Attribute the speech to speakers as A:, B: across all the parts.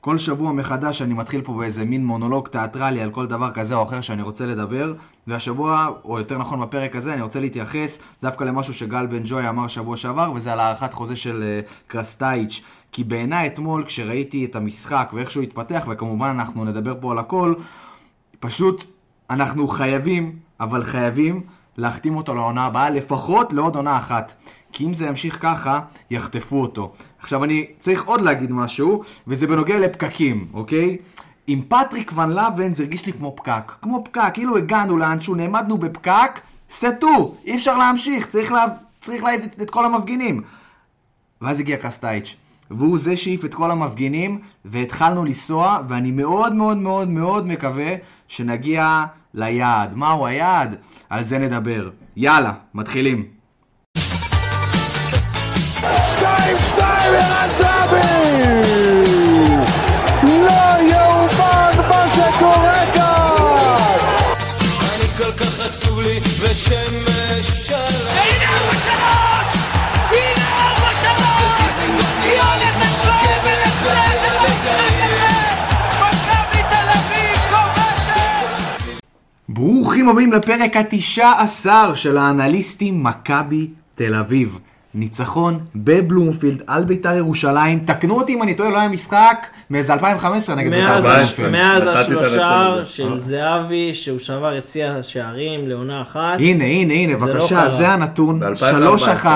A: כל שבוע מחדש אני מתחיל פה באיזה מין מונולוג תיאטרלי על כל דבר כזה או אחר שאני רוצה לדבר, והשבוע, או יותר נכון בפרק הזה, אני רוצה להתייחס דווקא למשהו שגל בן ג'וי אמר שבוע שעבר, וזה על הארכת חוזה של אה, קרסטייץ'. כי בעיניי אתמול, כשראיתי את המשחק ואיך שהוא התפתח, וכמובן אנחנו נדבר פה על הכל, פשוט אנחנו חייבים, אבל חייבים, להחתים אותו לעונה הבאה, לפחות לעוד עונה אחת. כי אם זה ימשיך ככה, יחטפו אותו. עכשיו אני צריך עוד להגיד משהו, וזה בנוגע לפקקים, אוקיי? עם פטריק ון לבן זה הרגיש לי כמו פקק. כמו פקק, כאילו הגענו לאנשהו, נעמדנו בפקק, סטו, אי אפשר להמשיך, צריך, לה... צריך להעיף את- את כל המפגינים. ואז הגיע קסטייץ', והוא זה שהעיף את כל המפגינים, והתחלנו לנסוע, ואני מאוד מאוד מאוד מאוד מקווה שנגיע ליעד. מהו היעד? על זה נדבר. יאללה, מתחילים.
B: שתיים, שתיים, ערן זהבי! לא יאומן מה שקורה כאן!
C: אני כל כך עצוב לי ושמש עליי
D: הנה ארבע שלוש! הנה ארבע שלוש! היא הולכת לצלם ולצלם את המשחק הזה! מכבי תל אביב כובשת!
A: ברוכים הבאים לפרק התשע עשר של האנליסטים מכבי תל אביב. ניצחון בבלומפילד על ביתר ירושלים. תקנו אותי אם אני טועה, לא היה משחק מאיזה 2015 נגד ביתר
E: מאז,
F: ארבע עשרה.
A: ירושלים.
E: מאז
F: נתתי את הנתון
E: השלושה
F: הזה. אה.
E: של זהבי, שהוא שבר את שיא השערים לעונה אחת.
A: הנה, הנה, הנה,
E: לא
A: בבקשה,
E: קרה.
A: זה הנתון.
F: ב-2014.
A: 3-1,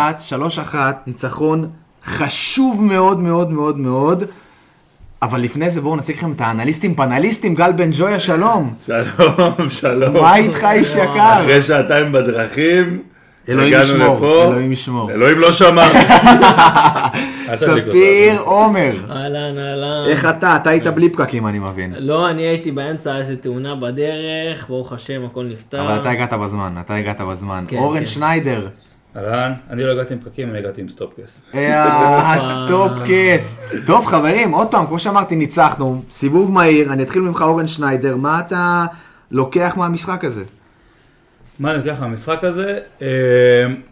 A: 3-1, ניצחון חשוב מאוד מאוד מאוד מאוד. אבל לפני זה בואו נציג לכם את האנליסטים פנליסטים, גל בן ג'ויה, שלום.
F: שלום, שלום.
A: מה איתך איש יקר?
F: אחרי שעתיים בדרכים,
A: אלוהים
F: הגענו
A: ישמור,
F: לפה.
A: אלוהים ישמור.
F: אלוהים לא שמע. אל תדליק אותו,
A: ספיר עומר, כן.
E: אהלן, אהלן.
A: איך אתה? אתה היית בלי פקקים אני מבין.
E: לא, אני הייתי באמצע איזה תאונה בדרך, ברוך השם, הכל נפתר.
A: אבל אתה הגעת בזמן, אתה הגעת בזמן.
E: כן,
A: אורן
E: כן.
A: שניידר,
G: אהלן, אני לא הגעתי עם פקקים, אני הגעתי עם סטופקס.
A: אה, סטופ קס. טוב חברים, עוד פעם, כמו שאמרתי, ניצחנו. סיבוב מהיר, אני אתחיל ממך אורן שניידר, מה אתה לוקח מהמשחק הזה?
G: מה אני לוקח מהמשחק הזה? אה,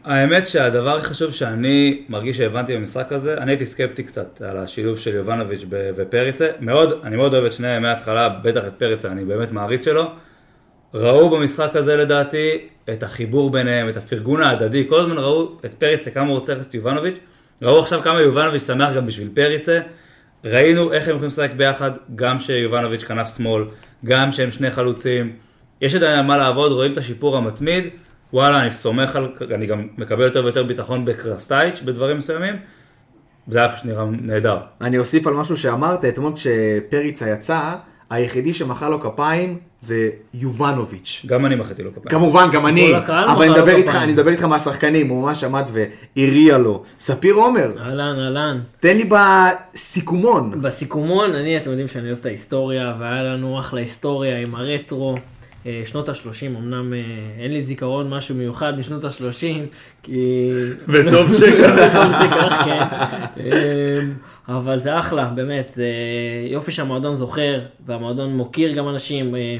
G: האמת שהדבר הכי חשוב שאני מרגיש שהבנתי במשחק הזה, אני הייתי סקפטי קצת על השילוב של יובנוביץ' ב- ופריצה. מאוד, אני מאוד אוהב את שניהם מההתחלה, בטח את פריצה, אני באמת מעריץ שלו. ראו במשחק הזה לדעתי את החיבור ביניהם, את הפרגון ההדדי, כל הזמן ראו את פריצה כמה הוא רוצה ללכת את יובנוביץ', ראו עכשיו כמה יובנוביץ' שמח גם בשביל פריצה, ראינו איך הם יכולים לשחק ביחד, גם שיובנוביץ' כנף שמאל, גם שהם שני חלוצים, יש עדיין על מה לעבוד, רואים את השיפור המתמיד, וואלה, אני סומך על, אני גם מקבל יותר ויותר ביטחון בקרסטייץ' בדברים מסוימים, זה היה פשוט נראה נהדר.
A: אני אוסיף על משהו שאמרת, אתמול כשפריצה יצא, היחידי שמחא לו כפיים זה יובנוביץ'.
G: גם אני מחאתי לו כפיים.
A: כמובן, גם אני,
E: הקהל
A: אבל אני
E: מחא לו
A: מדבר איתך,
E: כפיים.
A: אני מדבר איתך מהשחקנים, הוא ממש עמד והריע לו. ספיר עומר,
E: אהלן, אהלן.
A: תן לי בסיכומון.
E: בסיכומון, אני, אתם יודעים שאני אוהב את ההיסטוריה, והיה לנו אחלה היסטוריה עם הרטרו. אה, שנות ה-30, אמנם אה, אין לי זיכרון משהו מיוחד משנות ה-30, כי...
F: וטוב שכך.
E: טוב שכך, כן. אמ, אבל זה אחלה, באמת, זה יופי שהמועדון זוכר, והמועדון מוקיר גם אנשים. אה,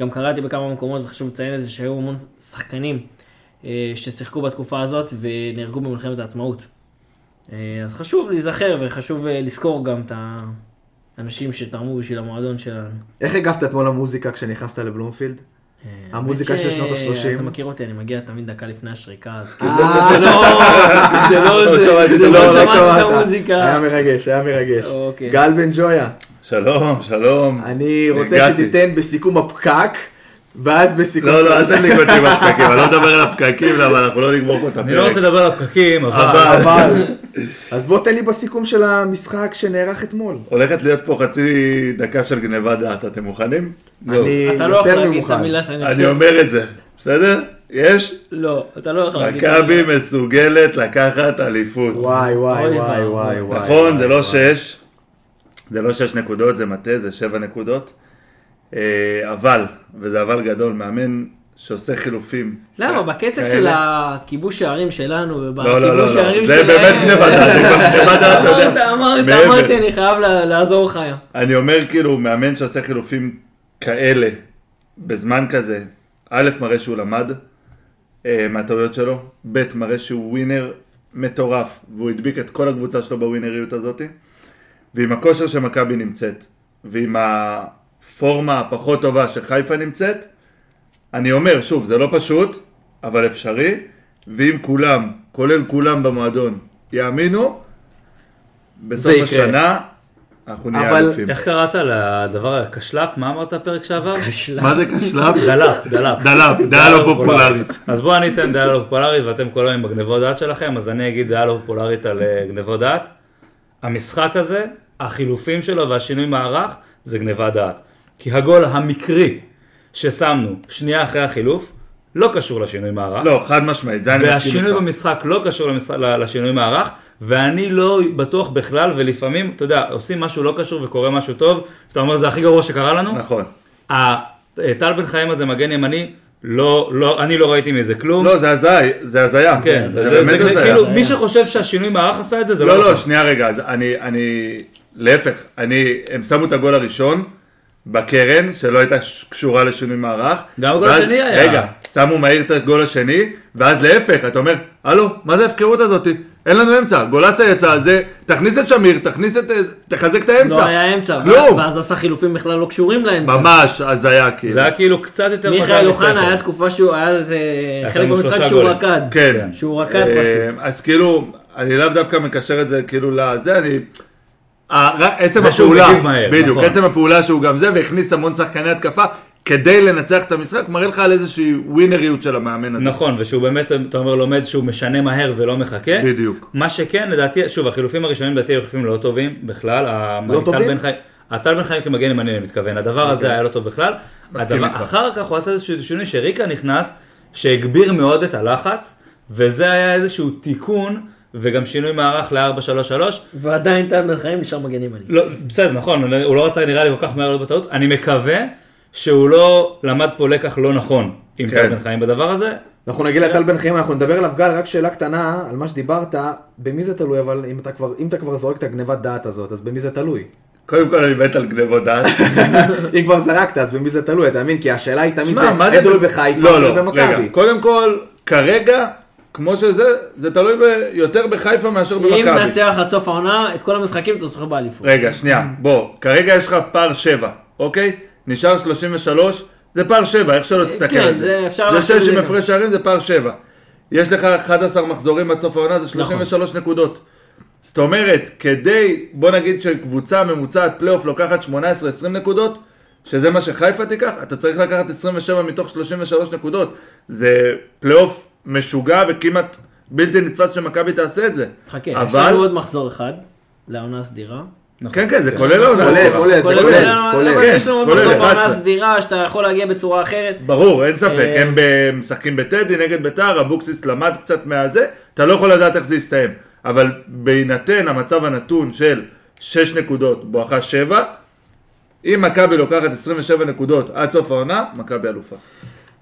E: גם קראתי בכמה מקומות, וחשוב לציין את זה, שהיו המון שחקנים אה, ששיחקו בתקופה הזאת ונהרגו במלחמת העצמאות. אה, אז חשוב להיזכר וחשוב אה, לזכור גם את האנשים שתרמו בשביל המועדון שלנו.
A: איך הגבת אתמול למוזיקה כשנכנסת לבלומפילד?
E: אה,
A: המוזיקה
E: האמת
A: של שנות ה-שלושים. אה.
E: אתה מכיר אותי, אני מגיע תמיד דקה לפני השריקה, אז כאילו, זה לא... זה לא זה, זה
A: לא, לא
E: לא שמעתי את
A: שמעת.
E: המוזיקה.
A: היה מרגש, היה מרגש.
E: אוקיי.
A: גל בן ג'ויה,
F: שלום, שלום.
A: אני רוצה
F: הגעתי.
A: שתיתן בסיכום הפקק, ואז בסיכום...
F: לא,
A: של-
F: לא, אל תדליק אותי עם הפקקים, אני לא מדבר על הפקקים, אבל אנחנו לא נגמור פה את הפרק.
G: אני לא רוצה לדבר על הפקקים, אבל...
F: אבל
A: אבל... אז בוא תן לי בסיכום של המשחק שנערך אתמול.
F: הולכת להיות פה חצי דקה של גניבת דעת, אתם מוכנים?
A: אני
E: אתה לא יכול
A: אה, יותר
E: להגיד את
A: ממוכן.
E: המילה שאני
F: אני
E: חושב.
F: אומר את זה, בסדר? יש?
E: לא, אתה לא יכול להגיד. את
F: מכבי
E: המילה.
F: מסוגלת לקחת אליפות.
A: וואי, וואי,
E: אוי
A: וואי,
E: ואבוי.
A: וואי, וואי.
F: נכון, זה
A: וואי,
F: לא
A: וואי.
F: שש, זה לא שש נקודות, זה מטה, זה שבע נקודות. אה, אבל, וזה אבל גדול, מאמן שעושה חילופים.
E: למה? בקצב
F: כאלה.
E: של הכיבוש שערים שלנו
F: לא, לא, לא,
E: ובכיבוש
F: לא,
E: שערים
F: זה
E: שלהם.
F: באמת גניבת דעת, זה כבר גניבת דעת, אתה
E: אמרת,
F: יודע.
E: אמרת,
F: מעבר.
E: אמרתי, אני חייב לה- לעזור לך.
F: אני אומר כאילו, מאמן שעושה חילופים כאלה, בזמן כזה, א', מראה שהוא למד אה, מהטעויות שלו, ב', מראה שהוא ווינר מטורף, והוא הדביק את כל הקבוצה שלו בווינריות הזאת, ועם הכושר שמכבי נמצאת, ועם הפורמה הפחות טובה שחיפה נמצאת, אני אומר, שוב, זה לא פשוט, אבל אפשרי, ואם כולם, כולל כולם במועדון, יאמינו, בסוף
G: יקרה.
F: השנה אנחנו נהיה
H: אבל-
F: אלופים.
G: איך קראת לדבר הקשל"פ? מה אמרת פרק שעבר?
F: מה זה קשל"פ?
G: דל"פ, דל"פ.
F: דל"פ, דעה לא פופולרית.
G: אז בואו אני אתן דעה לא פופולרית ואתם כל היום בגנבות דעת שלכם, אז אני אגיד דעה לא פופולרית על אה, גנבות דעת. המשחק הזה, החילופים שלו והשינוי מערך, זה גנבת דעת. כי הגול המקרי ששמנו שנייה אחרי החילוף, לא קשור לשינוי מערך.
F: לא, חד משמעית, זה אני מסכים
G: והשינוי
F: איתך.
G: במשחק לא קשור למשחק, ל- לשינוי מערך, ואני לא בטוח בכלל, ולפעמים, אתה יודע, עושים משהו לא קשור וקורה משהו טוב, ואתה אומר, זה הכי גרוע שקרה לנו.
F: נכון.
G: ה- טל בן חיים הזה, מגן ימני, לא, לא, אני לא ראיתי מזה כלום.
F: לא, זה הזיה, זה הזיה.
G: כן,
F: זה
G: זה, זה, זה,
F: באמת
G: זה,
F: הזיה.
G: כאילו, מי שחושב שהשינוי מערך עשה את זה, זה לא
F: לא, לא,
G: נכון.
F: שנייה רגע, אז אני, אני, להפך, אני, הם שמו את הגול הראשון בקרן, שלא הייתה ש- קשורה לשינוי מערך.
G: גם הגול
F: ואז-
G: השני היה.
F: רגע, שמו מהיר את הגול השני, ואז להפך, אתה אומר, הלו, מה זה ההפקרות הזאת? אין לנו אמצע, גולסה יצא, זה, תכניס את שמיר, תכניס את, תחזק את האמצע.
E: לא היה אמצע,
F: כלום.
E: ואז עשה חילופים בכלל לא קשורים לאמצע.
F: ממש הזיה, כאילו.
G: זה היה כאילו קצת יותר
E: מיכאל
G: משכל.
E: אוחנה היה תקופה שהוא היה איזה
G: היה
E: חלק
G: שם
E: במשחק
G: שלושה
E: שהוא
G: גולים.
E: רקד.
F: כן.
E: שהוא רקד פשוט.
F: אה, אז כאילו, אני לאו דווקא מקשר את זה כאילו לזה, אני... אה, רק- עצם
G: זה שהוא
F: הפעולה,
G: מגיב מהר,
F: בדיוק,
G: נכון.
F: עצם הפעולה שהוא גם זה, והכניס המון שחקני התקפה כדי לנצח את המשחק, מראה לך על איזושהי ווינריות של המאמן הזה.
G: נכון, ושהוא באמת, אתה אומר, לומד שהוא משנה מהר ולא מחכה.
F: בדיוק.
G: מה שכן, לדעתי, שוב, החילופים הראשונים לדעתי היו חילופים לא טובים בכלל. ה-
F: לא
G: טל
F: טובים? אוקיי.
G: בן חיים- הטל בן חיים כמגן ימני, אני מתכוון. הדבר הזה היה לא טוב בכלל.
F: מסכים
G: הדבר-
F: איתך.
G: אחר כך הוא עשה איזשהו שינוי שריקה נכנס, שהגביר מאוד את הלחץ, וזה היה איזשהו תיקון, וגם שינוי מערך ל-433.
E: ועדיין טל בן חיים נשאר מגן ימני.
G: לא, בסדר, נכון, הוא לא רצה נראה לי כל כך מהר להיות בטעות. אני מקווה שהוא לא למד פה לקח לא נכון עם
F: כן.
G: טל בן חיים בדבר הזה.
A: אנחנו נגיע לטל בן חיים, אנחנו נדבר עליו. גל, רק שאלה קטנה על מה שדיברת, במי זה תלוי, אבל אם אתה כבר, אם אתה כבר זורק את הגניבת דעת הזאת, אז במי זה תלוי?
F: קודם כל אני מת על גנבות דעת.
A: אם כבר זרקת, אז במי זה תלוי, אתה מבין? כי השאלה היא תמיד,
F: שמע,
A: זה,
F: מה
A: אין
F: זה...
A: תלוי בחיפה,
F: לא,
A: תלוי
F: לא, רגע.
A: במכבי.
F: קודם כל, כרגע, כמו שזה, זה תלוי ב- יותר בחיפה מאשר במכבי.
E: אם תנצח עד סוף העונה, את כל המשחקים אתה זוכר באליפות.
F: רגע, שנייה, בוא, כרגע יש לך פער 7, אוקיי? נשאר 33, זה פער 7, איך שלא תסתכל
E: כן,
F: על זה.
E: זה אפשר
F: זה
E: לחשוב
F: 6 עם
E: על זה
F: הפרש שערים, זה פער 7. יש לך 11 מחזורים עד סוף העונה,
E: נכון.
F: זה 33 נקודות. זאת אומרת, כדי, בוא נגיד שקבוצה ממוצעת פלייאוף לוקחת 18-20 נקודות, שזה מה שחיפה תיקח, אתה צריך לקחת 27 מתוך 33 נקודות. זה פלייאוף משוגע וכמעט בלתי נתפס שמכבי תעשה את זה.
E: חכה, יש
F: אה, אבל...
E: לנו עוד מחזור אחד, לעונה הסדירה.
F: כן, כן, זה כולל העונה.
A: כולל, כולל, זה
E: כולל,
A: כולל,
E: אבל
A: כולל.
E: יש לנו עוד
F: כן, כולל,
E: מחזור בעונה
F: 11.
E: הסדירה, שאתה יכול להגיע בצורה אחרת.
F: ברור, אין ספק,
E: אה,
F: הם ב- משחקים בטדי נגד ביתר, אבוקסיס למד קצת מהזה, אתה לא יכול לדעת איך זה יסתיים. אבל בהינתן המצב הנתון של 6 נקודות בואכה 7, אם מכבי לוקחת 27 נקודות עד סוף העונה, מכבי אלופה.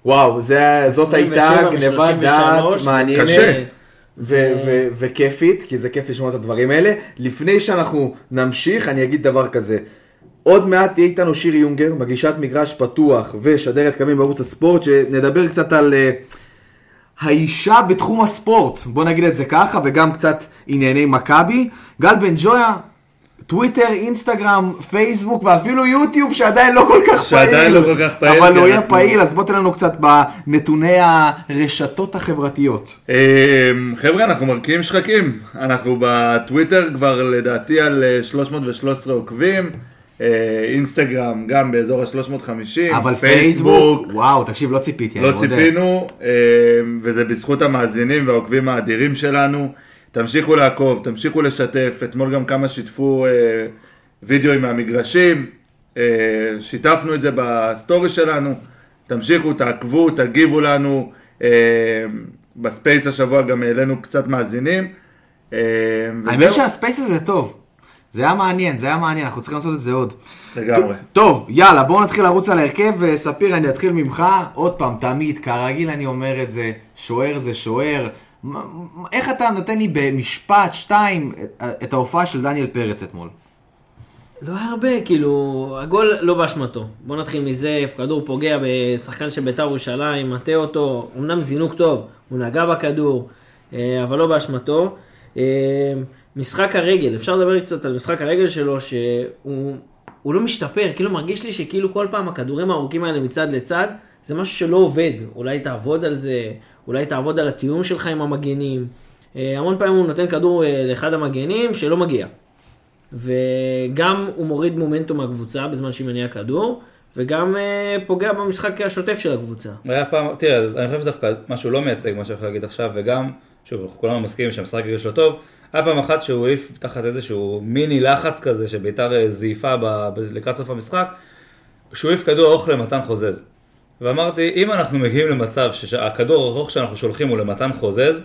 A: וואו, זה, זאת הייתה
E: 27,
A: גניבת
E: 33,
A: דעת
E: זה
A: מעניינת.
F: קשה.
A: ו- ו- וכיפית, כי זה כיף לשמוע את הדברים האלה. לפני שאנחנו נמשיך, אני אגיד דבר כזה. עוד מעט תהיה איתנו שיר יונגר, מגישת מגרש פתוח ושדרת קווים בערוץ הספורט, שנדבר קצת על אה, האישה בתחום הספורט, בוא נגיד את זה ככה, וגם קצת ענייני מכבי. גל בן ג'ויה, טוויטר, אינסטגרם, פייסבוק ואפילו יוטיוב שעדיין לא כל כך פעיל.
F: שעדיין לא כל כך פעיל,
A: אבל
F: כי
A: הוא יהיה
F: אנחנו-
A: פעיל, אז בוא תן לנו קצת בנתוני הרשתות החברתיות.
F: אמ, חבר'ה, אנחנו מרקיעים שחקים. אנחנו בטוויטר כבר לדעתי על אה, 313 עוקבים, אה, אינסטגרם גם באזור ה-350,
A: אבל פייסבוק, וואו, תקשיב, לא ציפיתי, אני
F: לא
A: מודה.
F: ציפינו, אה, וזה בזכות המאזינים והעוקבים האדירים שלנו. תמשיכו לעקוב, תמשיכו לשתף. אתמול גם כמה שיתפו אה, וידאוים מהמגרשים, אה, שיתפנו את זה בסטורי שלנו. תמשיכו, תעקבו, תגיבו לנו. אה, בספייס השבוע גם העלינו קצת מאזינים. אה,
A: האמת שהספייס הזה טוב. זה היה מעניין, זה היה מעניין, אנחנו צריכים לעשות את זה עוד.
F: לגמרי.
A: ט- טוב, יאללה, בואו נתחיל לרוץ על ההרכב. אה, ספיר, אני אתחיל ממך. עוד פעם, תמיד, כרגיל אני אומר את זה, שוער זה שוער. מ- מ- איך אתה נותן לי במשפט, שתיים, את- את ההופעה של דניאל פרץ אתמול?
E: לא היה הרבה, כאילו, הגול לא באשמתו. בוא נתחיל מזה, כדור פוגע בשחקן של בית"ר ירושלים, מטה אותו, אמנם זינוק טוב, הוא נגע בכדור, אה, אבל לא באשמתו. אה, משחק הרגל, אפשר לדבר קצת על משחק הרגל שלו, שהוא הוא לא משתפר, כאילו מרגיש לי שכאילו כל פעם הכדורים הארוכים האלה מצד לצד, זה משהו שלא עובד. אולי תעבוד על זה, אולי תעבוד על התיאום שלך עם המגנים. אה, המון פעמים הוא נותן כדור אה, לאחד המגנים שלא מגיע. וגם הוא מוריד מומנטום מהקבוצה בזמן שהיא מניעה כדור, וגם אה, פוגע במשחק השוטף של הקבוצה.
G: היה פעם, תראה, אז אני חושב שדווקא משהו לא מייצג מה שאני הולך להגיד עכשיו, וגם, שוב, אנחנו כולנו מסכימים שהמשחק הרגש לא טוב, היה פעם אחת שהוא העיף תחת איזשהו מיני לחץ כזה שביתר אה, זייפה ב, ב, לקראת סוף המשחק, שהוא העיף כדור ארוך למתן חוזז. ואמרתי, אם אנחנו מגיעים למצב שהכדור הארוך שאנחנו שולחים הוא למתן חוזז,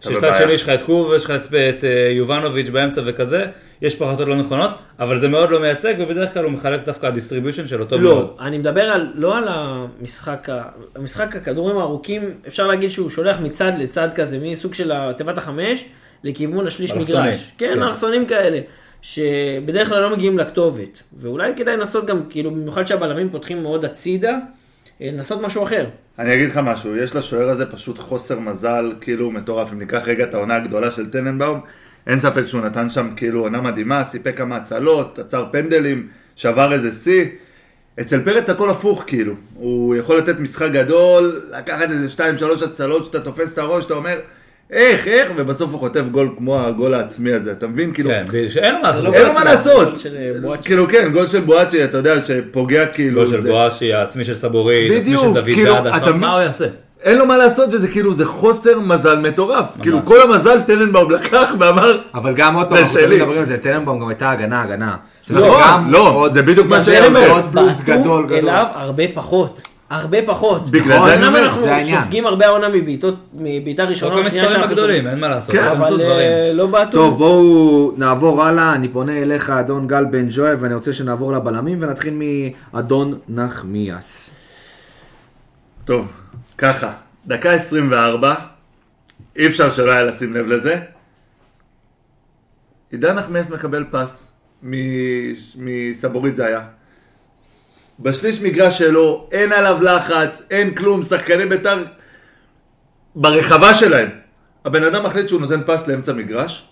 G: שצד
F: בבעיה.
G: שני יש לך את קוב ויש לך את, את אה, יובנוביץ' באמצע וכזה, יש פה החלטות לא נכונות, אבל זה מאוד לא מייצג, ובדרך כלל הוא מחלק דווקא הדיסטריביושן שלו טוב מאוד.
E: לא, אני מדבר על, לא על המשחק, ה- המשחק הכדורים הארוכים, אפשר להגיד שהוא שולח מצד לצד כזה, מסוג של תיבת החמש, לכיוון השליש
G: אלכסונים.
E: מגרש. כן,
G: כן.
E: אלכסונים כאלה, שבדרך כלל לא מגיעים לכתובת. ואולי כדאי לנסות גם, כאילו, במיוחד שהבלמים פותחים מאוד הצידה, אה, לנסות משהו אחר.
F: אני אגיד לך משהו, יש לשוער הזה פשוט חוסר מזל, כאילו מטורף, אם ניקח רגע את העונה הגדולה של טננבאום, אין ספק שהוא נתן שם כאילו עונה מדהימה, סיפק כמה הצלות, עצר פנדלים, שבר איזה שיא. אצל פרץ הכל הפוך כאילו, הוא יכול לתת משחק גדול, לקחת איזה 2-3 הצלות, שאתה תופס את הראש, אתה אומר, איך, איך, ובסוף הוא חוטף גול כמו הגול העצמי הזה, אתה מבין? כאילו,
G: כן, ב- שאין לו מה לעשות.
E: לא
F: אין לו
E: גול
F: מה
E: עצמי,
F: לעשות.
E: גול של, אה, בואצ'י.
F: כאילו כן, גול של בואצ'י, אתה יודע, שפוגע כאילו.
G: גול לא של
F: זה-
G: בואשי, העצמי של סבורי, העצמי של
F: בדיוק,
G: דוד
F: כאילו,
G: זאדה,
F: אתה
G: אתה... מה
F: מ-
G: הוא יעשה?
F: אין לו מה לעשות, וזה כאילו, זה חוסר מזל מטורף. כאילו, כל המזל טננבאום לקח ואמר,
A: אבל גם עוד פעם, אנחנו
F: שלי.
A: תמיד מדברים על זה, טננבאום גם הייתה הגנה, הגנה. שזה
F: לא,
A: גם
F: לא,
A: עוד-
F: זה בדיוק מה
A: זה
F: שאני אומר.
A: עוד בלוז
E: בעטו
A: גדול גדול.
E: אליו הרבה פחות. הרבה פחות.
F: בגלל
A: נכון,
F: זה אני
E: אמנם
F: אומר,
E: אנחנו
A: זה העניין.
E: סופגים הרבה העונה מבעיטות, מבעיטה
G: רק
E: ראשונה או שנייה
G: המספרים
E: שאנחנו
G: לא הגדולים, אין מה לעשות,
F: כן,
G: הם עשו
E: אבל
G: דברים.
E: אה, לא בעטו.
I: טוב, בואו נעבור הלאה, אני פונה אליך, אדון גל בן ג'וי, ואני רוצה שנעבור לבלמים, ונתחיל מאדון נחמיאס.
F: טוב, ככה, דקה 24, אי אפשר שלא היה לשים לב לזה. עידן נחמיאס מקבל פס מ- מסבורית זה היה. בשליש מגרש שלו, אין עליו לחץ, אין כלום, שחקני בית"ר ברחבה שלהם. הבן אדם מחליט שהוא נותן פס לאמצע מגרש,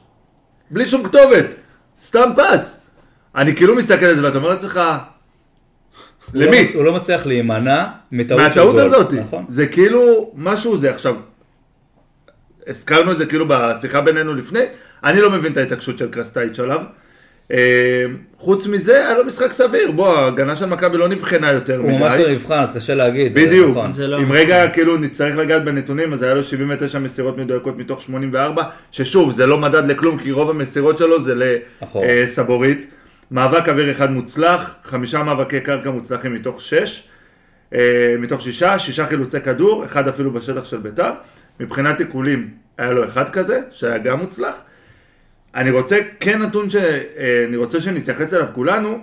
F: בלי שום כתובת, סתם פס. אני כאילו מסתכל על זה ואתה אומר לעצמך,
G: הוא לא
F: למי?
G: מצ- הוא לא מצליח להימנע מטעות של גול.
F: מהטעות הזאת.
G: נכון.
F: זה כאילו משהו זה עכשיו. הזכרנו את זה כאילו בשיחה בינינו לפני, אני לא מבין את ההתעקשות של קרסטייץ' עליו. אה, חוץ מזה, היה לו משחק סביר, בוא, ההגנה של מכבי לא נבחנה יותר
G: הוא ממש
F: מדי.
G: לא נבחן, אז קשה להגיד. אה,
F: בדיוק,
G: נכון.
E: זה לא-
F: אם רגע כאילו נצטרך לגעת בנתונים, אז היה לו 79 מסירות מדויקות מתוך 84, ששוב, זה לא מדד לכלום, כי רוב המסירות שלו זה
G: אחורה.
F: לסבורית. מאבק אוויר אחד מוצלח, חמישה מאבקי קרקע מוצלחים מתוך שש, אה, מתוך שישה, שישה חילוצי כדור, אחד אפילו בשטח של ביתר. מבחינת עיקולים, היה לו אחד כזה, שהיה גם מוצלח. אני רוצה, כן נתון שאני רוצה שנתייחס אליו כולנו,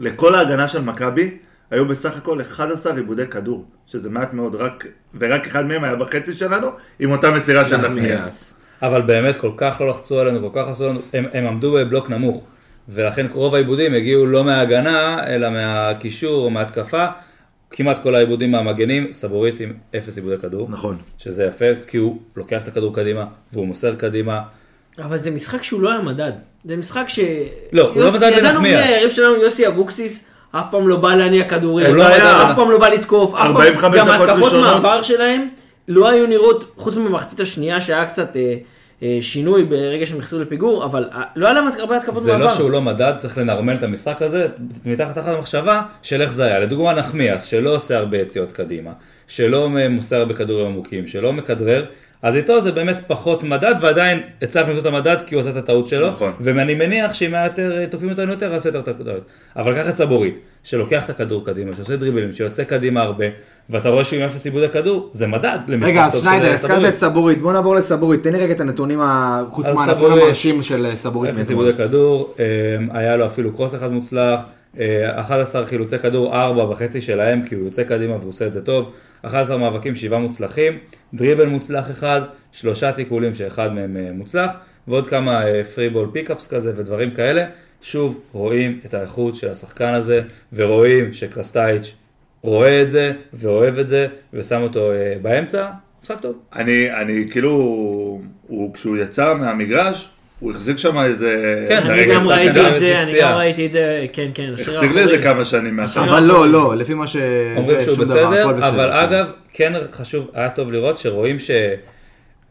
F: לכל ההגנה של מכבי היו בסך הכל 11 עיבודי כדור, שזה מעט מאוד, רק, ורק אחד מהם היה בחצי שלנו, עם אותה מסירה של נחמיאס.
G: אבל באמת כל כך לא לחצו עלינו, כל כך עשו לנו, הם, הם עמדו בבלוק נמוך. ולכן רוב העיבודים הגיעו לא מההגנה, אלא מהקישור או מההתקפה. כמעט כל העיבודים מהמגנים, סבורית עם אפס עיבודי כדור.
I: נכון.
G: שזה יפה, כי הוא לוקח את הכדור קדימה, והוא מוסר קדימה.
E: אבל זה משחק שהוא לא היה מדד. זה משחק ש...
G: לא, הוא
E: יוס-
G: לא מדד
E: ידענו מי
G: לנחמיאס.
E: היריב שלנו, יוסי אבוקסיס, אף פעם לא בא להניע כדורים.
G: הוא לא היה.
E: אף פעם לא בא לתקוף. אף פעם-
F: 45
E: גם
F: דקות
E: ההתקפות
F: ראשונות.
E: מעבר שלהם לא היו נראות, חוץ ממחצית השנייה שהיה קצת אה, אה, שינוי ברגע שהם נכנסו לפיגור, אבל אה, לא היה להם הרבה התקפות
G: זה לא
E: מעבר.
G: שהוא לא מדד, צריך לנרמל את המשחק הזה, מתחת תחת המחשבה של איך זה היה. לדוגמה נחמיאס, שלא עושה הרבה יציאות קדימה, שלא מוסר הרבה כדורים עמוקים, שלא מכדרר, אז איתו זה באמת פחות מדד, ועדיין הצלחנו למצוא את המדד כי הוא עשה את הטעות שלו,
F: נכון.
G: ואני מניח שאם היה יותר, אה, תוקפים אותנו יותר, עשו יותר טעות. אבל ככה צבורית, שלוקח את הכדור קדימה, שעושה דריבלים, שיוצא קדימה הרבה, ואתה רואה שהוא עם אפס עיבוד הכדור, זה מדד למשחק
A: רגע, אז
G: טוב של
A: שניידר, הזכרת
G: סבורית.
A: את סבורית, בוא נעבור לסבורית, תן לי רגע את הנתונים, ה- חוץ
G: אז
A: מהנתון
G: סבורית-
A: המרשים של אה, סבורית
G: אפס
A: מאתמול.
G: עיבודי כדור, אה, היה לו אפילו קרוס אחד מוצלח, אה, 11 חילוצי כדור, 4 וחצי שלהם, כי הוא יוצא קדימה והוא עושה את זה טוב, 11 מאבקים, 7 מוצלחים, דריבל מוצלח אחד, שלושה תיקולים שאחד מהם אה, מוצלח, ועוד כמה אה, פרי בול פיקאפס כזה ודברים כאלה. שוב, רואים את האיכות של השחקן הזה, ורואים שקרסטייץ' רואה את זה, ואוהב את זה, ושם אותו אה, באמצע, משחק טוב.
F: אני, אני כאילו, הוא, כשהוא יצא מהמגרש, הוא החזיק שם איזה...
G: כן,
F: את
E: אני
F: הרגל
G: רגע,
E: גם
F: צד
E: ראיתי
F: כנף.
G: צעקה,
E: את זה, אני
G: פציעה.
E: גם ראיתי את זה, כן, כן. השריר
F: החזיק לי איזה
E: האחורי.
F: כמה שנים
E: השריר
F: מהשם.
G: נכון.
E: האחורי.
A: אבל לא, לא, לפי מה ש...
G: אומרים
A: זה,
G: שהוא
A: שום דבר,
G: בסדר,
A: הכל
G: אבל
A: בסדר.
G: אגב, כן חשוב, היה טוב לראות שרואים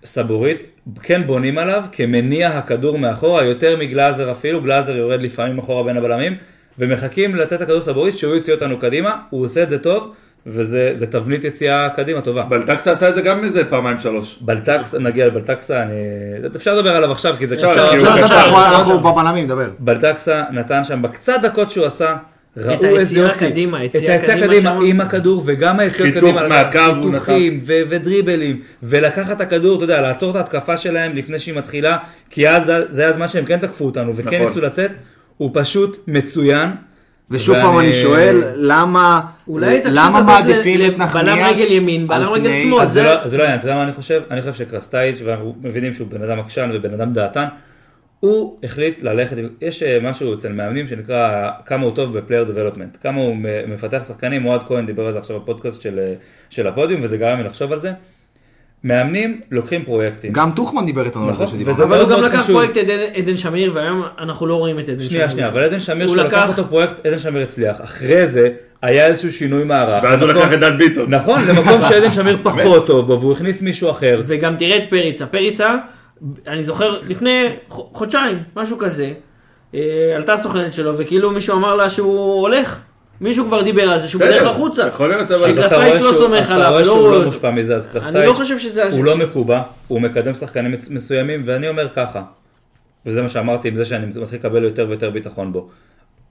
G: שסבורית, כן בונים עליו כמניע הכדור מאחורה, יותר מגלאזר אפילו, גלאזר יורד לפעמים אחורה בין הבלמים, ומחכים לתת הכדור סבורית שהוא יוציא אותנו קדימה, הוא עושה את זה טוב, וזה זה תבנית יציאה קדימה טובה.
F: בלטקסה עשה את זה גם איזה פעמיים שלוש.
G: בלטקס, נגיע לבלטקסה, אני... אפשר לדבר עליו עכשיו, כי זה
F: אפשר,
G: קצר.
F: כי הוא
A: בסדר,
F: קשר.
A: בסדר, לא, אנחנו- אנחנו בבלמים, דבר.
G: בלטקסה נתן שם בקצת דקות שהוא עשה,
E: את
G: ראו
E: היציאה
G: איזה יופי.
E: קדימה,
G: את
E: היציאה
G: היציאה
E: קדימה
G: קדימה
E: שם.
G: עם הכדור וגם היציאה
F: חיתוך
G: קדימה. לקח
F: מהקו הוא נתן.
G: חיתוכים ו- ודריבלים, ולקחת את הכדור, אתה יודע, לעצור את ההתקפה שלהם לפני שהיא מתחילה, כי אז זה- זה היה הזמן שהם כן תקפו אותנו וכן
F: נכון.
G: ניסו לצאת. הוא פשוט מצוין.
A: ושוב
G: ואני-
A: פעם אני שואל, למה
E: אולי את
A: למה
E: התשובה הזאת
A: מעדיפים
E: ל-
A: את נחמיאס?
E: לבלם רגל ימין,
A: על
E: בלם רגל
A: פני-
E: שמאל.
G: אז זה
E: זה-
G: לא- זה לא העניין, אתה יודע מה אני חושב? אני חושב שקרסטייץ', ואנחנו מבינים שהוא בן אדם עקשן ובן אדם דעתן, הוא החליט ללכת, עם- יש אה, משהו אצל מאמנים שנקרא כמה הוא טוב בפלייר דבלופמנט, כמה הוא מ- מפתח שחקנים, אוהד כהן דיבר על זה עכשיו בפודקאסט של, אה, של הפודיום, וזה גרם לי לחשוב על זה. מאמנים לוקחים פרויקטים.
A: גם טוחמן דיבר איתנו על זה
G: נכון,
A: שדיברנו.
G: וזה-
E: אבל הוא
G: מאוד
E: גם
G: מאוד
E: לקח
G: חשוב.
E: פרויקט עדן- עדן שמיר, והיום אנחנו לא רואים את עדן שמיר.
G: שנייה, שנייה, אבל עדן שמיר,
E: הוא
G: שהוא לקח
E: לקח-
G: אותו פרויקט, עדן שמיר הצליח. אחרי זה, היה איזשהו שינוי מערך.
F: ואז הוא
G: למקום-
F: לקח את דן ביטון.
G: נכון, למקום שעדן שמיר פחות טוב בו, והוא הכניס מישהו אחר.
E: וגם תראה את פריצה. פריצה, אני זוכר
G: כן.
E: לפני ח- חודשיים, משהו כזה, אה, עלתה הסוכנת שלו, וכאילו מישהו אמר לה שהוא הולך. מישהו כבר דיבר על זה, שהוא בדרך
F: בסדר,
E: החוצה.
F: יכול להיות, אבל...
E: שקרסטייץ'
G: אז אתה רואה
E: לא
G: שהוא-
E: סומך
G: אז
E: עליו,
G: אתה רואה
E: לא-
G: שהוא לא מושפע מזה, אז קרסטייץ'.
E: אני לא חושב שזה...
G: הוא לא מקובע, הוא מקדם שחקנים מצ- מסוימים, ואני אומר ככה, וזה מה שאמרתי עם זה שאני מתחיל לקבל יותר ויותר ביטחון בו.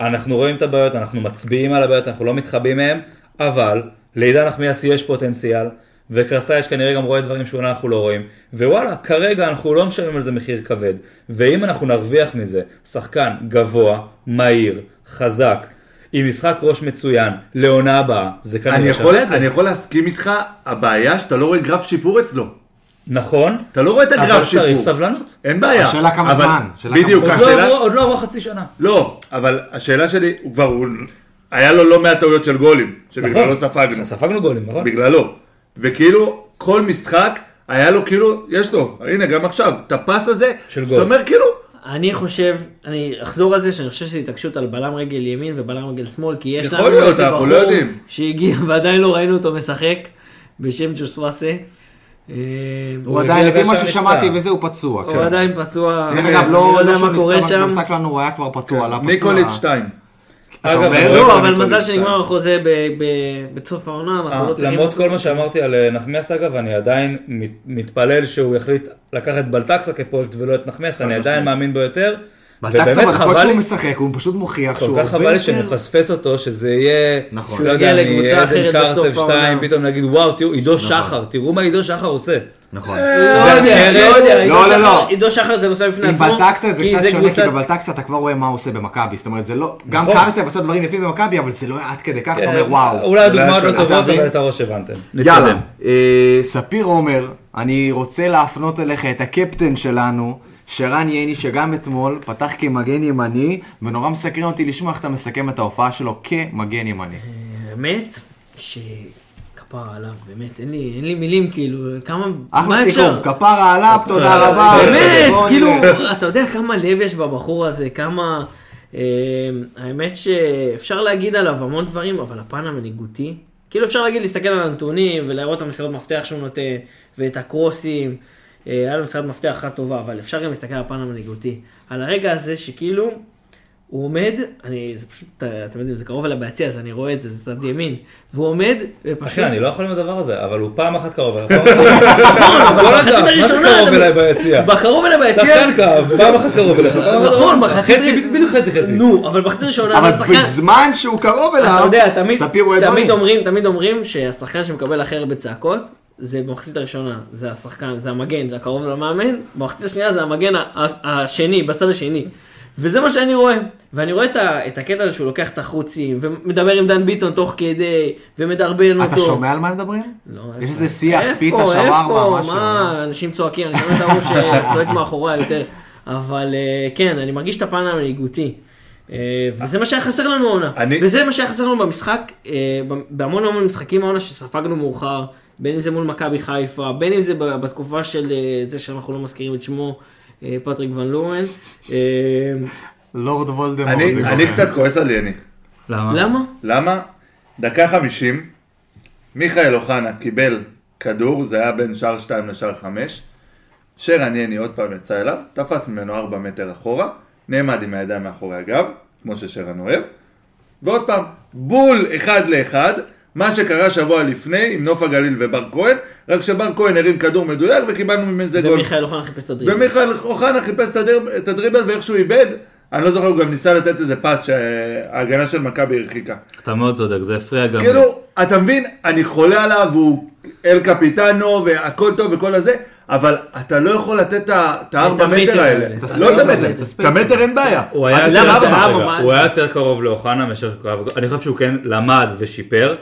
G: אנחנו רואים את הבעיות, אנחנו מצביעים על הבעיות, אנחנו לא מתחבאים מהם, אבל לעידן נחמיאס יש פוטנציאל, וקרסאייש כנראה גם רואה דברים שאולי אנחנו לא רואים, ווואלה, כרגע אנחנו לא משלמים על זה מחיר כבד, ואם אנחנו נרוויח מזה שחקן גבוה, מהיר, חזק, עם משחק ראש מצוין, לעונה הבאה, זה
F: אני
G: כנראה
F: יכול-
G: שווה את זה.
F: אני יכול להסכים איתך, הבעיה שאתה לא רואה גרף שיפור אצלו.
G: נכון,
F: אתה לא רואה את
G: אבל
F: הגרף שיפור.
G: צריך סבלנות.
F: אין בעיה.
A: השאלה כמה
F: אבל-
A: זמן, השאלה כמה
F: בדיוק,
A: זמן.
G: עוד לא
F: השאלה...
G: עברו- עוד לא עברו חצי שנה.
F: לא, אבל השאלה שלי, הוא כבר... הוא- היה לו לא מעט טעויות של גולים,
A: לא
F: שבגללו ספגנו.
G: נכון. ספגנו גולים, נכון?
F: בגללו. וכאילו, כל משחק, היה לו כאילו, יש לו, הנה גם עכשיו, את הפס הזה,
G: של
F: שאתה
G: גול.
F: אומר כאילו,
E: אני חושב, אני אחזור על זה, שאני חושב שזה התעקשות על בלם רגל ימין ובלם רגל שמאל, כי יש
F: יכול
E: לנו
F: להיות,
E: איזה
F: אנחנו
E: בחור
F: לא יודעים.
E: שהגיע ועדיין לא ראינו אותו משחק, בשם ג'וסוואסה. אה,
A: הוא עדיין,
G: הגיע
A: לפי מה
G: והשאר
A: ששמעתי
G: נפצע.
A: וזה, הוא פצוע.
E: הוא
A: כן.
E: עדיין פצוע,
A: דרך
E: אני
A: אגב, לא
E: יודע
A: לא שהוא
E: מה קורה
A: נפצע
E: שם.
A: במשחק לנו, הוא היה כבר פצוע, עלה פצוע.
F: ניקוליץ' 2.
G: אגב,
A: אומר,
G: למרות-
E: לא, אבל
F: ניקוליץ'
E: מזל
F: שתיים.
E: שנגמר החוזה ב- ב- בסוף העונה, אנחנו לא
G: אה,
E: צריכים...
G: למרות כל מה שאמרתי על אה, נחמיאס אגב, אני עדיין מת- מתפלל שהוא יחליט לקחת את בלטקסה כפרויקט ולא את נחמיאס, אני עדיין מאמין בו יותר.
A: בלטקסה
G: ובאמת
A: בדקות
G: חבל
A: שהוא
G: לי-
A: משחק, הוא פשוט מוכיח
G: כל
A: שהוא
G: כך חבל לי שנפספס אותו, שזה יהיה,
A: נכון.
G: שהוא לא
E: יגיע
G: יודע,
E: לקבוצה
G: מעדן
E: אחרת בסוף
G: קרצב 2,
E: העונה.
G: פתאום נגיד וואו, תראו, עידו שחר, תראו מה עידו שחר עושה.
A: נכון.
E: לא יודע, לא יודע, עידו
A: לא, לא,
E: שחר-
A: לא.
E: עידו שחר זה נושא בפני
A: עם
E: עצמו.
A: בלטקסה זה
E: כי
A: קצת שונה, כי
E: קבוצת-
A: בבלטקסה אתה כבר רואה מה הוא עושה במכבי, זאת אומרת, זה לא, גם
G: נכון.
A: קרצב עשה דברים יפים במכבי, אבל זה לא היה עד כדי כך,
E: כן,
A: אתה אומר, וואו.
G: אולי הדוגמאות
F: שונה,
G: לא
F: אתה
G: טובות,
A: מבין?
G: אבל את הראש הבנתם.
A: יאללה, אה, ספיר עומר, אני רוצה להפנות אליך את הקפטן שלנו, שרן ייני, שגם אתמול פתח כמגן ימני, ונורא מסקרן אותי לשמוע איך אתה מסכם את ההופעה שלו כמגן ימני.
E: באמת, שכפרה עליו, באמת, אין לי- אין לי מילים, כאילו, כמה... מה
A: אחלה
E: אפשר? אה,
A: סיכום, כפרה עליו, תודה רבה.
E: באמת,
A: בואו
E: כאילו,
A: נלך.
E: אתה יודע כמה לב יש בבחור הזה, כמה... אה, האמת שאפשר להגיד עליו המון דברים, אבל הפן המנהיגותי, כאילו אפשר להגיד, להסתכל על הנתונים ולראות את המסירות מפתח שהוא נותן, ואת הקרוסים, אה, היה לו מסירת מפתח אחת טובה, אבל אפשר גם להסתכל על הפן המנהיגותי. על הרגע הזה שכאילו, הוא עומד, אני, זה פשוט, אתם יודעים, זה קרוב אליי ביציע, אז אני רואה את זה, זה צד ימין, והוא עומד, ופשוט...
G: אחי, אני לא יכול עם הדבר הזה, אבל הוא פעם אחת קרוב אליי. פעם אחת-
E: נכון,
G: כל
E: אבל
G: אדם,
E: בחצית
G: מה זה
E: הראשונה...
G: קרוב
E: אתה-
G: אליי ביציע?
E: בקרוב אליי ביציע...
G: שחקן קו, פעם אחת קרוב אליך. פעם אחת-
E: נכון, מחצית...
G: חצי, בדיוק חצי חצי.
E: נו, אבל בחצי ראשונה
A: אבל
E: זה שחקן...
A: בזמן שהוא קרוב
E: אתה
A: אליו,
E: יודע, תמיד,
A: ספיר רואה
E: תמיד
A: דברים.
E: אומרים, תמיד אומרים שהשחקן שמקבל הכי הרבה צעקות, זה במחצית הראשונה, זה השחקן, זה המגן, זה הקרוב למאמן, במחצית השנייה זה המגן ה- ה- השני, בצד השני. וזה מה שאני רואה, ואני רואה את, ה, את הקטע הזה שהוא לוקח את החוצים, ומדבר עם דן ביטון תוך כדי, ומדרבן אותו.
A: אתה שומע על מה מדברים?
E: לא,
A: יש
E: איפה?
A: איזה שיח,
E: איפה,
A: פיתה, שווארמה,
E: איפה,
A: משהו.
E: מה, אנשים צועקים, אני שומע את ההוא שצועק מאחוריי יותר. אבל אה, כן, אני מרגיש את הפן המנהיגותי. אה, וזה מה שהיה חסר לנו העונה.
F: אני-
E: וזה מה שהיה חסר לנו במשחק, אה, ב- בהמון המון משחקים העונה שספגנו מאוחר, בין אם זה מול מכבי חיפה, בין אם זה ב- בתקופה של אה, זה שאנחנו לא מזכירים את שמו. אה, פטריק ון לורן. אה,
A: לורד וולדמורט.
F: אני
A: זה
F: אני
A: קורה.
F: קצת כועס על יני.
G: למה?
E: למה?
F: למה? דקה חמישים, מיכאל אוחנה קיבל כדור, זה היה בין שער שתיים לשער חמש, שרן יני עוד פעם יצא אליו, תפס ממנו ארבע מטר אחורה, נעמד עם הידיים מאחורי הגב, כמו ששרן אוהב, ועוד פעם, בול אחד לאחד, מה שקרה שבוע לפני עם נוף הגליל ובר כהן, רק שבר כהן הרים כדור מדויק וקיבלנו ממנו גול.
E: ומיכאל אוחנה חיפש את הדריבל.
F: ומיכאל אוחנה חיפש את הדריב- את הדריבל ואיכשהו איבד, אני לא זוכר, הוא גם ניסה לתת איזה פס שההגנה של מכבי הרחיקה.
G: אתה מאוד צודק, זה הפריע גם. לי.
F: כאילו, אתה מבין, אני חולה עליו, הוא אל קפיטנו, והכל טוב וכל הזה, אבל אתה לא יכול לתת את ה- את הארבע
E: המטר
F: מטר האלה.
E: האלה. את
A: הספייס
F: לא את
A: הזה,
F: המטר,
A: את
F: את
A: הספייס הזה.
F: המטר אין בעיה.
G: הוא היה
F: אל
G: יותר
F: תתן
E: למה זה
F: ארבע.
E: היה
G: רגע,
E: ממש-
G: הוא היה יותר קרוב לאוחנה מאשר שהוא קרב, אני חושב שהוא כן למד ושיפר.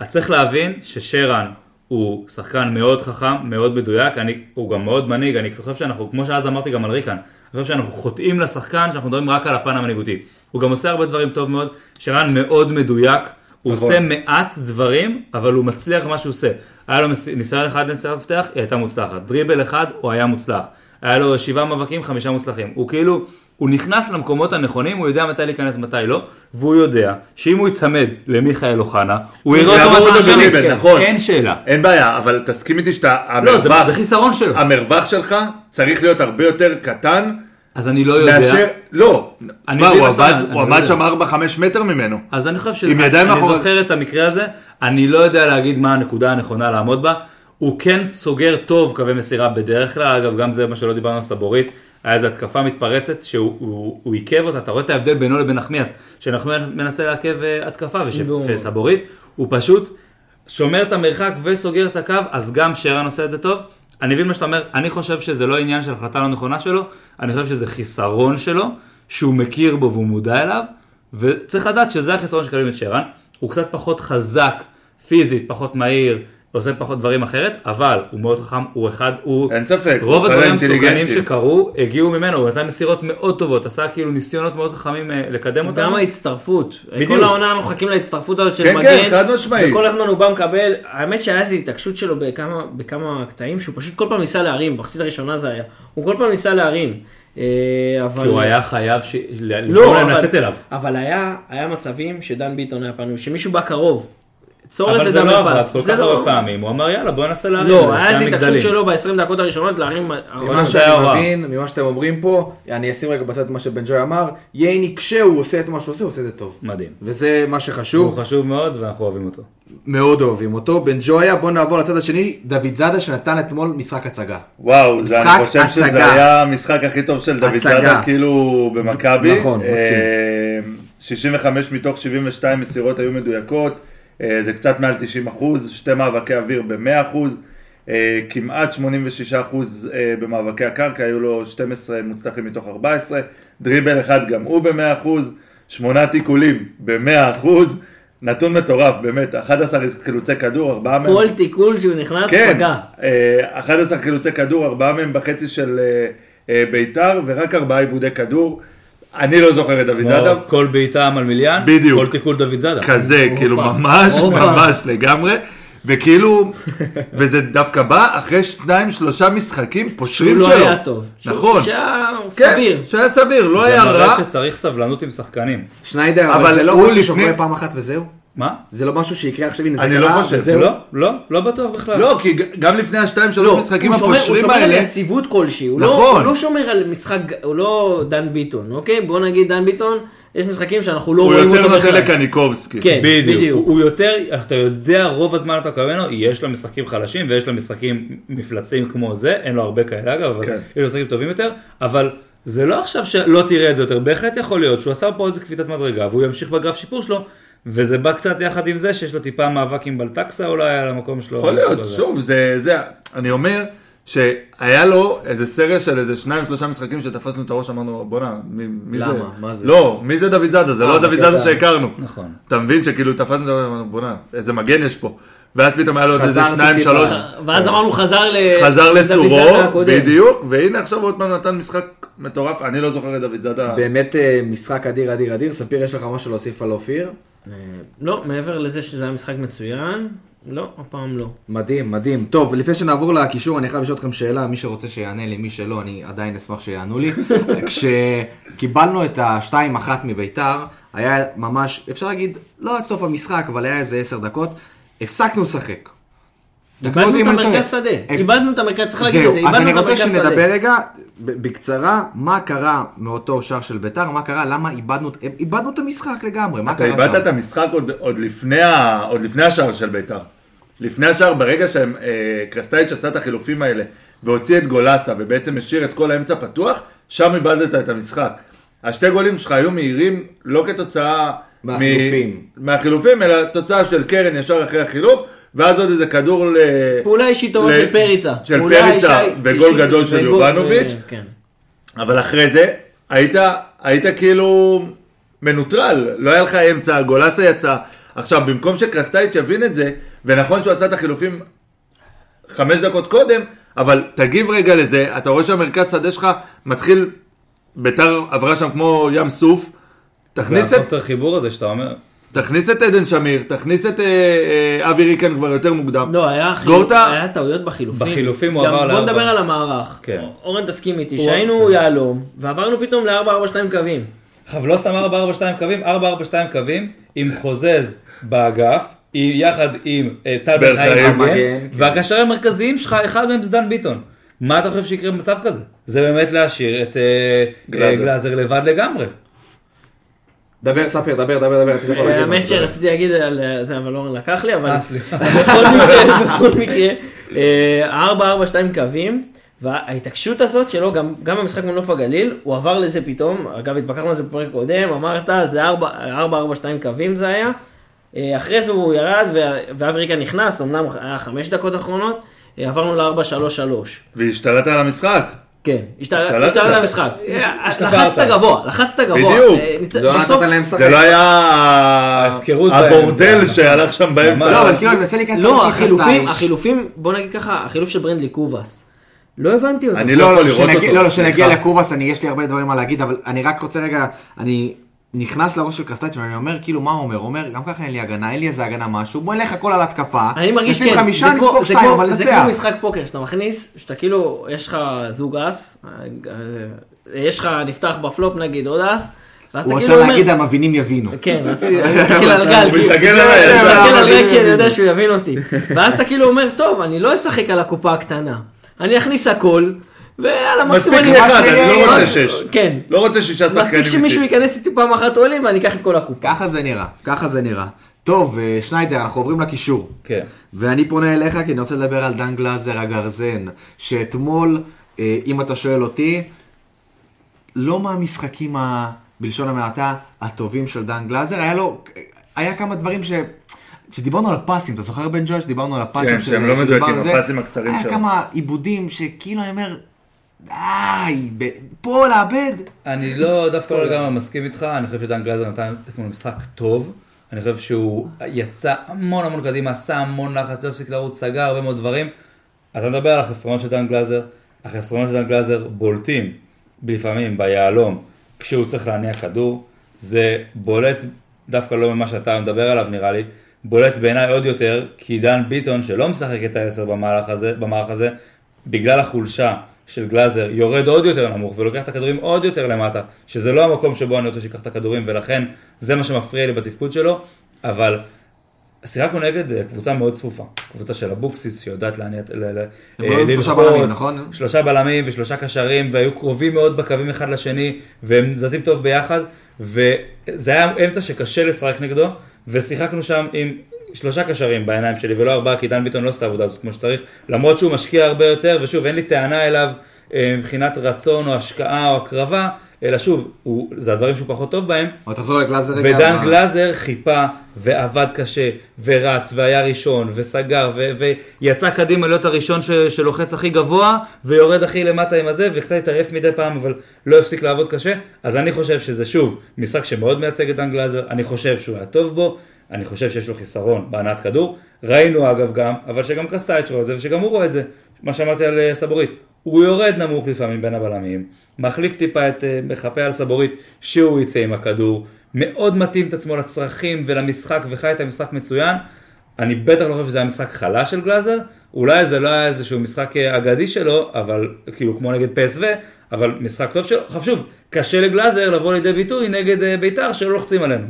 G: אז צריך להבין ששרן הוא שחקן מאוד חכם, מאוד מדויק, אני, הוא גם מאוד מנהיג, אני חושב שאנחנו, כמו שאז אמרתי גם על ריקן, אני חושב שאנחנו חוטאים לשחקן שאנחנו מדברים רק על הפן המנהיגותי. הוא גם עושה הרבה דברים טוב מאוד, שרן מאוד מדויק, הוא
F: נכון.
G: עושה מעט דברים, אבל הוא מצליח במה שהוא עושה. היה לו מס- ניסיון אחד לניסיון מפתח, היא הייתה מוצלחת. דריבל אחד, הוא היה מוצלח. היה לו שבעה מאבקים, חמישה מוצלחים. הוא כאילו, הוא נכנס למקומות הנכונים, הוא יודע מתי להיכנס, מתי לא, והוא יודע שאם הוא יצמד למיכאל אוחנה, הוא יראה
F: יעבור
G: אותו
F: אותו
G: בצד השני.
F: בליבל,
G: כן,
F: נכון.
G: אין שאלה.
F: אין בעיה, אבל תסכים איתי שאתה...
G: לא, זה
F: המרווח-
G: זה חיסרון שלו.
F: המרווח שלך צריך להיות הרבה יותר קטן
G: אז אני לא יודע.
F: מאשר... לא.
G: אני
F: תשמע,
G: מבין
F: הוא
G: מה שאתה
F: עבד-
G: אומר, אני
F: הוא
G: לא
F: עמד
G: יודע.
F: שם 4-5 מטר ממנו.
G: אז אני חושב ש...
F: עם ידיים
G: אני
F: מאחורי-
G: זוכר את המקרה הזה, אני לא יודע להגיד מה הנקודה הנכונה לעמוד בה. הוא כן סוגר טוב קווי מסירה בדרך כלל, אגב, גם זה מה שלא דיברנו על סבורית, היה איזו התקפה מתפרצת שהוא הוא- הוא עיכב אותה, אתה רואה את ההבדל בינו לבין נחמיאס, שנחמיאס מנסה לעכב אה, התקפה, וש-
E: והוא-
G: וסבורית, הוא פשוט שומר את המרחק וסוגר את הקו, אז גם שרן עושה את זה טוב. אני מבין מה שאתה אומר, אני חושב שזה לא עניין של החלטה לא נכונה שלו, אני חושב שזה חיסרון שלו, שהוא מכיר בו והוא מודע אליו, וצריך לדעת שזה החיסרון שקבלים את שרן, הוא קצת פחות חזק, פיזית, פחות מהיר, עושה פחות דברים אחרת, אבל הוא מאוד חכם, הוא אחד, הוא...
F: אין ספק,
G: רוב
F: הוא
G: הדברים
F: חלם
G: המסוכנים
F: אינטליגנטי.
G: שקרו, הגיעו ממנו, הוא נתן מסירות מאוד טובות, עשה כאילו ניסיונות מאוד חכמים אה, לקדם אותם.
E: גם ההצטרפות,
F: בדיוק.
E: כל העונה אנחנו מחכים להצטרפות הזאת של
F: כן,
E: מגן,
F: כן, חד משמעית.
E: וכל הזמן הוא בא מקבל, האמת שהיה איזו התעקשות שלו בכמה, בכמה קטעים, שהוא פשוט כל פעם ניסה להרים, במחצית הראשונה זה היה, הוא כל פעם ניסה להרים, אה, אבל...
G: כי הוא היה חייב ש...
E: לא,
G: לגרום להם
E: אבל,
G: לצאת אליו.
E: אבל היה, היה מצבים שדן ביטון היה פנוי, שמישהו בא קרוב, צור
G: אבל
E: איזה
G: זה
E: דאבל
G: לא עבד
E: פאס,
G: כל
E: זה
G: כך
E: לא-
G: הרבה פעמים, הוא אמר יאללה בוא ננסה להרים.
E: לא,
G: זה
E: היה
G: שני
E: איזו התעקשות
G: המגדלים.
E: שלו ב-20 דקות הראשונות להרים,
G: נכון,
I: ממה
G: זה היה
I: שאני
G: הוראה.
I: מבין, ממה שאתם אומרים פה, אני אשים רגע בצד את מה שבן ג'וי אמר, ייני כשהוא עושה את מה שהוא עושה, הוא עושה את זה טוב.
G: מדהים.
I: וזה מה
G: הוא
I: שחשוב,
G: חשוב מאוד ואנחנו אוהבים אותו.
I: מאוד אוהבים אותו. בן ג'ויה, בוא נעבור לצד השני, דוד זאדה שנתן אתמול משחק הצגה.
F: וואו, זה,
I: משחק
F: אני חושב שזה
I: הצגה.
F: היה המשחק הכי טוב של דוד
I: הצגה.
F: זאדה, כאילו במכבי.
I: נכון, מסכים.
F: אה, 65 מתוך 72 מסירות היו מדויקות, אה, זה קצת מעל 90 אחוז, שתי מאבקי אוויר ב-100 אחוז, אה, כמעט 86 אחוז אה, במאבקי הקרקע, היו לו 12 מוצלחים מתוך 14, דריבל אחד גם הוא ב-100 אחוז, שמונה תיקולים ב-100 אחוז, נתון מטורף, באמת, 11 חילוצי כדור, ארבעה מהם...
E: כל תיקול שהוא נכנס
F: כן,
E: פגע.
F: אה, 11 חילוצי כדור, ארבעה מהם בחצי של אה, אה, ביתר, ורק ארבעה עיבודי כדור. אני לא זוכר את דוד זאדה.
G: כמו כל בעיטה מלמיליאן,
F: בדיוק.
G: כל תיקול דוד זאדה.
F: כזה, כאילו ממש,
E: הופה.
F: ממש לגמרי. וכאילו, וזה דווקא בא אחרי שניים, שלושה משחקים פושרים
E: שהוא
F: שלו.
E: לא היה טוב. שהוא-
F: נכון.
E: שהיה
F: כן,
E: סביר.
F: שהיה סביר, לא
G: זה
F: היה
G: מראה
F: רע.
G: שצריך סבלנות עם שחקנים.
I: שניידר,
F: אבל
I: אבל זה
F: הוא
I: לא משהו
F: לפני-
I: שקורה פעם אחת וזהו?
G: מה?
I: זה לא משהו שיקרה עכשיו, הנה
F: אני
I: זה
F: לא
I: קרה,
F: חושב,
I: וזהו?
G: לא, לא, לא בטוח בכלל.
F: לא, כי ג- גם לפני השתיים, שלוש
E: לא,
F: משחקים
E: הוא שומר- הוא
F: הפושרים
E: שומר על
F: האלה,
E: יציבות כלשהי, הוא
F: נכון.
E: לא- הוא לא שומר על משחק, הוא לא דן ביטון, אוקיי? בוא נגיד דן ביטון, יש משחקים שאנחנו לא
F: הוא
E: רואים
F: יותר
E: אותו
F: נותן
E: בכלל.
F: לקניקובסקי.
E: כן,
G: בדיוק. הוא
E: בדיוק.
G: הוא יותר, אתה יודע רוב הזמן אתה מקבל ממנו, יש לו משחקים חלשים ויש לו משחקים מפלצתיים כמו זה, אין לו הרבה כאלה אגב, אבל
F: כן.
G: יש לו משחקים טובים יותר, אבל זה לא עכשיו שלא תראה את זה יותר, בהחלט יכול להיות שהוא עשה פה איזה קפיצת מדרגה והוא ימשיך בגרף שיפור שלו, וזה בא קצת יחד עם זה שיש לו טיפה מאבק עם בלטקסה אולי על המקום שלו.
F: יכול
G: משהו
F: להיות,
G: כזה.
F: שוב, זה, זה, אני אומר שהיה לו איזה סריה של איזה שניים, שלושה משחקים שתפסנו את הראש, אמרנו, בואנה, מי, מי זה?
I: למה? מה זה? אה,
F: לא, מי זה דוד זאדה? זה לא דוד זאדה שהכרנו.
G: נכון.
F: אתה מבין שכאילו תפסנו את הראש, אמרנו, בואנה, איזה מגן יש פה. ואז פתאום היה לו עוד איזה
I: חזרתי
F: שניים,
I: טיפה.
F: שלוש,
E: ואז אמרנו חזר ל...
F: כן. חזר
E: לדוד אה, זאדה
F: לסורו,
E: הקודם.
F: בדיוק, והנה עכשיו עוד פעם נתן משחק מטורף, אני לא זוכר את דוד זאדה.
I: באמת אה, משחק אדיר אדיר אדיר, ספיר יש לך משהו להוסיף על אופיר?
E: לא, מעבר לזה שזה היה משחק מצוין, לא, הפעם לא.
A: מדהים, מדהים. טוב, לפני שנעבור לקישור, אני חייב לשאול אתכם שאלה, מי שרוצה שיענה לי, מי שלא, אני עדיין אשמח שיענו לי. כשקיבלנו את ה-2-1 מביתר, היה ממש, אפשר להגיד, לא עד סוף המשחק, אבל היה איזה 10 דקות, הפסקנו לשחק. תקנו
E: איבדנו
A: אותי
E: את
A: אם אני טועה.
E: המרכז שדה.
A: הפ-
E: איבדנו את המרכז, צריך להגיד את
A: זהו,
E: זה.
A: אז
E: איבדנו
A: אני
E: את
A: רוצה
E: המרכז שדה.
A: שנדבר רגע, ב- בקצרה, מה קרה מאותו שער של ביתר, מה קרה, למה איבדנו, איבדנו את המשחק לגמרי, מה
F: אתה
A: קרה
F: איבדת את
A: שם?
F: המשחק עוד, עוד, לפני, ה, עוד לפני השער של ביתר. לפני השער, ברגע שקרסטייץ' עשה את החילופים האלה והוציא את גולסה ובעצם השאיר את כל האמצע פתוח, שם איבדת את המשחק. השתי גולים שלך היו מהירים לא כתוצאה... מ-
A: מהחילופים.
F: מהחילופים, אלא תוצאה של קרן ישר אחרי החילוף, ואז עוד איזה כדור ל...
E: פעולה אישית טובה
F: ל-
E: של פריצה.
F: של
E: פעולה
F: פריצה
E: אישית-
F: וגול
E: אישית-
F: גדול של
E: וגול-
F: יובנוביץ'.
E: ו- כן.
F: אבל אחרי זה, היית, היית כאילו מנוטרל, לא היה לך אמצע, גולסה יצא. עכשיו, במקום שקרסטייץ' יבין את זה, ונכון שהוא עשה את החילופים חמש דקות קודם, אבל תגיב רגע לזה, אתה רואה שהמרכז שדה שלך מתחיל, ביתר עברה שם כמו ים סוף, תכניס
G: זה
F: את,
G: החוסר חיבור הזה שאתה אומר.
F: תכניס את עדן שמיר, תכניס את אה, אה, אבי ריקן כבר יותר מוקדם.
E: לא, היה
F: סגור את ה...
E: היה טעויות בחילופים.
G: בחילופים הוא
E: גם
G: עבר
E: בוא
G: לארבע.
E: נדבר על המערך.
G: כן.
E: אורן תסכים איתי, שהיינו יהלום, ועברנו פתאום ל-4-4-2 קווים.
G: עכשיו, לא סתם 4-4-2 קווים, 4-4-2 קווים עם חוזז באגף, עם- יחד עם אה, טל בן
F: בן חיים,
G: חיים מגן,
I: מגן,
G: והקשרים המרכזיים שלך, אחד מהם זה דן ביטון. מה אתה חושב שיקרה במצב כזה? זה באמת להשאיר את אה, אה,
F: גלאזר.
G: גלאזר לבד לגמרי.
I: דבר, ספיר, דבר, דבר, דבר, רציתי כבר להגיד
E: אה, האמת
I: משהו.
E: שרציתי להגיד על אה, זה, אבל אורן לקח לי, אבל
G: אוקיי, אה, סליחה.
E: בכל מקרה, בכל מקרה, אה, 4-4-2 קווים, וההתעקשות הזאת שלו, גם- גם במשחק מול נוף הגליל, הוא עבר לזה פתאום, אגב, התווכחנו על זה בפרק קודם, אמרת, זה 4-4-2 קווים זה היה, אה, אחרי זה הוא ירד, וה- ואבריקה נכנס, אמנם היה חמש דקות אחרונות, אה, עברנו ל-4-3-3.
F: והשתלטת על המשחק.
E: כן, השתלט
F: השתלטת.
E: השתלט על המשחק. אה, לחצת גבוה, לחצת גבוה.
F: בדיוק.
E: אה, ניצ-
I: לא
E: בסוף-
I: נתת להם לשחק.
F: זה לא היה
G: ההפקרות
F: הבורדל
G: באמצע.
F: שהלך שם באמצע.
A: לא, אבל כאילו, אני מנסה להיכנס
E: לא,
A: למשחק
E: החילופים,
A: הסטייץ'.
E: החילופים, בוא נגיד ככה, החילוף של ברנדלי קובאס. לא הבנתי אותו.
F: אני לא יכול לראות
A: כשנגיע-
F: אותו.
A: לא, לא, כשנגיע
F: סליחה.
A: לקובאס, אני, יש לי הרבה דברים מה להגיד, אבל אני רק רוצה רגע, אני נכנס לראש של קרסטייץ' ואני אומר, כאילו, מה הוא אומר? הוא אומר, גם ככה אין לי הגנה, אין לי איזה הגנה משהו, בוא נלך הכל על התקפה.
E: אני מרגיש
A: נשים
E: כן,
A: חמישה,
E: זה כמו-
A: נספוג
E: זה
A: שתיים,
E: כמו-
A: אבל
E: זה כמו
A: נצח.
E: משחק פוקר, שאתה מכניס, שאתה כאילו, יש לך זוג אס, אה, אה, יש לך נפתח בפלופ נגיד עוד אס, ואז אתה
A: הוא
E: כאילו
A: רוצה
E: אומר...
A: להגיד, המבינים יבינו.
E: כן, רציתי, אני מסתכל על גל,
F: הוא
E: כאילו,
F: מסתכל
E: אני
F: עליי, אני
E: מסתכל על
A: מסתכל
E: גל
A: עליי.
E: כי אני יודע שהוא יבין אותי. ואז אתה כאילו אומר, טוב, אני לא אשחק על הקופה הקטנה, אני אכניס הכל, ויאללה,
F: מספיק
E: מקסימום אני...
F: אחד, אני
A: שיהיה,
F: לא רוצה
A: אה,
F: שש.
E: כן.
F: לא רוצה שישה שחקנים.
E: מספיק שמישהו
F: איתי.
E: ייכנס איתי פעם אחת אוהלים ואני אקח את כל הקופה.
A: ככה זה נראה, ככה זה נראה. טוב, אה, שניידר, אנחנו עוברים לקישור.
G: כן.
A: ואני פונה אליך כי אני רוצה לדבר על דן גלאזר הגרזן, שאתמול, אה, אם אתה שואל אותי, לא מהמשחקים, ה... בלשון המעטה, הטובים של דן גלאזר, היה לו, היה כמה דברים ש... שדיברנו על הפסים, אתה זוכר בן ג'וי שדיברנו על הפסים?
F: כן,
A: של-
F: שהם לא
A: שדיברנו
F: מדויקים,
A: על זה?
F: הפסים הקצרים
A: היה
F: שלו.
A: כמה עיבודים שכאילו אני אומר, די, ב... פה לאבד?
G: אני לא דווקא לא לגמרי מסכים איתך, אני חושב שדן גלזר נתן אתמול משחק טוב. אני חושב שהוא יצא המון המון קדימה, עשה המון לחץ, לא הפסיק לרוץ, סגר הרבה מאוד דברים. אתה מדבר על החסרונות של דן גלזר, החסרונות של דן גלזר בולטים לפעמים ביהלום כשהוא צריך להניע כדור, זה בולט דווקא לא ממה שאתה מדבר עליו נראה לי, בולט בעיניי עוד יותר, כי דן ביטון שלא משחק את ה-10 במהלך הזה, במערך הזה, בגלל החולשה של גלאזר יורד עוד יותר נמוך ולוקח את הכדורים עוד יותר למטה, שזה לא המקום שבו אני רוצה שיקח את הכדורים ולכן זה מה שמפריע לי בתפקוד שלו, אבל שיחקנו נגד אה, קבוצה מאוד צפופה, קבוצה של אבוקסיס שיודעת להניע, ל- ל-
A: הם היו עם
G: אה,
A: שלושה
G: ללחוץ,
A: בלמים, נכון?
G: שלושה בלמים ושלושה קשרים, והיו קרובים מאוד בקווים אחד לשני, והם זזים טוב ביחד, וזה היה אמצע שקשה לשחק נגדו, ושיחקנו שם עם שלושה קשרים בעיניים שלי, ולא ארבעה, כי דן ביטון לא עושה את העבודה הזאת כמו שצריך, למרות שהוא משקיע הרבה יותר, ושוב, אין לי טענה אליו אה, מבחינת רצון או השקעה או הקרבה, אלא שוב, הוא, זה הדברים שהוא פחות טוב בהם,
A: אבל תחזור לגלאזר רגע.
G: ודן
A: מה-
G: גלאזר חיפה, ועבד קשה, ורץ, והיה ראשון, וסגר, ו- ויצא קדימה להיות הראשון ש- שלוחץ הכי גבוה, ויורד הכי למטה עם הזה, וקצת התעייף מדי פעם, אבל לא הפסיק לעבוד קשה. אז אני חושב שזה שוב משחק שמאוד מייצג את דן גלאזר, אני חושב שהוא היה טוב בו, אני חושב שיש לו חיסרון בהנעת כדור. ראינו אגב גם, אבל שגם קסטייץ' רואה את זה, ושגם הוא רואה את זה, מה שאמרתי על אה, סבורית. הוא יורד נמוך לפעמים בין הבלמים, מחליף טיפה את, אה, מחפה על סבורית שהוא יצא עם הכדור, מאוד מתאים את עצמו לצרכים ולמשחק וחי את המשחק מצוין. אני בטח לא חושב שזה היה משחק חלש של גלאזר, אולי זה לא היה איזשהו משחק אה, אגדי שלו, אבל כאילו כמו נגד PSV, אבל משחק טוב שלו. עכשיו שוב, קשה לגלאזר לבוא לידי ביטוי נגד אה, בית"ר שלא לוחצים עלינו.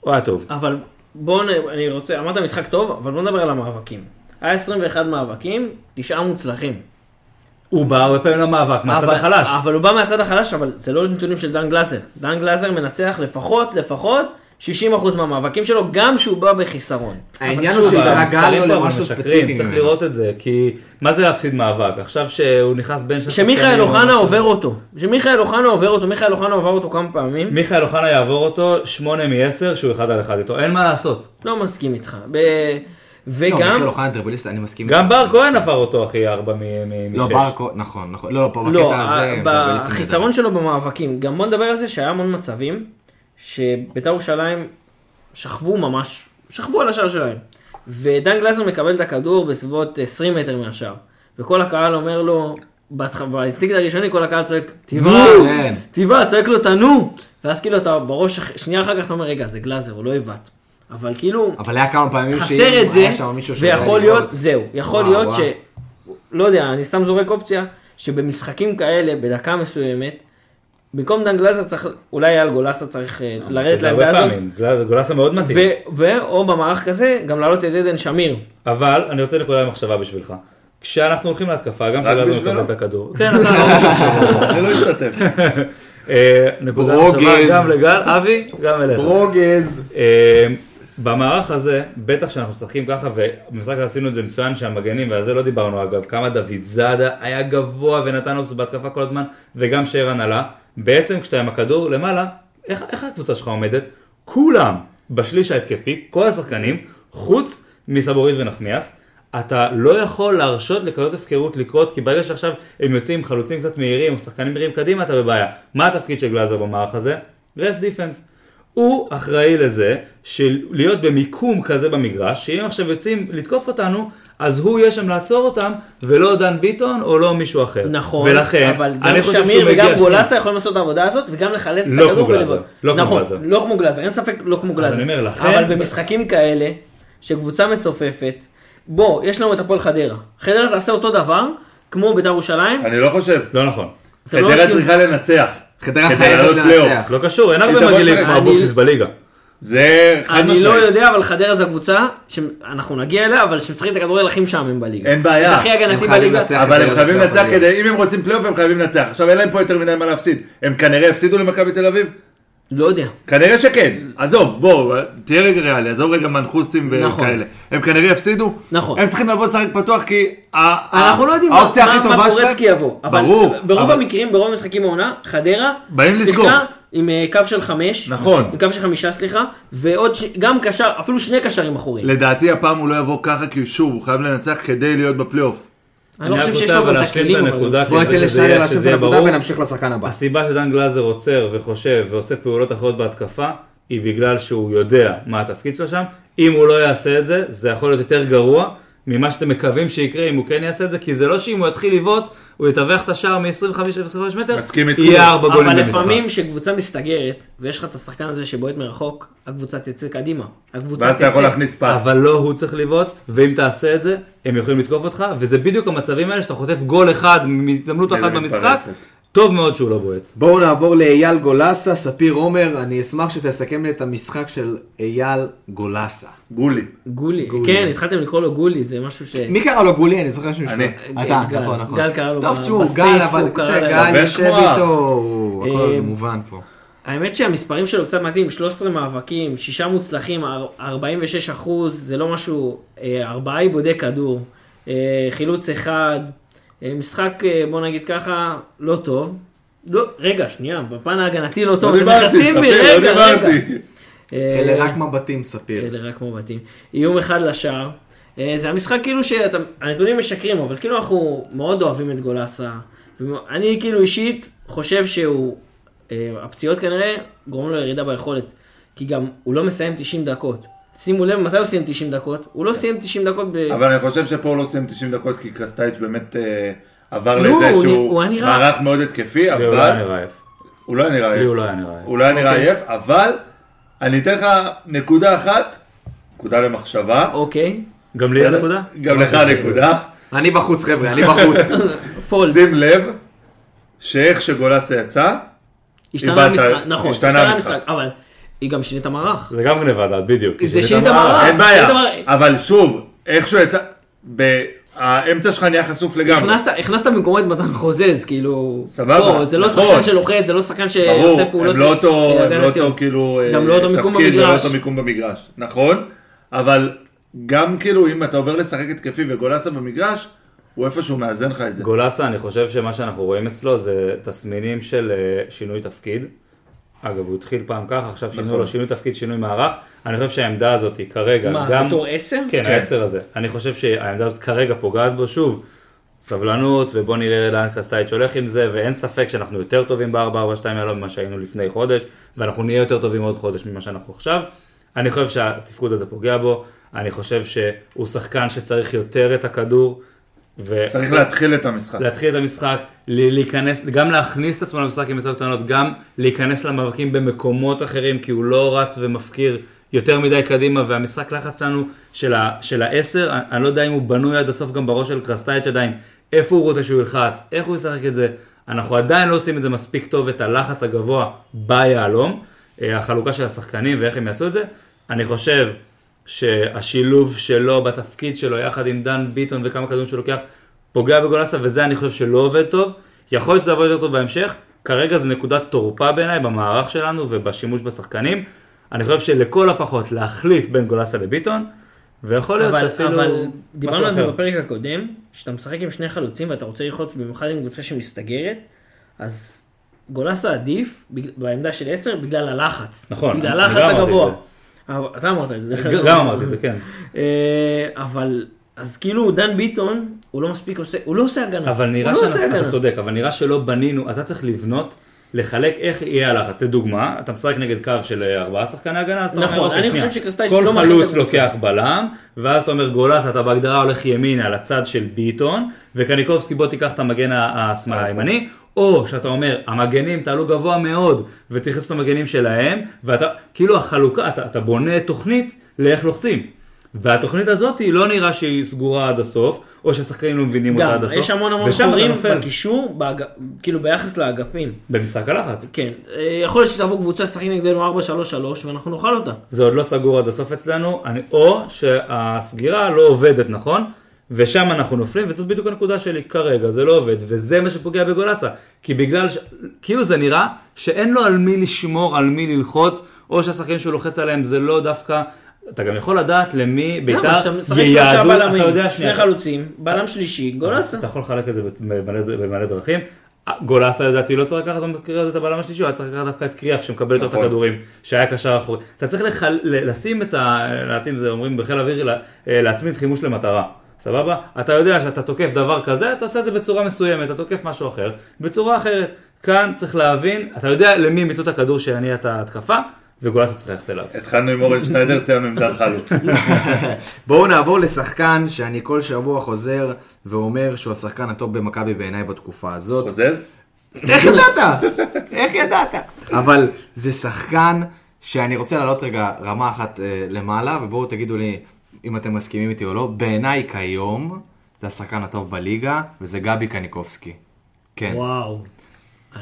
G: הוא היה טוב.
E: אבל בואו, נ- אני רוצה, אמרת משחק טוב, אבל בואו נדבר על המאבקים. היה 21 מאבקים, תשעה מוצלחים.
G: הוא בא הרבה פעמים למאבק מהצד
E: אבל-
G: החלש.
E: אבל הוא בא מהצד החלש, אבל זה לא נתונים של דן גלאזר. דן גלאזר מנצח לפחות, לפחות, 60% מהמאבקים שלו, גם שהוא בא בחיסרון.
A: העניין הוא
G: שוב,
A: שהתרגלנו
G: המספרים פה, אבל
A: למשהו
G: משקרים,
A: ספציפי. לא,
G: צריך
A: ממנו.
G: לראות את זה, כי מה זה להפסיד מאבק? עכשיו שהוא נכנס בין... שני
E: שמיכאל
G: שחקנים,
E: אוחנה
G: משהו-
E: עובר אותו. שמיכאל אוחנה עובר אותו, מיכאל אוחנה עבר אותו כמה פעמים.
G: מיכאל אוחנה יעבור אותו 8 מ-10 שהוא 1 על 1 איתו, אין מה לעשות.
E: לא מסכים איתך. ב-
A: לא, מיכאל
E: וגם,
A: אוחנה טריבוליסט, אני מסכים.
G: גם בר כהן עבר אותו אחי 4 מ-6.
A: לא, ברקו, נכון, נכון. לא, פה
E: לא,
A: בקטע הזה... טריבוליסט
E: בחיסרון שלו במאבקים, גם בוא נדבר על זה שהיה המון מצבים, שבית"ר ירושלים שכבו ממש, שכבו על השער שלהם. ודן גלזר מקבל את הכדור בסביבות 20 מטר מהשער. וכל הקהל אומר לו, בהתח- באינסטינקט הראשוני כל הקהל צועק, טבעה,
A: כן.
E: טבעה, צועק לו תנו. ואז כאילו אתה בראש, שנייה אחר כך אתה אומר, רגע, זה גלאזר, הוא לא עיוות. אבל כאילו,
A: אבל היה כמה פעמים
E: חסר את זה,
A: היה שם מישהו שיודע
E: ויכול
A: לבעוט.
E: להיות, זהו, יכול
A: וואו,
E: להיות ש...
A: וואו.
E: לא יודע, אני סתם זורק אופציה, שבמשחקים כאלה, בדקה מסוימת, במקום דן גלאזר צריך, אולי אייל גולסה צריך אה, לרדת
G: זה הרבה
E: לעמדה הזאת,
G: פעמים, גלאזר- גולסה מאוד מתאים.
E: ו- ואו במערך כזה, גם להעלות את עדן שמיר.
G: אבל אני רוצה נקודה למחשבה בשבילך. כשאנחנו הולכים להתקפה, גם כשגלאזר
F: בשבילו?
G: מקבל את הכדור. כן, אתה לא חושב
F: אני לא השתתף.
G: אה, נקודה למחשבה
I: ברוגז.
G: גם לגל, אבי, גם אליך.
I: רוגז.
G: אה, במערך הזה, בטח שאנחנו משחקים ככה, ובמשחק הזה עשינו את זה מצוין שהמגנים, ועל זה לא דיברנו אגב, כמה דוד זאדה היה גבוה ונתן אופציות בהתקפה כל הזמן, וגם שרן עלה. בעצם כשאתה עם הכדור למעלה, איך, איך הקבוצה שלך עומדת? כולם בשליש ההתקפי, כל השחקנים, חוץ מסבורית ונחמיאס. אתה לא יכול להרשות לכזאת הפקרות לקרות, כי ברגע שעכשיו הם יוצאים חלוצים קצת מהירים, או שחקנים מהירים קדימה, אתה בבעיה. מה התפקיד של גלאזר במערך הזה? רס דיפנס. הוא אחראי לזה של להיות במיקום כזה במגרש, שאם עכשיו יוצאים לתקוף אותנו, אז הוא יהיה שם לעצור אותם, ולא דן ביטון או לא מישהו אחר.
E: נכון,
G: ולכן,
E: אבל
G: אני
E: גם
G: חושב שהוא
E: שמיר
G: מגיע-
E: וגם
G: שנייה.
E: גולסה יכולים לעשות את העבודה הזאת, וגם לחלץ את
G: לא
E: הכדור
G: כמו גלאזר,
E: ולבוא.
G: לא כמו
E: נכון,
G: גלאזר.
E: לא כמו גלאזר, אין ספק, לא כמו גלאזר.
G: אני אומר, לכן-
E: אבל במשחקים כאלה, שקבוצה מצופפת, בוא, יש לנו את הפועל חדרה. חדרה תעשה אותו דבר, כמו בית"ר ירושלים.
F: אני לא חושב.
G: לא נכון.
E: אתם לא
F: חדרה
E: מסכימים.
F: צריכה לנצח.
A: חדרה
F: כדי
A: חייבת
F: לעלות פלייאוף.
A: לנצח.
G: לא קשור, אין
F: היא
G: הרבה
F: תבוא
G: מגעילים
F: לשחק.
G: כמו אבוקסיס בליגה.
F: זה חד
E: אני לא
F: משמעית.
E: יודע, אבל חדרה זו קבוצה שאנחנו נגיע אליה, אבל שמשחקים את הכדורגל הכי משעמם בליגה.
F: אין בעיה.
E: הכי הגנתי
A: הם חייבים
E: בליגה.
A: לנצח.
F: אבל
A: חדרה לא
F: הם חייבים
A: לוקח
F: לנצח
A: בליגה.
F: כדי, אם הם רוצים פלייאוף הם חייבים לנצח. עכשיו אין להם פה יותר מדי מה להפסיד. הם כנראה יפסידו למכבי תל אביב?
E: לא יודע.
F: כנראה שכן. עזוב, בואו, תהיה רגע ריאלי, עזוב רגע מנחוסים
E: נכון.
F: וכאלה. הם כנראה יפסידו?
E: נכון.
F: הם צריכים לבוא לשחק פתוח כי... ה-
E: אנחנו
F: ה-
E: לא יודעים מה
F: אה, האופציה הכי
E: מה-
F: טובה
E: מה
F: שלהם-
E: פורצקי יבוא. אבל
F: ברור.
E: ברוב
F: אבל-
E: המקרים, ברוב המשחקים העונה, חדרה
F: באים לסגור.
E: שיחקה עם אה, קו של חמש.
F: נכון.
E: עם קו של חמישה, סליחה. ועוד ש- גם קשר, אפילו שני קשרים אחוריים.
F: לדעתי הפעם הוא לא יבוא ככה כי שוב, הוא חייב לנצח כדי להיות בפלייאוף.
E: אני לא
G: אני
E: חושב
G: רק
E: שיש
G: רוצה
E: לו
G: אבל
E: גם את
G: להשלים
E: הכלים.
G: את
E: אבל
G: הנקודה,
E: הוא-
G: כי
I: בוא
G: אני
I: ניתן
G: רוצה שזה
I: לשניידר
G: יהיה-
I: להשאיר
G: שזה
I: את
G: יהיה
I: הנקודה
G: ברור.
I: ונמשיך לשחקן הבא.
G: הסיבה שדן גלאזר עוצר וחושב ועושה פעולות אחרות בהתקפה, היא בגלל שהוא יודע מה התפקיד שלו שם. אם הוא לא יעשה את זה, זה יכול להיות יותר גרוע ממה שאתם מקווים שיקרה אם הוא כן יעשה את זה, כי זה לא שאם הוא יתחיל לבעוט, הוא יטווח את השער מ-25 ל-25 מטר,
F: מסכים איתך.
G: יהיה ארבע גולים
E: אבל
G: במשחק.
E: לפעמים כשקבוצה מסתגרת, ויש לך את השחקן הזה שבועט מרחוק, הקבוצה תצא קדימה. הקבוצה
F: ואז אתה יכול
E: תצא.
F: להכניס פס.
G: אבל לא הוא צריך לבעוט, ואם תעשה את זה, הם יכולים לתקוף אותך, וזה בדיוק המצבים האלה שאתה חוטף גול אחד, הזדמנות
F: איזה
G: אחת במשחק,
F: מתפרצת.
G: טוב מאוד שהוא לא בועט.
I: בואו נעבור לאייל גולסה, ספיר עומר, אני אשמח שתסכם לי את המשחק של אייל גולסה.
F: גולי.
E: גולי. כן, התחלתם לקרוא לו גולי, זה משהו ש...
A: מי קרא לו גולי? אני זוכר שהוא
F: אני.
A: שמע. אתה,
E: גל.
A: נכון, נכון.
E: גל קרא לו
A: טוב,
E: ב-
A: תשמעו, גל,
E: בספייס,
A: אבל
E: הוא קרא
A: זה,
E: לו.
A: גל
F: בן
A: יושב
F: כמו אח.
A: איתו, הכל
E: אה,
A: מובן פה.
E: האמת שהמספרים שלו קצת מתאים, 13 מאבקים, 6 מוצלחים, אר- 46 אחוז, זה לא משהו, אה, ארבעה איבודי כדור, אה, חילוץ אחד, אה, משחק, אה, בוא נגיד ככה, לא טוב. לא, רגע, שנייה, בפן ההגנתי לא טוב,
F: לא
E: אתם
F: דיברתי,
E: נכנסים בי,
F: ספיר, לא
E: רגע, רגע.
F: דיברתי.
E: אה,
A: אלה רק מבטים,
F: כן.
A: ספיר.
E: אלה רק מבטים. איום אחד לשער. אה, זה המשחק כאילו שהנתונים משקרים, אבל כאילו אנחנו מאוד אוהבים את גולסה. אני כאילו אישית חושב שהוא, אה, הפציעות כנראה גורמים לו ירידה ביכולת. כי גם הוא לא מסיים 90 דקות. שימו לב מתי הוא סיים 90 דקות. הוא לא סיים 90 דקות ב...
F: כן. אבל אני חושב שפה הוא לא סיים 90 דקות כי קרסטייץ' באמת אה, עבר
E: לא,
F: לאיזה
E: הוא נ-
F: שהוא
E: הוא היה נראה-
F: מערך מאוד התקפי,
G: לי הוא לא היה
F: אבל
G: נראה עייף.
F: הוא לא היה נראה
G: לי
F: עייף.
G: הוא לא היה נראה עייף.
F: הוא לא היה נראה
E: אוקיי.
F: עייף, אבל אני אתן לך נקודה אחת, נקודה למחשבה.
E: אוקיי.
G: גם לי הנקודה?
F: גם לך נקודה.
E: כן.
I: אני בחוץ, חבר'ה, אני בחוץ.
E: פולד.
F: שים לב שאיך שגולסה יצא,
E: השתנה
F: איבדת-
E: המשחק, נכון,
F: השתנה
E: השתנה
F: המשחק.
E: המשחק, אבל היא גם שינית מערך.
G: זה גם גניבה דעת, בדיוק.
E: זה
G: שינית
E: שינית
G: מערך.
E: מערך.
F: אין בעיה.
E: אה, זה דבר-
F: אבל שוב, איך שהוא יצא, ב- האמצע שלך נהיה חשוף לגמרי.
E: הכנסת, הכנסת במקומו את מתן חוזז, כאילו...
F: סבבה,
E: לא, זה לא
F: נכון.
E: שחקן שלוחץ, זה לא שחקן
F: ברור,
E: שעושה פעולות... אה,
F: הם לא אותו, הם לא
E: הגנתיות.
F: אותו כאילו, אה,
E: גם לא אותו מיקום
F: תפקיד ולא
E: במגרש.
F: אותו מיקום במגרש, נכון? אבל גם כאילו אם אתה עובר לשחק התקפי וגולסה במגרש, הוא איפשהו מאזן לך את זה.
G: גולסה, אני חושב שמה שאנחנו רואים אצלו זה תסמינים של אה, שינוי תפקיד. אגב, הוא התחיל פעם ככה, עכשיו שינו
F: נכון.
G: לו שינוי תפקיד, שינוי מערך. אני חושב שהעמדה הזאת היא כרגע גם...
E: מה, בתור עשר?
G: כן, העשר הזה. אני חושב שהעמדה הזאת כרגע פוגעת בו, שוב, סבלנות, ובוא נראה לאן קרסטייץ' הולך עם זה, ואין ספק שאנחנו יותר טובים ב-442 היום ממה שהיינו לפני חודש, ואנחנו נהיה יותר טובים עוד חודש ממה שאנחנו עכשיו. אני חושב שהתפקוד הזה פוגע בו, אני חושב שהוא שחקן שצריך יותר את הכדור. ו...
F: צריך להתחיל את המשחק.
G: להתחיל את המשחק, ל- להיכנס, גם להכניס את עצמו למשחק עם עשר קטנות, גם להיכנס למאבקים במקומות אחרים, כי הוא לא רץ ומפקיר יותר מדי קדימה, והמשחק לחץ שלנו, של, ה, של העשר, אני, אני לא יודע אם הוא בנוי עד הסוף גם בראש של קרסטייץ' עדיין, איפה הוא רוצה שהוא ילחץ, איך הוא ישחק את זה, אנחנו עדיין לא עושים את זה מספיק טוב, את הלחץ הגבוה ביהלום, אה, החלוקה של השחקנים ואיך הם יעשו את זה, אני חושב שהשילוב שלו בתפקיד שלו, יחד עם דן ביטון וכמה כדורים שהוא לוקח, פוגע בגולסה, וזה אני חושב שלא עובד טוב. יכול להיות שזה יעבוד יותר טוב בהמשך, כרגע זה נקודת תורפה בעיניי במערך שלנו ובשימוש בשחקנים. אני חושב שלכל הפחות להחליף בין גולסה לביטון, ויכול להיות
E: אבל,
G: שאפילו
E: אבל
G: משהו
E: דיברנו על זה
G: אחר.
E: בפרק הקודם, שאתה משחק עם שני חלוצים ואתה רוצה ללחוץ במיוחד עם קבוצה שמסתגרת, אז גולסה עדיף בג- בעמדה של 10 בגלל הלחץ.
G: נכון,
E: בגלל
G: אני
E: הלחץ
G: גם אמרתי את
E: הגבוה.
G: זה.
E: אבל- אתה אמרת את זה. דרך
G: ג-
E: אגב.
G: גם אמרתי את זה, כן.
E: אה, אבל, אז כאילו דן ביטון, הוא לא מספיק עושה, הוא לא עושה הגנה.
G: אבל נראה
E: הוא לא עושה
G: שאנחנו, אתה
E: הגנה.
G: צודק, אבל נראה שלא בנינו, אתה צריך לבנות, לחלק איך יהיה הלחץ. לדוגמה, אתה משחק נגד קו של אה, ארבעה שחקני הגנה, אז אתה
E: נכון,
G: אומר, אוקיי,
E: אני
G: שנייה,
E: חושב שקרסטייץ'
G: כל
E: לא מכין את
G: חלוץ
E: הקבוצה.
G: לוקח בלם, ואז אתה אומר גולס, אתה בהגדרה הולך ימינה לצד של ביטון, וקניקובסקי בוא תיקח את המגן ה- השמאל הימני, או שאתה אומר, המגנים תעלו גבוה מאוד, ותלחצו את המגנים שלהם, ואתה, כאילו החלוקה, אתה, אתה בונה תוכנית לאיך לוחצים. והתוכנית הזאת היא לא נראה שהיא סגורה עד הסוף, או שהשחקנים לא מבינים אותה
E: גם,
G: עד הסוף.
E: יש המון המון
G: ושם אתה
E: חורים
G: נופל.
E: בקישור, באג- כאילו ביחס לאגפים.
G: במשחק הלחץ.
E: כן, אה, יכול להיות שתבוא קבוצה שתשחק נגדנו 4-3-3 ואנחנו נאכל אותה.
G: זה עוד לא סגור עד הסוף אצלנו, אני, או שהסגירה לא עובדת נכון, ושם אנחנו נופלים, וזאת בדיוק הנקודה שלי כרגע, זה לא עובד, וזה מה שפוגע בגולסה, כי בגלל, ש... כאילו זה נראה שאין לו על מי לשמור, על מי ללחוץ, או שהשחקנים שהוא לוחץ עליהם זה לא דווקא, אתה גם יכול לדעת למי בית"ר
E: למה? שאתה משחק שלושה
G: אתה יודע,
E: בלמים, שני
G: שנייה,
E: חלוצים, בלם שלישי, גולסה.
G: אתה יכול לחלק את זה במלא, במלא דרכים. גולסה לדעתי לא צריך לקחת במקרה הזה את הבלם השלישי, הוא היה צריך לקחת דווקא את קריאף שמקבל יותר את
F: נכון.
G: הכדורים, שהיה קשר אחורי. אתה צריך לח... ל- לשים את ה... להתאים זה אומרים בחיל האוויר, לה- אה, להצמיד חימוש למטרה. סבבה? אתה יודע שאתה תוקף דבר כזה, אתה עושה את זה בצורה מסוימת, אתה תוקף משהו אחר, בצורה אחרת. כאן צריך להבין, אתה יודע למי הם ייתנו את הכדור שיניע את ההתקפה, וגולסה צריך ללכת אליו.
F: התחלנו עם אורן שניידר, סיימנו עם דן חלוץ.
A: בואו נעבור לשחקן שאני כל שבוע חוזר ואומר שהוא השחקן הטוב במכבי בעיניי בתקופה הזאת.
F: חוזז?
A: איך ידעת? איך ידעת? אבל זה שחקן שאני רוצה לעלות רגע רמה אחת אה, למעלה, ובואו תגידו לי אם אתם מסכימים איתי או לא. בעיניי כיום זה השחקן הטוב בליגה, וזה גבי קניקובסקי. כן.
E: וואו.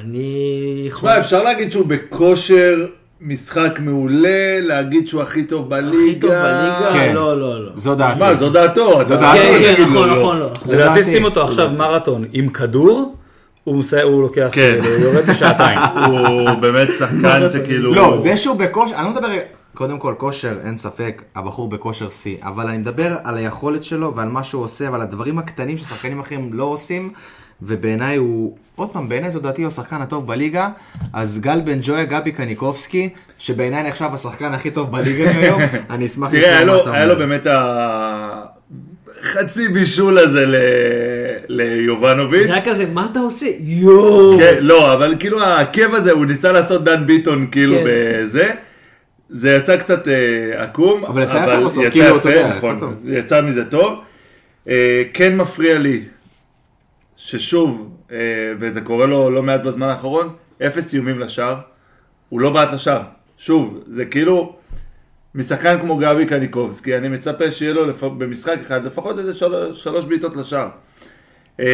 E: אני...
F: תשמע, אפשר להגיד שהוא בכושר משחק מעולה, להגיד שהוא הכי טוב בליגה.
E: הכי טוב בליגה?
A: כן.
E: לא, לא, לא.
A: זו דעתי.
F: שמע, זו דעתו. אתה-
A: דעתי.
F: אל
E: כן, כן,
F: תגיד לו
E: נכון,
F: לא.
E: נכון, לא.
A: זה
G: לדעתי
A: דעתי.
G: שים אותו עכשיו מרתון עם כדור, הוא מסי- הוא לוקח,
F: כן.
G: הוא יורד בשעתיים.
F: הוא באמת שחקן שכאילו...
A: לא, זה שהוא בכושר, אני לא מדבר, קודם כל כושר, אין ספק, הבחור בכושר שיא, אבל אני מדבר על היכולת שלו ועל מה שהוא עושה ועל הדברים הקטנים ששחקנים אחרים לא עושים, ובעיניי הוא, עוד פעם, בעיניי זו דעתי, הוא השחקן הטוב בליגה, אז גל בן ג'ויה, גבי קניקובסקי, שבעיניי נחשב השחקן הכי טוב בליגה כיום, אני אשמח
F: תראה, היה
A: מה
F: לו-
A: אתה
F: היה
A: אומר.
F: לו באמת ה... חצי בישול הזה ל- ליובנוביץ'.
E: זה היה כזה, מה אתה עושה? יואו.
F: כן, לא, אבל כאילו העקב הזה, הוא ניסה לעשות דן ביטון כאילו
E: כן.
F: בזה. זה יצא קצת אה, עקום,
A: אבל יצא יפה בסוף, כאילו, אתה יודע, יצא טוב.
F: נכון. יצא מזה טוב. אה, כן מפריע לי, ששוב, אה, וזה קורה לו לא מעט בזמן האחרון, אפס איומים לשער, הוא לא בעט לשער. שוב, זה כאילו, משחקן כמו גבי קניקובסקי, אני מצפה שיהיה לו לפ... במשחק אחד לפחות איזה שלוש, שלוש בעיטות לשער. אה,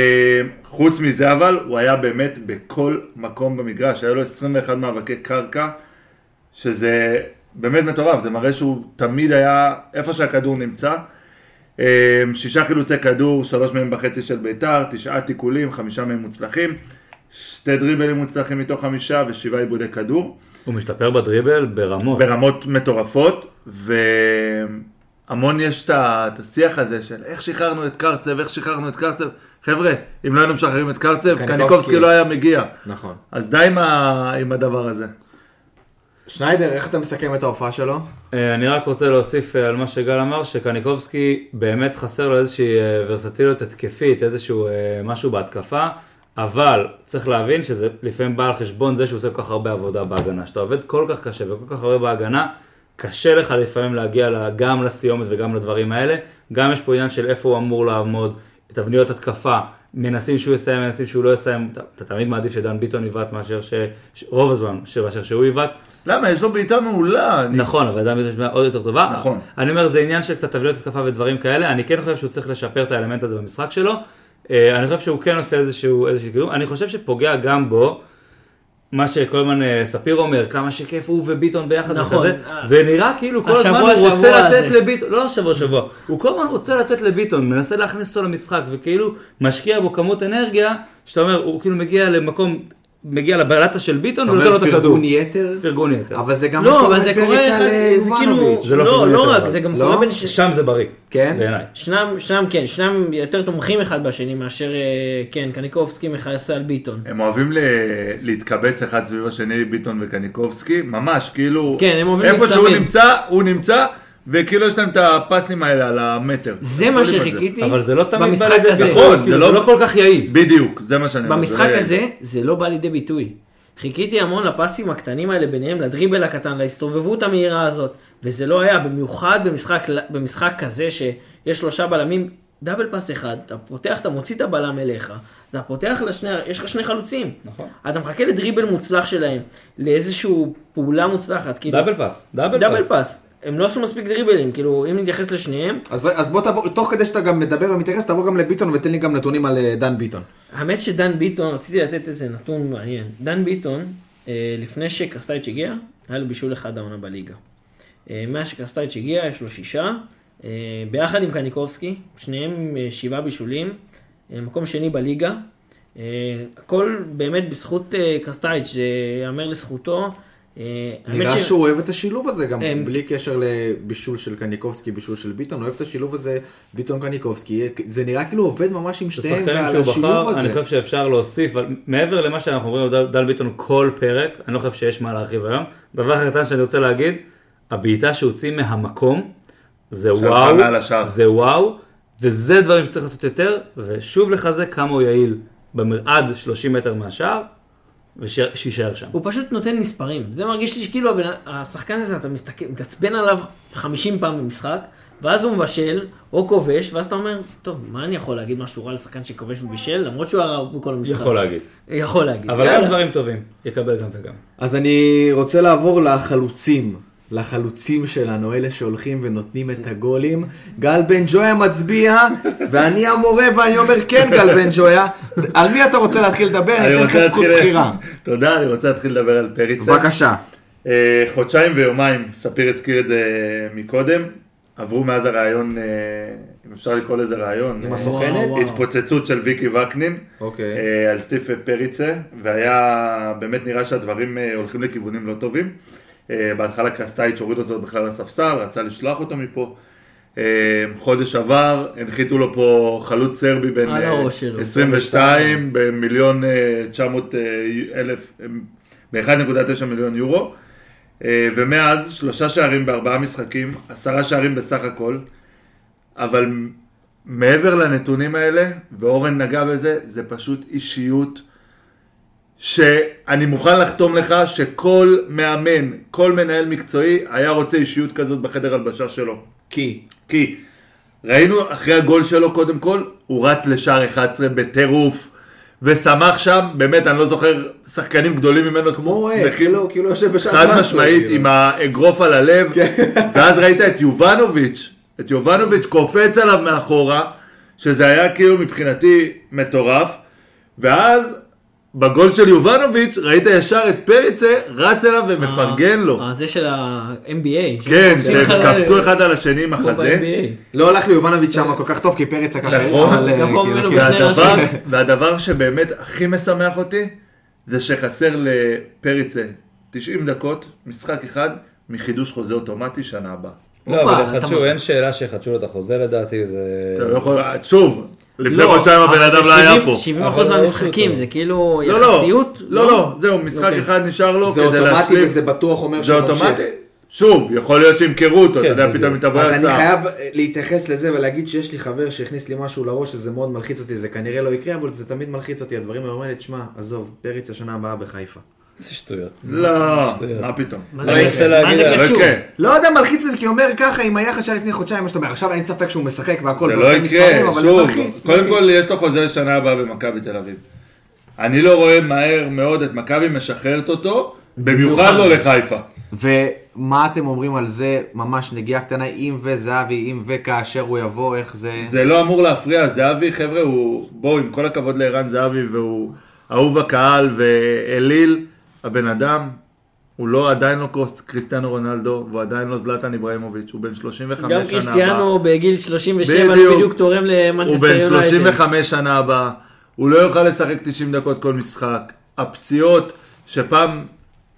F: חוץ מזה אבל, הוא היה באמת בכל מקום במגרש, היה לו 21 מאבקי קרקע, שזה באמת מטורף, זה מראה שהוא תמיד היה איפה שהכדור נמצא. אה, שישה חילוצי כדור, שלוש מהם בחצי של ביתר, תשעה תיקולים, חמישה מהם מוצלחים, שתי דריבלים מוצלחים מתוך חמישה ושבעה עיבודי כדור.
G: הוא משתפר בדריבל ברמות.
E: אוקיי.
F: ברמות מטורפות, והמון יש את ה- את השיח הזה של איך שחררנו את קרצב, איך שחררנו את קרצב. חבר'ה, אם לא היינו משחררים את קרצב,
I: קניקובסקי.
F: קניקובסקי לא היה מגיע.
I: נכון.
F: אז די עם, ה... עם הדבר הזה.
I: שניידר, איך אתה מסכם את ההופעה שלו?
G: אה, אני רק רוצה להוסיף אה, על מה שגל אמר, שקניקובסקי באמת חסר לו איזושהי אה, ורסטיליות התקפית, איזשהו אה, משהו בהתקפה, אבל צריך להבין שזה לפעמים בא על חשבון זה שהוא עושה כל כך הרבה עבודה בהגנה. שאתה עובד כל כך קשה וכל כך הרבה בהגנה, קשה לך לפעמים להגיע ל- גם לסיומת וגם לדברים האלה. גם יש פה עניין של איפה הוא אמור לעמוד, תבניות התקפה. מנסים שהוא יסיים, מנסים שהוא לא יסיים, אתה, אתה תמיד מעדיף שדן ביטון יבעט מאשר ש... ש- רוב הזמן, מאשר שהוא יבעט,
F: למה? יש לו בעיטה מעולה. אני...
G: נכון, אבל עדיין ביטון שמיעה עוד יותר טובה.
F: נכון.
G: אני אומר, זה עניין של קצת תבניות התקפה ודברים כאלה, אני כן חושב שהוא צריך לשפר את האלמנט הזה במשחק שלו. אה, אני חושב שהוא כן עושה איזשהו, איזשהו קידום. אני חושב שפוגע גם בו, מה שכל הזמן אה, ספיר אומר, כמה שכיף הוא וביטון ביחד
E: נכון.
G: וכזה.
E: אה.
G: זה נראה כאילו כל הזמן
E: השבוע,
G: הוא רוצה
E: שבוע
G: לתת
E: הזה.
G: לביטון, לא השבוע, שבוע. הוא כל הזמן רוצה לתת לביטון, מנסה להכניס אותו למשחק, וכאילו משקיע בו כמות אנרגיה, שאתה אומר, הוא כאילו מגיע למקום, מגיע לבלטה של ביטון ונותן לו את הכדור.
I: פרגון יתר?
G: פרגון יתר.
I: אבל זה גם מה
E: לא,
I: שקורה
E: אבל זה קורה,
I: בפריצה
A: אה,
E: אחד- זה כאילו,
I: ליובנוביץ'.
G: זה לא
E: לא,
G: פרגון
E: לא
G: יותר,
E: רק,
G: אבל.
E: זה גם
I: לא?
E: קורה בין ש-
G: שם זה בריא.
I: כן?
G: בעיניי.
E: שנם, שנם כן, שנם יותר תומכים אחד בשני מאשר, אה, כן, קניקובסקי מכעס על ביטון.
F: הם אוהבים ל... להתקבץ אחד סביב השני, ביטון וקניקובסקי, ממש, כאילו...
E: כן, הם אוהבים
F: איפה שהוא
E: ניצבים.
F: נמצא, הוא נמצא, וכאילו יש להם את הפסים האלה על המטר.
E: זה
F: הם
E: מה
F: יכולים את
E: שחיכיתי
G: אבל זה לא תמיד בא
E: במשחק
G: לידי
E: הזה.
G: ביטוי.
F: נכון,
G: כאילו,
F: זה
G: זה
F: לא-
G: לא כל כך יעיל.
F: בדיוק, זה מה שאני אומר.
E: במשחק
F: זה-
E: הזה זה לא בא לידי ביטוי. חיכיתי המון לפסים הקטנים האלה ביניהם, לדריבל הקטן, להסתובבות המהירה הזאת, וזה לא היה, במיוחד במשחק, במשחק כזה שיש שלושה בלמים, דאבל פס אחד, אתה פותח, אתה מוציא את הבלם אליך, אתה פותח לשני, יש לך שני חלוצים. נכון. אתה מחכה לדריבל מוצלח שלהם, לאיזושהי פעולה מוצלחת, כאילו,
G: דאבל פאס.
E: דאבל פס. הם לא עשו מספיק דריבלים, כאילו, אם נתייחס לשניהם,
I: אז אז בוא תעבור, תוך כדי שאתה גם מדבר ומתייחס, תעבור גם לביטון ותן לי גם נתונים על אה, דן ביטון.
E: האמת שדן ביטון, רציתי לתת איזה נתון מעניין. דן ביטון, אה, לפני שקרסטייץ' הגיע, היה לו בישול אחד העונה בליגה. אה, מאז שקרסטייץ' הגיע, יש לו שישה, אה, ביחד עם קניקובסקי, שניהם אה, שבעה בישולים, אה, מקום שני בליגה. אה, הכל באמת בזכות אה, קרסטייץ', זה ייאמר לזכותו. אה, האמת
I: נראה
E: ש-
I: שהוא אוהב את השילוב הזה גם,
E: הם-
I: בלי קשר לבישול של קניקובסקי, בישול של ביטון, הוא אוהב את השילוב הזה, ביטון קניקובסקי, זה נראה כאילו עובד ממש עם
G: זה
I: שתיהם,
G: שחקנים
I: ועל
G: שהוא
I: השילוב
G: בחר, אני
I: הזה.
G: חושב שאפשר להוסיף, אבל מעבר למה שאנחנו אומרים על דל- דל ביטון כל פרק, אני לא חושב שיש מה להרחיב היום. דבר קטן שאני רוצה להגיד, הבעיטה שהוציא מהמקום, זה
F: שהלכה
G: וואו,
F: מעל השאר.
G: זה וואו, וזה דברים שצריך לעשות יותר, ושוב לחזק כמה הוא יעיל במר- עד 30 מטר מהשער, ושיישאר שם.
E: הוא פשוט נותן מספרים. זה מרגיש לי שכאילו הבן, השחקן הזה, אתה מסתכל, מתעצבן עליו 50 פעם במשחק, ואז הוא מבשל, או כובש, ואז אתה אומר, טוב, מה אני יכול להגיד משהו רע לשחקן שכובש ובישל, למרות שהוא הרע בכל המשחק.
G: יכול להגיד.
E: יכול להגיד.
G: אבל גם
E: יאללה.
G: דברים טובים, יקבל גם וגם.
I: אז אני רוצה לעבור לחלוצים, לחלוצים שלנו, אלה שהולכים ונותנים את הגולים. גל בן ג'ויה מצביע, ואני המורה ואני אומר כן גל בן ג'ויה. על מי אתה רוצה להתחיל לדבר? אני
F: אני
I: אתן לך
F: רוצה
I: את זכות
F: להתחיל...
I: בחירה.
F: תודה, אני רוצה להתחיל לדבר על פריצה.
I: בבקשה.
F: אה, חודשיים ויומיים, ספיר הזכיר את זה מקודם, עברו מאז הרעיון, אה, אם אפשר לקרוא לזה רעיון,
I: עם
F: אה,
I: הסוכנת?
E: וואו.
F: התפוצצות של ויקי וקנין,
I: אוקיי.
F: אה, על סטיף פריצה, והיה, באמת נראה שהדברים אה, הולכים לכיוונים לא טובים. אה, בהתחלה קסטייץ' הוריד אותו בכלל לספסל, רצה לשלוח אותו מפה. אה, חודש עבר, הנחיתו לו פה חלוץ סרבי בן
E: על
F: אה,
E: הראש שלו.
F: 22 במיליון אה, 900 אה, אלף, ב-1.9 מיליון יורו, אה, ומאז שלושה שערים בארבעה משחקים, עשרה שערים בסך הכל, אבל מ- מעבר לנתונים האלה, ואורן נגע בזה, זה פשוט אישיות שאני מוכן לחתום לך שכל מאמן, כל מנהל מקצועי, היה רוצה אישיות כזאת בחדר הלבשה שלו.
I: כי.
F: כי ראינו אחרי הגול שלו קודם כל, הוא רץ לשער 11 בטירוף, ושמח שם, באמת, אני לא זוכר שחקנים גדולים ממנו
I: כמו אה,
F: שמחים
I: כאילו, כאילו יושב בשעת
F: חד
I: רצו,
F: משמעית
I: כאילו.
F: עם האגרוף על הלב,
I: כן.
F: ואז ראית את יובנוביץ', את יובנוביץ' קופץ עליו מאחורה, שזה היה כאילו מבחינתי מטורף, ואז בגול של יובנוביץ' ראית ישר את פריצה רץ אליו ומפרגן לו.
E: אה, זה של ה-NBA.
F: כן,
E: שהם
F: שהם
E: עשו-
F: קפצו אחד על השני עם
E: אה, כמו
F: החזה.
E: ב-NBA.
A: לא הלך ליובנוביץ' שם כל כך טוב, כי פרץ לקח...
F: נכון.
A: אבל, אה,
E: נכון,
A: כאילו,
E: ממנו
A: כן.
E: בשני
F: והדבר,
E: ראשים.
F: והדבר שבאמת הכי משמח אותי, זה שחסר לפריצה 90 דקות, משחק אחד, מחידוש חוזה אוטומטי שנה הבאה.
I: כן.
G: לא,
E: הופה,
G: אבל
E: אתה-
G: יחדשו, אין שאלה שיחדשו לו את החוזה לדעתי, זה...
F: אתה לא יכול, שוב, לפני
E: לא,
F: חודשיים הבן
E: אבל
F: אדם
E: זה
F: לא היה
E: 70
F: פה.
E: 70%
G: אבל לא
E: מהמשחקים
G: אותו.
E: זה כאילו
F: לא, לא,
E: יחסיות?
F: לא, לא, זהו, משחק
E: אוקיי.
F: אחד נשאר לו
I: זה
F: כדי
I: אוטומטי
F: להשלים.
I: וזה בטוח אומר
F: זה
I: שהוא
F: אוטומטי.
I: ממשיך.
F: שוב, יכול להיות שימכרו אותו, אתה
G: כן,
F: יודע,
G: בדיוק.
F: פתאום היא תבוא
I: אז אני
F: הצעה.
I: חייב אה, להתייחס לזה ולהגיד שיש לי חבר שהכניס לי משהו לראש שזה מאוד מלחיץ אותי, זה כנראה לא יקרה, אבל זה תמיד מלחיץ אותי, הדברים האלה אומרים לי, תשמע, עזוב, פריץ השנה הבאה בחיפה.
G: זה שטויות.
F: לא,
G: שטויות.
F: מה פתאום.
E: מה
G: אני
E: זה
G: רוצה
E: מה
G: להגיד,
E: זה
F: לא
E: קשור?
F: יקרה.
A: לא יודע, מלחיץ אותי, כי אומר ככה, עם היחס שהיה לפני חודשיים, מה שאתה אומר, עכשיו אין ספק שהוא משחק והכל,
F: זה לא
A: ונותן מספרים,
F: יקרה,
A: אבל
F: שוב,
A: מלחיץ,
F: קודם
A: מלחיץ.
F: כל יש לו חוזה לשנה הבאה במכבי תל אביב. אני לא רואה מהר מאוד את מכבי משחררת אותו, במיוחד לא לחיפה.
A: ומה אתם אומרים על זה, ממש נגיעה קטנה, אם וזהבי, אם וכאשר הוא יבוא, איך זה...
F: זה לא אמור להפריע, זהבי, חבר'ה, הוא... בואו, עם כל הכבוד לערן זהבי, והוא אהוב הקהל ואליל, הבן אדם, הוא לא, עדיין לא קרוס- קריסטיאנו רונלדו, והוא עדיין לא זלטן איברהימוביץ', הוא בן 35 שנה
E: גם
F: הבאה.
E: קריסטיאנו בגיל 37
F: בדיוק.
E: לא בדיוק תורם
F: הוא
E: למנצ'סטר
F: בן
E: יונייטד.
F: 35 שנה הבאה, הוא לא יוכל לשחק 90 דקות כל משחק. הפציעות, שפעם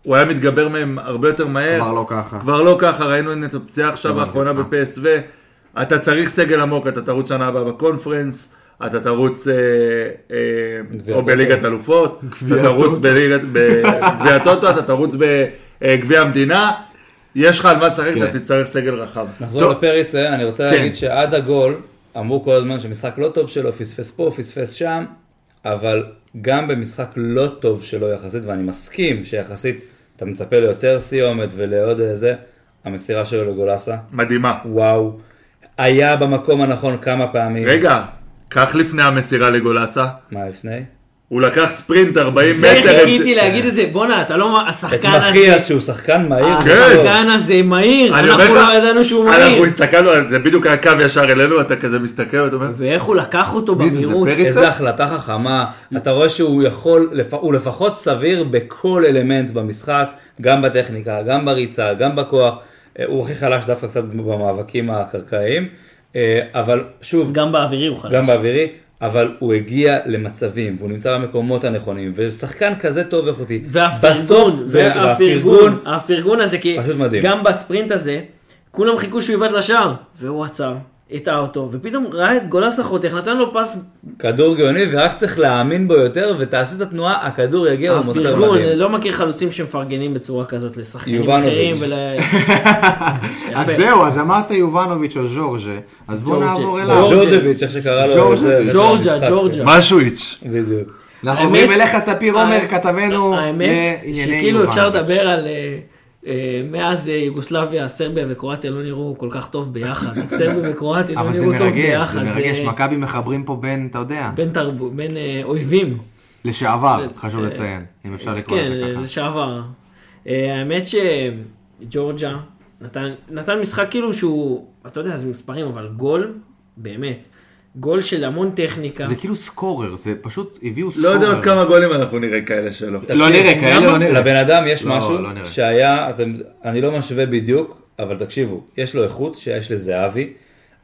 F: הוא היה מתגבר מהן הרבה יותר מהר,
A: כבר לא ככה. לא,
F: כבר לא ככה, ראינו את הפציעה עכשיו האחרונה
A: אותך.
F: ב-PSV. אתה צריך סגל עמוק, אתה תרוץ שנה הבאה בקונפרנס, אתה תרוץ אה, אה,
G: גביע
F: או
G: הטוטו.
F: בליגת אלופות, אתה תרוץ בליגת- בגביע הטוטו, אתה תרוץ בגביע המדינה, יש לך על מה לשחק,
A: כן.
F: אתה תצטרך סגל רחב.
G: נחזור לפריצה, אני
F: כן.
G: רוצה להגיד שעד הגול, אמרו כל הזמן שמשחק לא טוב שלו, פספס פה, פספס שם, אבל גם במשחק לא טוב שלו יחסית, ואני מסכים שיחסית אתה מצפה ליותר סיומת ולעוד אה, זה, המסירה שלו לגולסה,
F: מדהימה.
G: וואו, היה במקום הנכון כמה פעמים.
F: רגע, קח לפני המסירה לגולסה,
G: מה לפני?
F: הוא לקח ספרינט 40
E: זה
F: מטר.
E: חיכיתי להגיד את זה, בואנה, אתה לא...
G: את לא.
E: השחקן הזה...
G: מחיה שהוא שחקן מהיר.
E: אה,
F: כן.
E: השחקן הזה מהיר,
F: אני אומר
E: אנחנו
F: לך,
E: לא ידענו שהוא מהיר.
F: אנחנו הסתכלנו על זה, בדיוק היה קו ישר אלינו, אתה כזה מסתכל, אתה אומר,
E: ואיך הוא לקח אותו
F: מי זה, זה
E: במהירות.
F: פריצה?
G: איזה החלטה חכמה, אתה רואה שהוא יכול, לפ- הוא לפחות סביר בכל אלמנט במשחק, גם בטכניקה, גם בריצה, גם בכוח, אה, הוא הכי חלש דווקא קצת במאבקים הקרקעיים, אה, אבל שוב,
E: גם באווירי הוא
G: גם
E: חלש.
G: באווירי, אבל הוא הגיע למצבים, והוא נמצא במקומות הנכונים, ושחקן כזה טוב איכותי, בסוף
E: והפרגון,
G: זה-
E: והפרגון, הפרגון הזה, כי
G: פשוט מדהים.
E: גם בספרינט הזה, כולם חיכו שהוא יבעט לשער, והוא עצר, הטעה אותו, ופתאום ראה את גולסה חותך, נתן לו פס
G: כדור גאוני, ורק צריך להאמין בו יותר, ותעשה את התנועה, הכדור יגיע למוסר
E: הפרגון,
G: מדהים.
E: לא מכיר חלוצים שמפרגנים בצורה כזאת לשחקנים
G: יובנוביץ'.
E: אחרים ול...
A: אז
E: יפה.
A: זהו, אז אמרת יובנוביץ' או ז'ורג'ה, אז בואו
E: ז'ורג'ה. לא,
A: נעבור אליו.
E: ז'ורג'ה.
G: ג'ורג'ביץ', איך שקרא לו,
A: ג'ורג'ה,
G: זה-
E: ג'ורג'ה,
G: המשחק.
E: ג'ורג'ה.
F: משוויץ'.
G: בדיוק.
A: אנחנו עוברים
E: האמת-
A: אליך, ספיר עומר,
E: האמת- לא,
A: כתבנו
E: האמת
A: לענייני
E: שכאילו אפשר
A: יובנוביץ'.
E: לדבר על אה, אה, מאז אה, יוגוסלביה, סרביה וקרואטיה לא נראו כל כך טוב ביחד. סרביה וקרואטיה לא
A: אבל זה
E: נראו טוב
A: מרגש, זה
E: ביחד.
A: מרגש. מכבי מחברים פה בין, אתה יודע,
E: בין תרבו- בין אה, אויבים.
A: לשעבר, חשוב
E: אה,
A: לציין, אם אפשר לקרוא
E: כן,
A: לזה
E: אה,
A: ככה.
E: לשעבר. אה, האמת שג'ורג'ה נתן, נתן משחק כאילו שהוא, אתה יודע, זה מספרים, אבל גול, באמת, גול של המון טכניקה.
A: זה כאילו סקורר, זה פשוט הביאו סקורר.
F: לא יודע עוד כמה גולים אנחנו נראה כאלה שלו.
A: לא נראה, כאלה לא נראה.
G: לבן אדם יש
A: לא,
G: משהו
A: לא נראה.
G: שהיה, אתם, אני לא משווה בדיוק, אבל תקשיבו, יש לו איכות שיש לזהבי,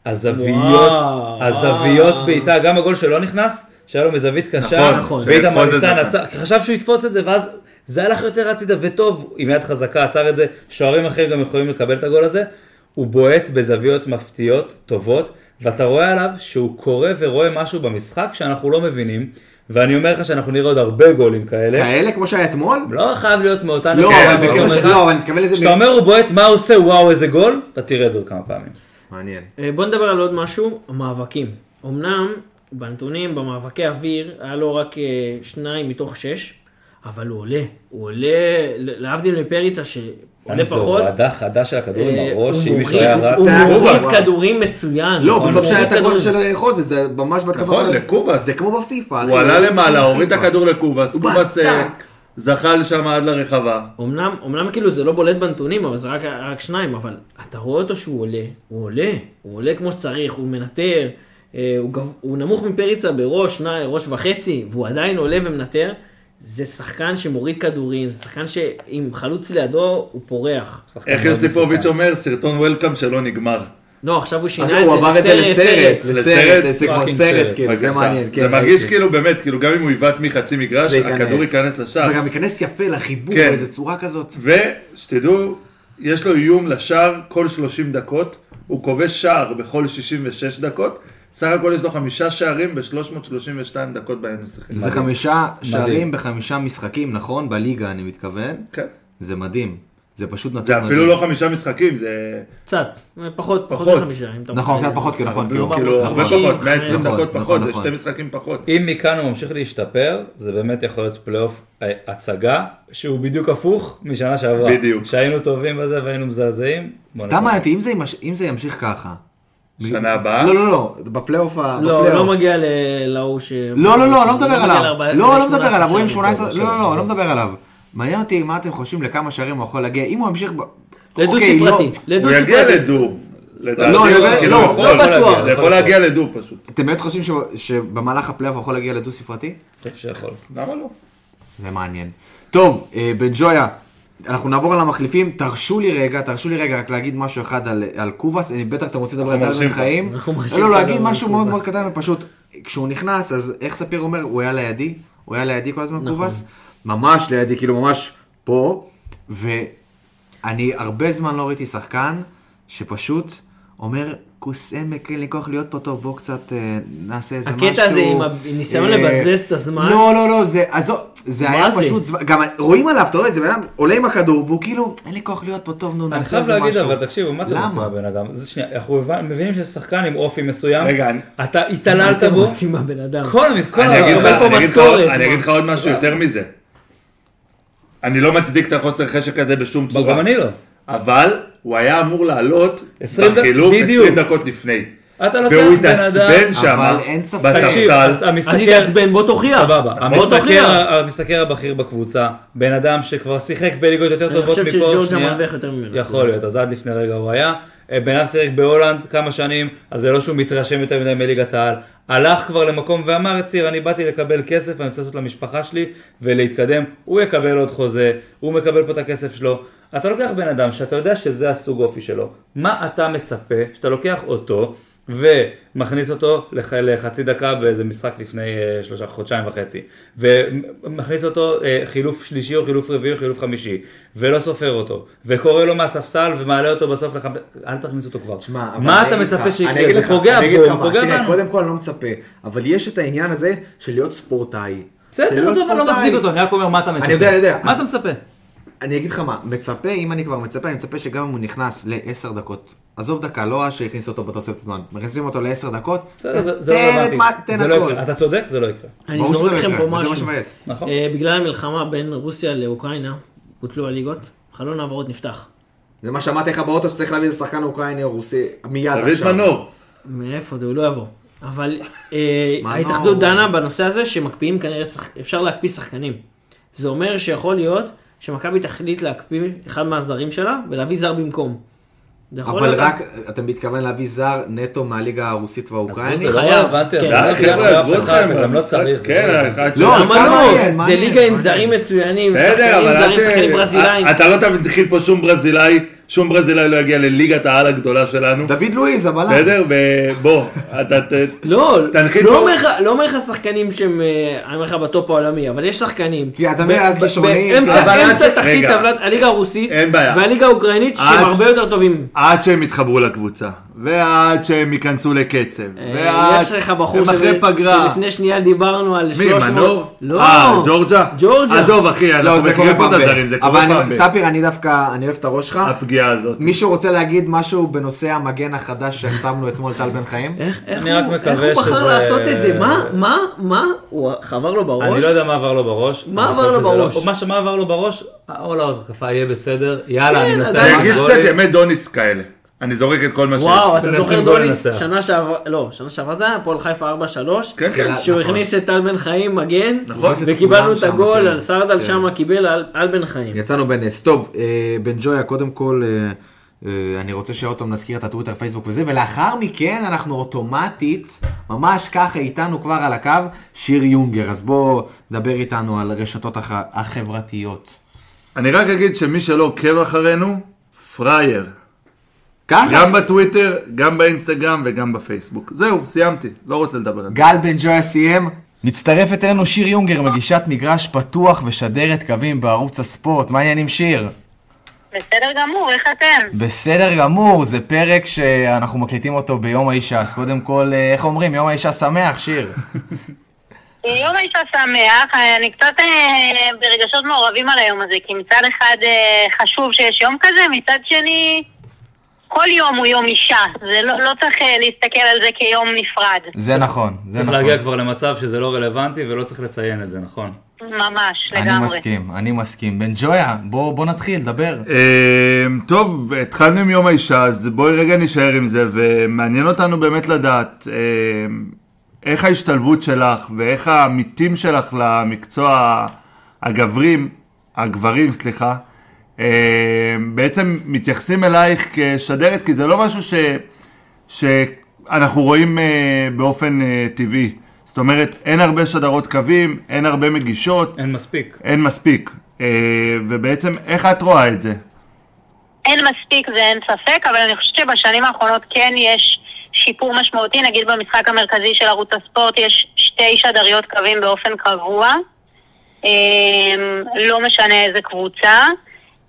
G: הזוויות,
E: וואו.
G: הזוויות בעיטה, גם הגול שלא נכנס, שהיה לו מזווית קשה,
F: נכון,
E: נכון.
G: ואיתה
F: שהוא יתפוס את
G: מריצה,
F: זה.
G: נצח, חשב שהוא יתפוס את זה, ואז זה הלך יותר הצידה, וטוב, עם יד חזקה עצר את זה, שוערים אחרים גם יכולים לקבל את הגול הזה, הוא בועט בזוויות מפתיעות, טובות, ואתה רואה עליו שהוא קורא ורואה משהו במשחק שאנחנו לא מבינים, ואני אומר לך שאנחנו נראה עוד הרבה גולים
F: כן.
G: כאלה.
A: כאלה כמו שהיה אתמול?
G: לא חייב להיות מאותה
A: לא,
G: נקודה,
A: אבל בקטע
G: אומר
A: של...
G: לך,
A: לא, אבל אני מתכוון לזה...
G: כשאתה אומר הוא בועט מה הוא עושה, וואו איזה גול, אתה תראה את זה עוד כמה פעמים.
A: מעניין.
E: אה, בוא נדבר על עוד משהו, המאבקים. אמנם, בנתונים, במאבקי אוויר, היה לו רק אה, שניים מתוך שש, אבל הוא עולה, הוא עולה, להבדיל מפריצה שעולה
J: זו
E: פחות.
J: הורדה חדה של הכדור עם
E: אה,
J: הראש,
E: הוא
J: אם מישהו היה
E: מוריד-
J: רץ...
E: הוא
I: זה היה
E: מוריד
I: גובה.
E: כדורים מצוין.
I: לא,
E: הוא
I: בסוף שהיה את
E: מוריד
I: הגול
E: כדורים.
I: של חוזה, זה ממש בהתקפה.
F: נכון, לקובס.
I: זה כמו בפיפ"א. אחי,
F: הוא עלה
I: לא
F: למעלה,
I: צריך
F: הוריד את
I: בפיפ"א.
F: הכדור לקובס,
I: הוא
F: קובס אה,
I: בעטק.
F: זחל שם עד לרחבה.
E: אמנם, אמנם כאילו זה לא בולט בנתונים, אבל זה רק, רק שניים, אבל אתה רואה אותו שהוא עולה, הוא עולה, הוא עולה כמו שצריך, הוא מנטר, אה, הוא, גב, הוא נמוך מפריצה בראש, שני, ראש וחצי, והוא עדיין עולה ומנטר. זה שחקן שמוריד כדורים, זה שחקן שעם חלוץ לידו הוא פורח.
J: שחקן
F: איך
J: מאוד
F: יוסיפוביץ'
J: מסוכן.
F: אומר, סרטון וולקאם שלא נגמר.
E: לא, עכשיו הוא
I: אז
E: שינה
I: לא, הוא עבר את זה לסרט,
F: לסרט,
I: לסרט, זה כבר
J: פאקינג
I: סרט,
J: סרט.
I: כאילו, זה
F: בבקשה.
I: מעניין.
F: זה
I: כן,
F: מרגיש
I: ראיתי.
F: כאילו באמת, כאילו גם אם הוא יבעט מחצי מגרש,
I: זה ייכנס.
F: הכדור ייכנס לשער.
I: וגם ייכנס יפה לחיבור,
F: כן.
I: באיזה צורה כזאת.
F: ושתדעו, יש לו איום לשער כל 30 דקות, הוא כובש שער בכל 66 דקות, סך הכל יש לו חמישה שערים ב-332 דקות בהן הוא שיחק.
A: זה חמישה שערים בחמישה משחקים, נכון? בליגה, אני מתכוון.
F: כן.
A: זה מדהים. זה פשוט נתון
F: זה
A: מדהים.
F: אפילו לא חמישה משחקים, זה
A: אוקיי,
E: קצת, פחות, פחות
F: פחות.
E: מחמישה. אם אתה
A: נכון,
E: מסתכל על
A: קצת
E: זה.
A: פחות, כן, נכון.
F: כאילו
A: כאילו.
F: כאילו, הרבה
E: נכון.
F: פחות, 120
A: נכון,
F: דקות
A: נכון,
F: פחות, זה
A: נכון.
F: שתי משחקים פחות.
G: אם מכאן הוא ממשיך להשתפר, זה באמת יכול להיות פלייאוף אה, הצגה, שהוא בדיוק הפוך משנה שעברה.
F: בדיוק.
G: שהיינו טובים בזה והיינו מזעזעים. בוא
A: סתם
G: נקווה.
A: מעניין אותי, אם זה ימש- אם זה ימשיך ככה.
F: שנה הבאה,
A: לא, לא, לא, בפלייאוף ה...
E: לא,
A: בפלייאוף.
E: לא מגיע ל- להוא ש...
A: לא, לא, לא, לא מדבר
E: מגיע
A: עליו.
E: לארבע-
A: לא, לא
E: לשמונה
A: מדבר עליו,
E: עשרה
A: רואים
E: שערים.
A: 18... לא, לא, לא, לא מדבר עליו. מעניין אותי מה אתם חושבים לכמה שערים הוא יכול להגיע, אם הוא ימשיך... ב- אוקיי, לא.
E: לדו-ספרתי,
F: הוא יגיע
E: לדו-ספרתי.
F: לדור. לדעתי,
A: לא,
F: הוא-
A: אני אומר-
F: כאילו,
A: לא,
F: הוא יכול,
E: לא בטוח.
F: זה יכול להגיע לדור פשוט.
A: אתם באמת חושבים ש- שבמהלך הפלייאוף הוא יכול להגיע לדו-ספרתי?
G: אני חושב שיכול.
F: למה לא?
A: זה מעניין. טוב, אה, בן ג'ויה, אנחנו נעבור על המחליפים. תרשו לי רגע, תרשו לי רגע רק להגיד משהו אחד על, על קובאס. אני בטח אתם רוצים לדבר על
F: אנחנו
A: דרבן
F: מרשים לך.
A: חיים.
E: אנחנו מרשים
A: לא, לא,
E: לך
A: להגיד
E: גם על
A: משהו מאוד מאוד
E: קובאס.
A: קטן ופשוט. כשהוא נכנס, אז איך ספיר אומר, הוא היה לידי, הוא היה לידי כל
E: נכון.
A: הזמן קובאס. ממש לידי, כאילו ממש פה. ואני הרבה זמן לא ראיתי שחקן שפשוט אומר... כוס עמק, אין לי כוח להיות פה טוב, בוא קצת אה, נעשה איזה משהו.
E: הקטע הזה עם הניסיון
A: אה,
E: לבזבז את הזמן.
A: לא, לא, לא, זה, עזוב, זה
E: מה
A: היה
E: זה?
A: פשוט, זו- גם רואים עליו, אתה רואה, זה בן אדם עולה עם הכדור, והוא כאילו, אין לי כוח להיות פה, טוב, נו,
G: אני
A: נעשה
G: חייב
A: איזה משהו.
G: להגיד, אבל תקשיבו, מה אתה
A: למה?
G: רוצה מהבן אדם? זה שנייה, אנחנו הבנ- מבינים שזה שחקן עם אופי מסוים.
F: רגע, אני-
G: אתה
A: לא.
E: מה
G: התעללת
E: אתם
G: בו.
E: רוצים מהבן אדם?
G: כל המס... כל
F: אני אגיד לך-
G: אבל פה
F: אני אגיד לך-
G: משכורת.
F: אני אגיד לך עוד משהו יותר מזה. אני לא מצדיק את החוסר חשק הזה בשום צורה.
G: גם אני לא.
F: אבל הוא היה אמור לעלות
G: עשרים ד-
F: בחילוף
G: בדיוק.
F: 20 דקות לפני.
G: אתה לוקח
F: והוא
G: בן אדם-
F: התעצבן שם,
A: אבל אין ספק.
G: תקשיב,
F: בספסל.
G: אז המסתכל...
E: אל תתעצבן, בוא תוכיח.
G: סבבה.
E: בוא
G: המסתכל,
E: תוכיח.
G: המסתכל הבכיר בקבוצה, בן אדם שכבר שיחק בליגות יותר
E: אני
G: טובות
E: חושב
G: מפה,
E: שג'ורג'ה
G: שנייה.
E: מרוויח יותר ממנו.
G: יכול להיות, אז עד לפני רגע הוא היה. אה, בן אדם שיחק בהולנד כמה שנים, אז זה לא שהוא מתרשם יותר מדי מליגת העל. הלך כבר למקום ואמר, ציר, אני באתי לקבל כסף, אני רוצה לעשות למשפחה שלי ולהתקדם. הוא יקבל עוד חוזה, הוא מקבל פה את הכסף שלו. אתה לוקח בן אדם שאתה יודע שזה הסוג אופי שלו. מה אתה מצפה שאתה לוקח אותו ומכניס אותו לח... לחצי דקה באיזה משחק לפני אה, שלושה, חודשיים וחצי, ומכניס אותו אה, חילוף שלישי או חילוף רביעי או חילוף חמישי, ולא סופר אותו, וקורא לו מהספסל ומעלה אותו בסוף לחמ... אל תכניס אותו כבר.
I: תשמע, אבל
G: מה
I: אני
G: אתה
I: אגיד לך-
G: מצפה
I: אני אגיד
G: שיקרה? זה
I: לך-
G: פוגע
I: אני אגיד לך
G: בו,
I: מה,
G: פוגע
I: תראה,
G: בנו.
I: קודם כל אני לא מצפה, אבל יש את העניין הזה של להיות ספורטאי. של
G: בסדר,
I: להיות
G: עזוב, אני לא
I: ספורטאי.
G: מחזיק אותו, אני רק אומר מה אתה מצפה.
I: יודע, אני יודע.
G: מה
I: אז-
G: אתה מצפה?
A: אני אגיד לך מה, מצפה, אם אני כבר מצפה, אני מצפה שגם אם הוא נכנס לעשר דקות, עזוב דקה, לא אה, שהכניסו אותו בתוספת הזמן, מכניסים אותו לעשר דקות,
G: בסדר, זה- זה לא
A: תן את
G: רלוונטי.
A: מה- תן
G: זה לא
A: הכל.
G: יקרה. אתה צודק, זה לא יקרה.
E: אני
A: ברור
E: זורק
A: שזה לא
E: לכם פה
A: יקרה, וזה מה
E: משהו.
A: שמבאס.
G: נכון.
E: אה, בגלל המלחמה בין רוסיה לאוקראינה, בוטלו הליגות, חלון העברות נפתח.
A: זה מה שאמרתי לך באוטו, שצריך להביא איזה שחקן אוקראיני או רוסי, מיד עכשיו.
F: דוד מנור.
E: מאיפה זה, הוא לא יבוא. אבל אה,
A: מה,
E: ההתאחדות
A: לא?
E: דנה בנושא הזה שמקפיאים כנראה, שח- אפשר להקפיא שחקנים. זה אומר שיכול להיות שמכבי תחליט להקפיא אחד מהזרים שלה ולהביא זר במקום. זה יכול
A: אבל
E: להיות-
A: רק, אתה מתכוון להביא זר נטו מהליגה הרוסית
G: זה
A: והאוקראינית?
G: לא
E: חייב,
G: רלוונטי,
E: כן.
G: אבל
E: די,
G: לא
F: אה,
G: יודע
F: חבר'ה,
G: שאף
F: עזבו
G: אחד,
F: אתכם.
G: אתה גם לא צריך. זה
F: כן,
G: לא-
F: אחד ש...
A: לא, סתם
E: למה
A: מעניין,
E: לא? זה
A: מעניין,
E: ליגה עם
A: מעניין.
E: זרים מצוינים,
F: בסדר,
E: שחקנים
F: אבל עד
E: זרים, שחקנים
F: ש...
E: ברזילאים.
F: אתה לא תתחיל פה שום ברזילאי, שום ברזילאי לא יגיע לליגת העל הגדולה שלנו.
A: דוד לואיז, הבלם.
F: בסדר? ובוא, אתה... ת-
E: לא,
F: תנחית
E: לא
F: פה-
E: אומר לך- לא אומר לך שחקנים שהם, אה, אני אומר לך בטופ העולמי, אבל יש שחקנים.
A: כי אתה אומר,
E: ב-
A: על כישרונים,
E: ב- באמצע-
A: אבל
F: עד
E: אמצע
F: ש-
E: תחתית
F: רגע.
E: טבלת הליגה הרוסית,
F: אין בעיה.
E: והליגה האוקראינית, שהם
F: עד-
E: הרבה יותר טובים.
F: עד שהם יתחברו לקבוצה, ועד שהם ייכנסו לקצב,
E: אה,
F: ועד...
E: יש לך בחור
F: הם אחרי
E: שזה-
F: פגרה.
E: שלפני שנייה דיברנו על
F: מי,
E: 300...
F: מנור?
E: לא.
F: אה, ג'ורג'ה?
E: ג'ורג'ה.
F: עזוב, אחי,
A: לא,
F: אנחנו
A: זה קורה
F: מכירים פה
A: פעם
F: את
A: ב...
F: הזרים, זה קורה
A: אבל
F: פעם
A: אני-
F: ב...
A: ספיר, אני דווקא, אני אוהב את הראש שלך.
F: הידיעה הזאת.
A: מישהו רוצה להגיד משהו בנושא המגן החדש שהחתמנו אתמול, טל בן חיים?
E: איך, איך,
G: אני רק
E: הוא,
G: מקווה
E: איך הוא בחר
G: שזה-
E: לעשות את זה? מה, מה, מה? הוא חבר לו בראש?
G: אני לא יודע מה עבר לו בראש.
E: מה
G: אני
E: עבר
G: חושב
E: לו
G: שזה לא-
E: בראש?
G: מה שמה עבר לו בראש, כן, העול ההתקפה יהיה בסדר, יאללה, אני
E: אז
G: מנסה.
E: אני-
G: לעשות
F: תרגיש
G: גולים.
F: קצת ימי דוניס כאלה. אני זורק את כל מה שיש.
E: וואו, אתה
G: מנסים
E: זוכר
G: גול
E: דוניס?
G: לנסח.
E: שנה שעברה, לא, שנה שעברה זה היה הפועל חיפה 4-3.
F: כן, כן.
E: שהוא
A: נכון.
E: הכניס את טל בן חיים מגן,
A: נכון.
E: וקיבלנו את הגול,
A: כן.
E: על סרדל שמה קיבל על- על בן חיים.
A: יצאנו בנס. טוב, אה, בן ג'ויה, קודם כל, אה, אה, אני רוצה שעוד פעם נזכיר את הטוויטר, פייסבוק וזה, ולאחר מכן אנחנו אוטומטית, ממש ככה איתנו כבר על הקו, שיר יונגר. אז בוא דבר איתנו על הרשתות הח- החברתיות.
F: אני רק אגיד שמי שלא עוקב אחרינו, פראייר.
A: ככה,
F: גם בטוויטר, גם באינסטגרם וגם בפייסבוק. זהו, סיימתי. לא רוצה לדבר על זה.
A: גל בן ג'ויה סיים. מצטרפת אלינו שיר יונגר, מגישת מגרש פתוח ושדרת קווים בערוץ הספורט. מה העניינים שיר?
J: בסדר גמור, איך אתם?
A: בסדר גמור, זה פרק שאנחנו מקליטים אותו ביום האישה, אז קודם כל, אה, איך אומרים? יום האישה שמח, שיר.
J: יום האישה שמח, אני קצת אה, ברגשות מעורבים על היום הזה, כי מצד אחד אה, חשוב שיש יום כזה, מצד שני כל יום הוא יום אישה, זה לא, לא צריך אה, להסתכל על זה כיום נפרד,
A: זה נכון, זה
G: צריך
A: נכון.
G: להגיע כבר למצב שזה לא רלוונטי ולא צריך לציין את זה, נכון?
J: ממש,
A: אני
J: לגמרי.
A: מסכים, אני מסכים. בן ג'ויה, בוא בוא נתחיל, דבר.
F: אמ, טוב, התחלנו עם יום האישה, אז בואי רגע נישאר עם זה, ומעניין אותנו באמת לדעת אמ, איך ההשתלבות שלך ואיך העמיתים שלך למקצוע הגברים, הגברים, סליחה, אמ, בעצם מתייחסים אלייך כשדרת, כי זה לא משהו ש... שאנחנו רואים אה, באופן אה, טבעי. זאת אומרת, אין הרבה שדרות קווים, אין הרבה מגישות,
G: אין מספיק.
F: אין מספיק. אה, ובעצם, איך את רואה את זה?
J: אין מספיק ואין ספק, אבל אני חושבת שבשנים האחרונות כן יש שיפור משמעותי. נגיד במשחק המרכזי של ערוץ הספורט יש שתי שדריות קווים באופן קבוע. אמ, לא משנה איזה קבוצה.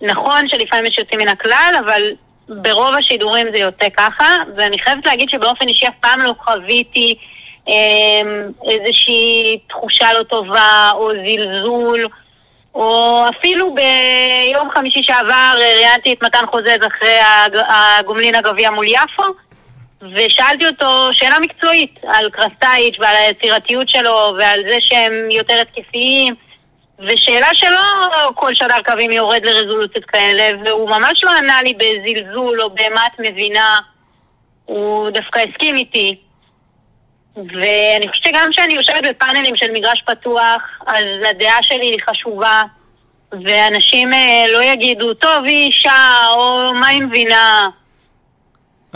J: נכון שלפעמים יש יוצאים מן הכלל, אבל ברוב השידורים זה יוצא ככה, ואני חייבת להגיד שבאופן אישי אף פעם לא חוויתי אמ, איזושהי תחושה לא טובה או זלזול. או אפילו ביום חמישי שעבר אה, ראיינתי את מתן חוזז אחרי הג- הגומלין הגביע מול יפו ושאלתי אותו שאלה מקצועית על קרסטייץ' ועל היצירתיות שלו ועל זה שהם יותר התקפיים ושאלה שלא כל שדר קווים יורד לרזולוציות כאלה והוא ממש לא ענה לי בזלזול או במה את מבינה הוא דווקא הסכים איתי ואני חושבת שגם כשאני יושבת בפאנלים של מגרש פתוח, אז הדעה שלי היא חשובה, ואנשים אה, לא יגידו, טוב, היא אישה, או מה היא מבינה.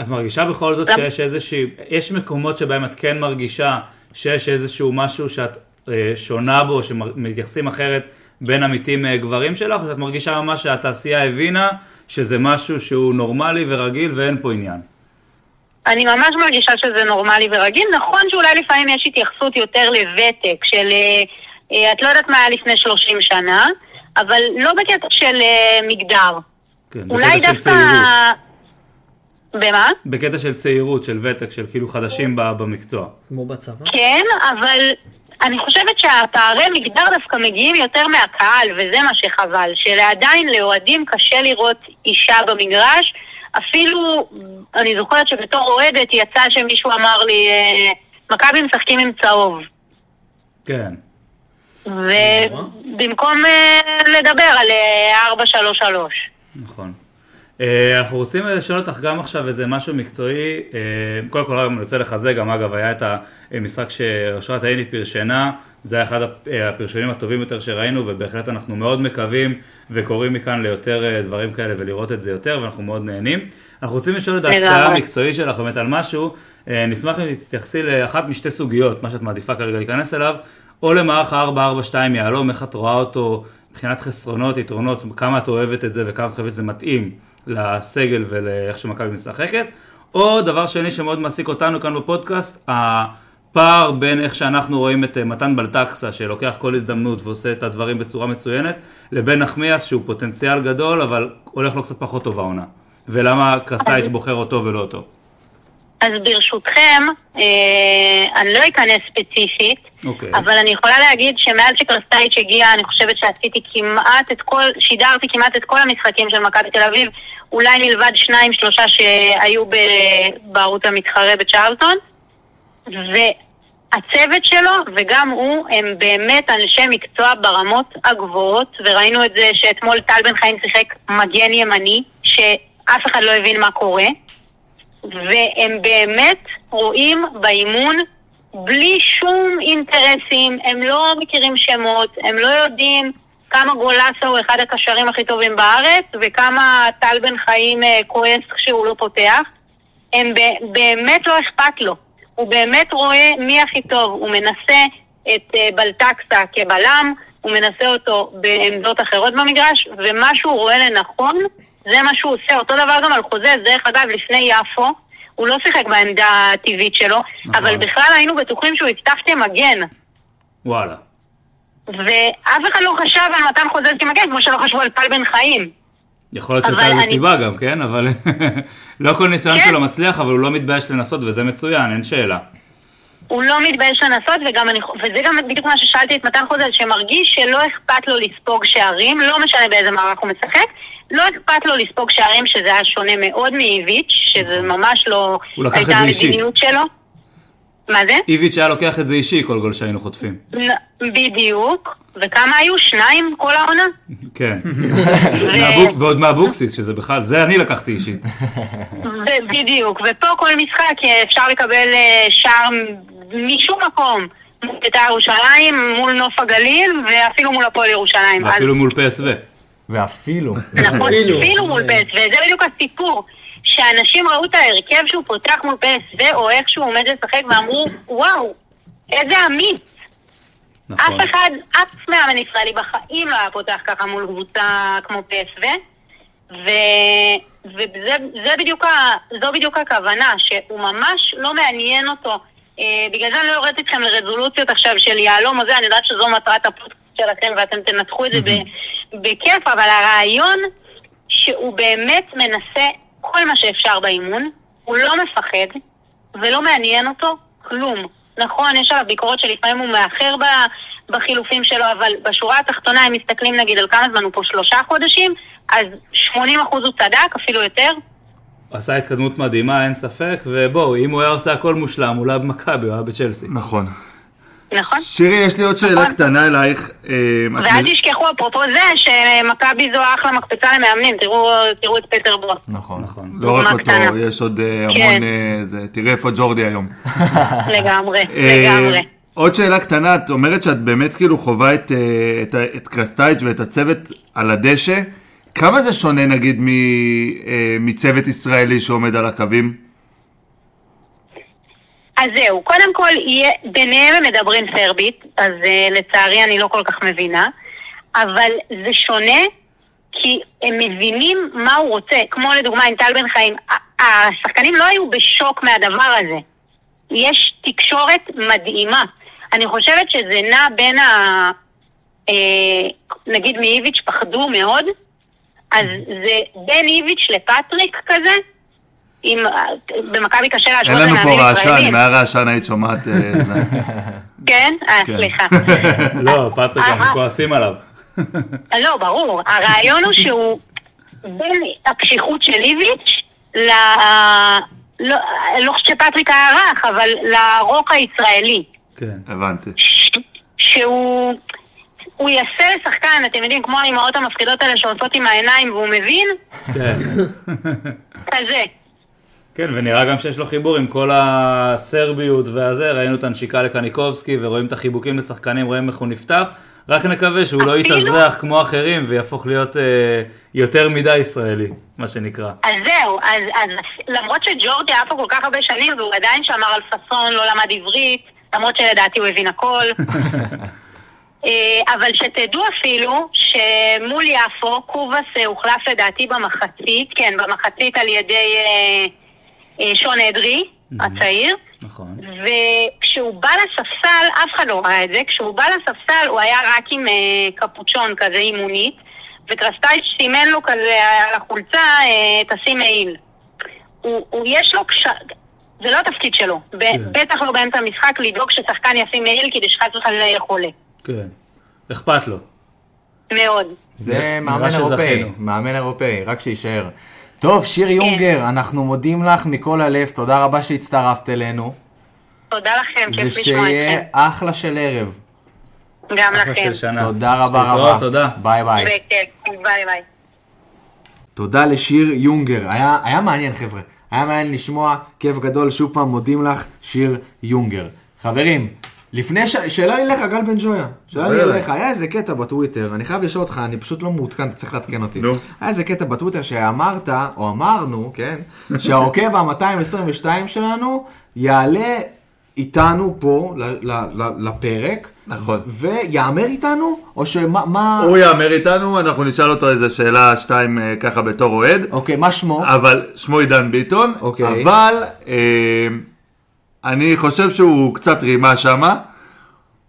G: את מרגישה בכל זאת
J: גם-
G: שיש איזושהי, יש מקומות שבהם את כן מרגישה שיש איזשהו משהו שאת אה, שונה בו, שמתייחסים אחרת בין עמיתים אה, גברים שלך, או שאת מרגישה ממש שהתעשייה הבינה שזה משהו שהוא נורמלי ורגיל ואין פה עניין.
J: אני ממש מרגישה שזה נורמלי ורגיל. נכון שאולי לפעמים יש התייחסות יותר לוותק, של אה, אה, את לא יודעת מה היה לפני 30 שנה, אבל לא בקטע של אה, מגדר.
G: כן,
J: אולי
G: בקטע של
J: דווקא...
G: צעירות.
J: במה?
G: בקטע של צעירות, של ותק, של כאילו חדשים ב- במקצוע.
E: כמו בצבא.
J: כן, אבל אני חושבת שהפערי מגדר דווקא מגיעים יותר מהקהל, וזה מה שחבל, שעדיין לאוהדים קשה לראות אישה במגרש. אפילו, אני זוכרת שבתור אוהדת יצא שמישהו אמר לי, אה, מכבי משחקים עם צהוב.
G: כן.
J: ובמקום אה, לדבר על אה, 433.
G: נכון. אה, אנחנו רוצים לשאול אותך גם עכשיו איזה משהו מקצועי, אה, קודם כל אני רוצה לחזק, גם אגב היה את המשחק שאושרת עיני פרשנה, זה היה אחד הפ- אה, הפרשונים הטובים יותר שראינו, ובהחלט אנחנו מאוד מקווים וקוראים מכאן ליותר אה, דברים כאלה ולראות את זה יותר, ואנחנו מאוד נהנים. אנחנו רוצים לשאול את דעתה
J: לגמרי.
G: המקצועי שלך באמת על משהו, אה, נשמח אם תתייחסי לאחת משתי סוגיות, מה שאת מעדיפה כרגע להיכנס אליו, או למערך ה-442 יהלום, איך את רואה אותו מבחינת חסרונות, יתרונות, כמה את אוהבת את זה וכמה את חושבת שזה מתאים לסגל ולאיך שמכבי משחקת, או דבר שני שמאוד מעסיק אותנו כאן בפודקאסט, הפער בין איך שאנחנו רואים את אה, מתן בלטקסה, שלוקח כל הזדמנות ועושה את הדברים בצורה מצוינת, לבין נחמיאס שהוא פוטנציאל גדול, אבל הולך לו קצת פחות טוב העונה. ולמה קרסטייץ' בוחר אותו ולא אותו.
J: אז ברשותכם, אה, אני לא אכנס ספציפית,
G: אוקיי.
J: אבל אני יכולה להגיד שמאז שקרסטייץ' הגיע, אני חושבת שעשיתי כמעט את כל, שידרתי כמעט את כל המשחקים של מכבי תל אביב, אולי מלבד שניים, שלושה שהיו ב, בערוץ המתחרה בצ'ארלטון. והצוות שלו וגם הוא הם באמת אנשי מקצוע ברמות הגבוהות, וראינו את זה שאתמול טל בן חיים שיחק מגן ימני, שאף אחד לא הבין מה קורה, והם באמת רואים באימון בלי שום אינטרסים, הם לא מכירים שמות, הם לא יודעים כמה גולסה הוא אחד הקשרים הכי טובים בארץ, וכמה טל בן חיים אה, כועס כשהוא לא פותח. הם ב- באמת לא אכפת לו. הוא באמת רואה מי הכי טוב. הוא מנסה את אה, בלטקסה כבלם, הוא מנסה אותו בעמדות אחרות במגרש, ומה שהוא רואה לנכון, זה מה שהוא עושה. אותו דבר גם על חוזה, דרך אגב, לפני יפו, הוא לא שיחק בעמדה הטבעית שלו, אבל בכלל היינו בטוחים שהוא יפתח כמגן.
G: וואלה.
J: ואף אחד לא חשב על מתן חוזה כמגן, כמו שלא חשבו על טל בן חיים.
G: יכול להיות
J: אבל
G: שהייתה
J: אני-
G: לזה סיבה גם, כן? אבל לא כל ניסיון
J: כן.
G: שלו מצליח, אבל הוא לא מתבייש לנסות, וזה מצוין, אין שאלה.
J: הוא לא מתבייש לנסות, וגם אני, וזה גם בדיוק מה ששאלתי את מתן חוזל, שמרגיש שלא אכפת לו לספוג שערים, לא משנה באיזה מערך הוא משחק, לא אכפת לו לספוג שערים, שזה היה שונה מאוד מאיביץ', שזה ממש לא
G: נכון. הוא לקח את
J: הייתה
G: זה אישי.
J: המדיניות שלו. מה זה?
G: איביץ' היה לוקח את זה אישי, כל גול שהיינו חוטפים.
J: נ- בדיוק. וכמה היו? שניים כל העונה?
G: כן.
J: ו-
G: מהבוק- ועוד מאבוקסיס, שזה בכלל, זה אני לקחתי אישית.
J: ו- בדיוק, ופה כל משחק אה, אפשר לקבל אה, שער מ- משום מקום. מול בית"ר ירושלים, מול נוף הגליל, ואפילו מול הפועל ירושלים. אז
G: ואפילו מול פסו.
A: ואפילו.
J: נכון,
E: אפילו.
J: אפילו מול פסו, וזה בדיוק הסיפור. שאנשים ראו את ההרכב שהוא פותח מול פסו, או איך שהוא עומד לשחק, ואמרו, וואו, איזה אמיץ.
G: נכון.
J: אף אחד, אף מאמן ישראלי בחיים לא היה פותח ככה מול קבוצה כמו פסו. וזו בדיוק, ה- זו בדיוק הכוונה, שהוא ממש לא מעניין אותו. אה, בגלל זה אני לא יורדת איתכם לרזולוציות עכשיו של יהלום הזה, אני יודעת שזו מטרת הפודקאסט שלכם ואתם תנתחו את זה ב- בכיף, אבל הרעיון שהוא באמת מנסה כל מה שאפשר באימון, הוא לא מפחד ולא מעניין אותו כלום. נכון, יש עליו ביקורות שלפעמים הוא מאחר ב- בחילופים שלו, אבל בשורה התחתונה הם מסתכלים נגיד על כמה זמן הוא פה שלושה חודשים, אז 80% הוא צדק, אפילו יותר.
G: עשה התקדמות מדהימה, אין ספק, ובואו, אם הוא היה עושה הכל מושלם, הוא לא היה במכבי, הוא היה בצ'לסי.
F: נכון.
J: נכון?
F: שירי, יש לי עוד שאלה
J: נכון.
F: קטנה אלייך. אה, את
J: ואל
F: מז-
J: תשכחו, אפרופו זה, שמכבי זו אחלה מקפצה למאמנים, תראו, תראו את פטר ברוס.
A: נכון.
G: נכון.
F: לא רק
J: דוגמה
F: אותו,
J: קטנה.
F: יש עוד אה,
J: כן.
F: המון... אה, זה- תראה איפה ג'ורדי היום.
J: לגמרי,
F: אה,
J: לגמרי.
F: עוד שאלה קטנה, את אומרת שאת באמת כאילו חווה את, אה, את, ה- את קרסטייג' ואת הצוות על הדשא. כמה זה שונה נגיד מ, אה, מצוות ישראלי שעומד על הקווים?
J: אז זהו, קודם כל, יהיה, ביניהם הם מדברים סרבית, אז uh, לצערי אני לא כל כך מבינה, אבל זה שונה, כי הם מבינים מה הוא רוצה, כמו לדוגמה עם טל בן חיים, ה- השחקנים לא היו בשוק מהדבר הזה. יש תקשורת מדהימה. אני חושבת שזה נע בין ה... אה, נגיד מאיביץ' פחדו מאוד, אז זה בין איביץ' לפטריק כזה, אם במכבי קשה להשוות
F: אין לנו פה
J: למאמנים
F: רעשן,
J: ישראלים.
F: אם היה רעשן היית שומעת אה, זה.
J: כן? אה,
F: כן.
J: סליחה.
G: לא, פטריק, אנחנו
J: אה,
G: כועסים עליו.
J: אה, לא, ברור. הרעיון הוא שהוא בין הקשיחות של איביץ' ל... לא, לא חושבת שפטריק היה רך, אבל לרוק הישראלי.
G: כן.
F: הבנתי.
J: ש- שהוא... הוא יעשה לשחקן, אתם יודעים, כמו האימהות המפחידות האלה שעושות עם העיניים והוא מבין,
G: כן.
J: כזה.
G: כן, ונראה גם שיש לו חיבור עם כל הסרביות והזה, ראינו את הנשיקה לקניקובסקי ורואים את החיבוקים לשחקנים, רואים איך הוא נפתח, רק נקווה שהוא לא
J: אפילו-
G: יתאזרח כמו אחרים ויהפוך להיות אה, יותר מדי ישראלי, מה שנקרא.
J: אז זהו, אז, אז למרות שג'ורדי היה פה כל כך הרבה שנים והוא עדיין שמר על פאסון, לא למד עברית, למרות שלדעתי הוא הבין הכל. אה, אבל שתדעו אפילו שמול יפו, קובאס אה, הוחלף לדעתי במחצית, כן, במחצית על ידי אה, אה, שון אדרי הצעיר.
G: נכון.
J: וכשהוא בא לספסל, אף אחד לא ראה את זה, כשהוא בא לספסל הוא היה רק עם אה, קפוצ'ון כזה אימונית, וקרסטייץ' סימן לו כזה על החולצה, אה, תשים מעיל. הוא, הוא יש לו קש... זה לא התפקיד שלו.
G: כן.
J: ב- בטח לא באמצע המשחק לדאוג ששחקן ישים מעיל כדי שחס וחלילה יהיה חולה.
G: כן. אכפת לו.
J: מאוד.
A: זה
G: נראה
A: מאמן
G: שזכינו.
A: אירופאי, מאמן אירופאי, רק שיישאר. טוב, שיר יונגר, אנחנו מודים לך מכל הלב, תודה רבה שהצטרפת אלינו,
J: תודה לכם, כיף לשמוע
A: ושיהיה
J: אתכם.
A: אחלה של ערב.
J: גם
G: אחלה
J: לכם.
G: של שנה.
A: תודה רבה
G: להתראות,
A: רבה.
G: תודה.
A: ביי ביי.
J: וכן, ביי ביי.
A: תודה לשיר יונגר, היה, היה מעניין חבר'ה, היה מעניין לשמוע, כיף גדול, שוב פעם מודים לך, שיר יונגר. חברים, לפני ש... שאלה לי לך, גל בן ג'ויה, שאלה לי
F: בטח.
A: לך, היה איזה קטע בטוויטר, אני חייב לשאול אותך, אני פשוט לא מעודכן, אתה צריך לעדכן אותי.
F: נו.
A: היה איזה קטע בטוויטר שאמרת, או אמרנו, כן, שהעוקב ה-222 שלנו יעלה איתנו פה ל- ל- ל- לפרק.
F: נכון.
A: ויאמר איתנו, או שמה, מה,
F: הוא יאמר איתנו, אנחנו נשאל אותו איזה שאלה, שתיים אה, ככה בתור אוהד.
A: אוקיי, מה שמו?
F: אבל שמו עידן ביטון,
A: אוקיי.
F: אבל אה, אני חושב שהוא קצת רימה שמה.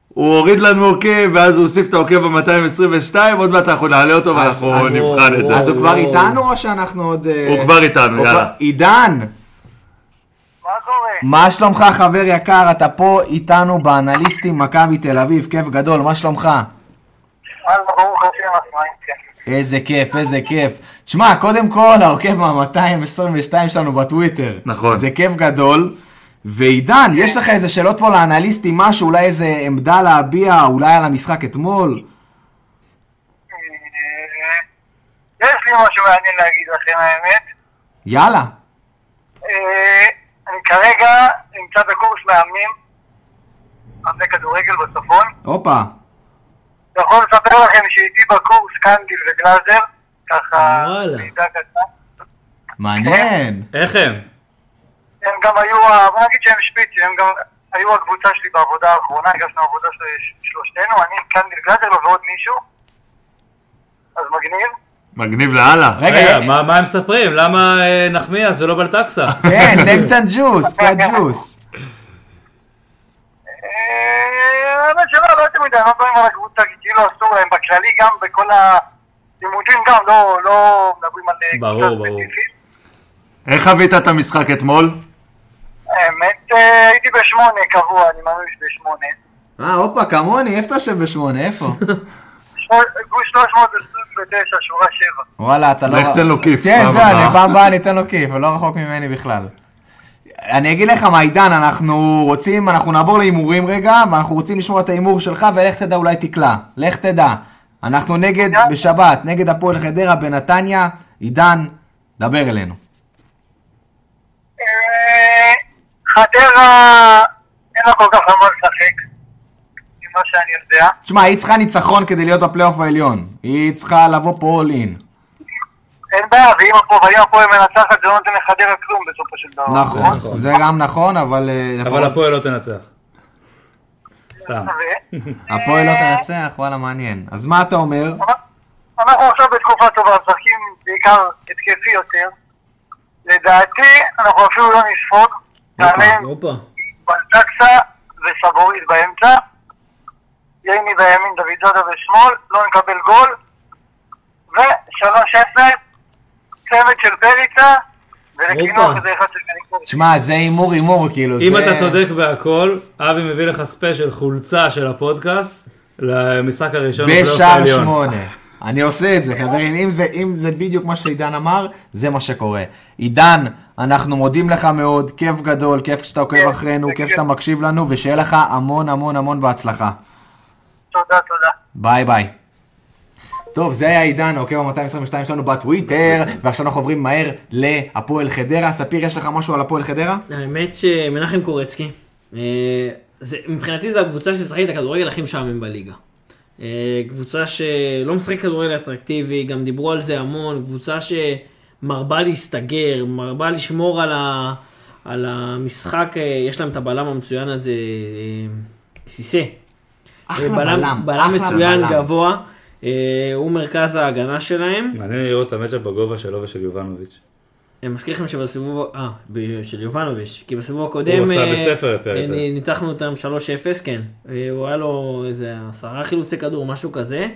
F: הוא הוריד לנו עוקב, ואז הוא הוסיף את העוקב ב-222, עוד מעט אנחנו נעלה אותו
A: אז-
F: ואנחנו
A: אז-
F: נבחן את זה.
A: אז הוא כבר
E: וואו.
A: איתנו או שאנחנו עוד... אה,
F: הוא כבר איתנו,
A: הוא
F: יאללה.
A: כבר- עידן,
B: מה קורה?
A: מה שלומך חבר יקר? אתה פה איתנו באנליסטים מכבי תל אביב, כיף גדול, מה שלומך?
B: אז ברוך השם, אז מה אם כן?
A: איזה כיף, איזה כיף. תשמע, קודם כל, העוקב מה-222 שלנו בטוויטר.
F: נכון.
A: זה כיף גדול. ועידן, יש לך איזה שאלות פה לאנליסטים, משהו, אולי איזה עמדה להביע, אולי על המשחק אתמול?
B: אה, יש לי משהו מעניין להגיד לכם, האמת.
A: יאללה.
B: אה, אני כרגע נמצא בקורס מאמנים, אז זה כדורגל בצפון.
A: הופה.
B: אני יכול לספר לכם שאיתי בקורס קנדיל וגלאזר, ככה...
E: וואלה.
B: מידע קטן.
A: מעניין.
G: איך הם?
B: הם גם היו, ה- בוא נגיד שהם שפיצים, הם גם היו הקבוצה שלי בעבודה האחרונה, הגשנו עבודה של שלושתנו, אני, קנדיל גלאזר ועוד מישהו, אז מגניב.
F: מגניב לאללה.
E: אה?
A: רגע,
G: רגע, מה מה הם מספרים? למה אה, נחמיאס ולא בלטקסה?
A: כן, תן קצת ג'וס, קצת ג'וס.
B: אה, האמת שלא, לא יותר מדי, לא מדברים על הקבוצה, כי כאילו אסור להם, בכללי גם בכל הלימודים גם, לא, לא מדברים על אה,
G: ברור,
B: קבוצה
G: ברור.
B: ספציפית.
F: איך חווית את המשחק אתמול?
B: האמת, אה, הייתי בשמונה קבוע, אני מאמין שבשמונה.
A: אה, הופה, כמוני, איפה אתה יושב בשמונה? איפה?
B: שמונה- גוש 329, שורה 7.
A: וואלה, אתה לא...
F: לך תן לו כיף,
A: כן,
F: פעם
A: זהו,
F: הבאה.
A: אני פעם הבאה אני אתן לו כיף, הוא לא רחוק ממני בכלל. אני אגיד לך מה, עידן, אנחנו רוצים, אנחנו נעבור להימורים רגע, ואנחנו רוצים לשמוע את ההימור שלך, ולך תדע, אולי תקלע. לך תדע. אנחנו נגד, בשבת, נגד הפועל חדרה בנתניה. עידן, דבר אלינו.
B: אה, חדרה, אין לה כל כך למה לשחק, ממה שאני יודע.
A: תשמע, היא צריכה ניצחון כדי להיות בפלייאוף העליון. היא צריכה לבוא פה all in.
B: אין בעיה, ואם הפועל ואם הפועל מנצחת, זה לא נותן לחדרה כלום בסופו של דבר.
A: נכון, זה גם נכון, אבל... אה,
G: אבל
A: לפחות-
G: הפועל לא תנצח. סתם.
B: ו-
A: הפועל לא תנצח, וואלה, מעניין. אז מה אתה אומר?
B: אנחנו עכשיו בתקופה טובה, משחקים בעיקר התקפי יותר. לדעתי, אנחנו אפילו לא נספוג. נעלה עם
E: הופה.
B: בלטקסה וסבורית באמצע. ייני בימין, דוידודה בשמאל, לא נקבל גול. ו-3-0, צוות של פריצה, ולקינוח
E: הופה.
B: זה אחד של מליקוביץ'.
A: שמע, זה הימור הימור, כאילו, זה...
G: אם אתה צודק בהכל, אבי מביא לך ספיישל חולצה של הפודקאסט למשחק הראשון. בפלייאוף
A: בשער
G: העליון.
A: שמונה. אני עושה את זה, חברים. אם זה, אם זה בדיוק מה שעידן אמר, זה מה שקורה. עידן, אנחנו מודים לך מאוד, כיף גדול, כיף שאתה עוקב אחרינו, כיף שאתה מקשיב לנו, ושיהיה לך המון המון המון בהצלחה.
B: תודה, תודה.
A: ביי ביי. טוב, זה היה עידן, העוקב ה-222 שלנו בטוויטר, ועכשיו אנחנו עוברים מהר להפועל חדרה. ספיר, יש לך משהו על הפועל חדרה?
E: האמת שמנחם קורצקי, אה, זה- מבחינתי זו הקבוצה שמשחקת את הכדורגל הכי משעמם בליגה. אה, קבוצה שלא משחקת כדורגל אטרקטיבי, גם דיברו על זה המון, קבוצה שמרבה להסתגר, מרבה לשמור על, ה, על המשחק, אה, יש להם את הבלם המצוין הזה, אה, סיסא.
A: אחלה
E: בלם,
A: בלם,
E: בלם
A: אחלה
E: מצוין,
A: בלם.
E: גבוה, אה, הוא מרכז ההגנה שלהם.
G: מעניין לראות את המצ'אפ בגובה שלו ושל יובנוביץ'.
E: אני מזכיר לכם שבסיבוב, אה, ב- של יובנוביץ', כי בסיבוב הקודם,
G: הוא עשה
E: אה,
G: בית ספר בפרק
E: אה,
G: זה.
E: נ- ניצחנו אותם 3-0, כן, אה, הוא היה לו איזה עשרה חילוצי כדור, משהו כזה.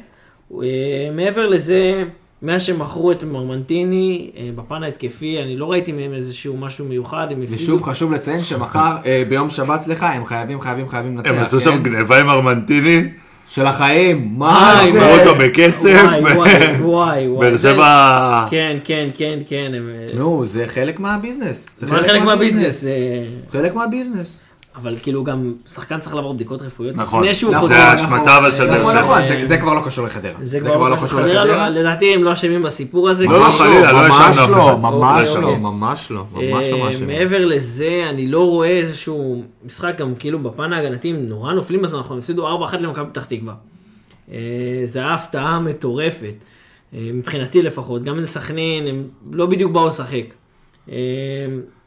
E: הוא, אה, מעבר לזה, מאז שמכרו את מרמנטיני, אה, בפן ההתקפי, אני לא ראיתי מהם איזשהו משהו מיוחד, הם הפסידו.
A: ושוב חשוב לציין שמחר, אה, ביום שבת סליחה, הם חייבים, חייבים, חייבים לנצח.
F: הם עשו
A: כן?
F: שם גניבה עם ארמנטיני,
A: של החיים, מה
E: וואי,
A: זה?
F: מכרו אותו בכסף,
E: וואי, וואי, וואי, וואי.
F: באר שבע...
E: כן, כן, כן, כן, הם... אה,
A: נו, זה חלק מהביזנס. זה
E: זה חלק מהביזנס. אה,
A: חלק מהביזנס.
E: אבל כאילו גם שחקן צריך לעבור בדיקות רפואיות
F: נכון.
E: לפני שהוא
F: נכון,
E: חוזר.
F: זה האשמתה אבל של
A: נכון,
F: באר שבע.
A: נכון, זה- זה כבר לא קשור לחדרה.
E: זה כבר לא קשור לחדרה. לדעתי הם לא אשמים בסיפור הזה.
F: לא,
E: כי-
F: לא, חלילה, לא
A: ממש
F: האשמנו אף
A: לא,
F: אחד.
A: ממש
E: אוקיי,
A: לא,
E: אוקיי.
A: ממש לא, ממש לא
E: אה,
A: מאשים.
E: מעבר לזה, אני לא רואה איזשהו משחק, גם כאילו בפן ההגנתי, הם נורא נופלים בזמן האחרון, הפסידו 4-1 למכבי פתח תקווה. אה, זו הייתה הפתעה מטורפת, אה, מבחינתי לפחות. גם לסכנין, הם לא בדיוק באו לשחק. אה,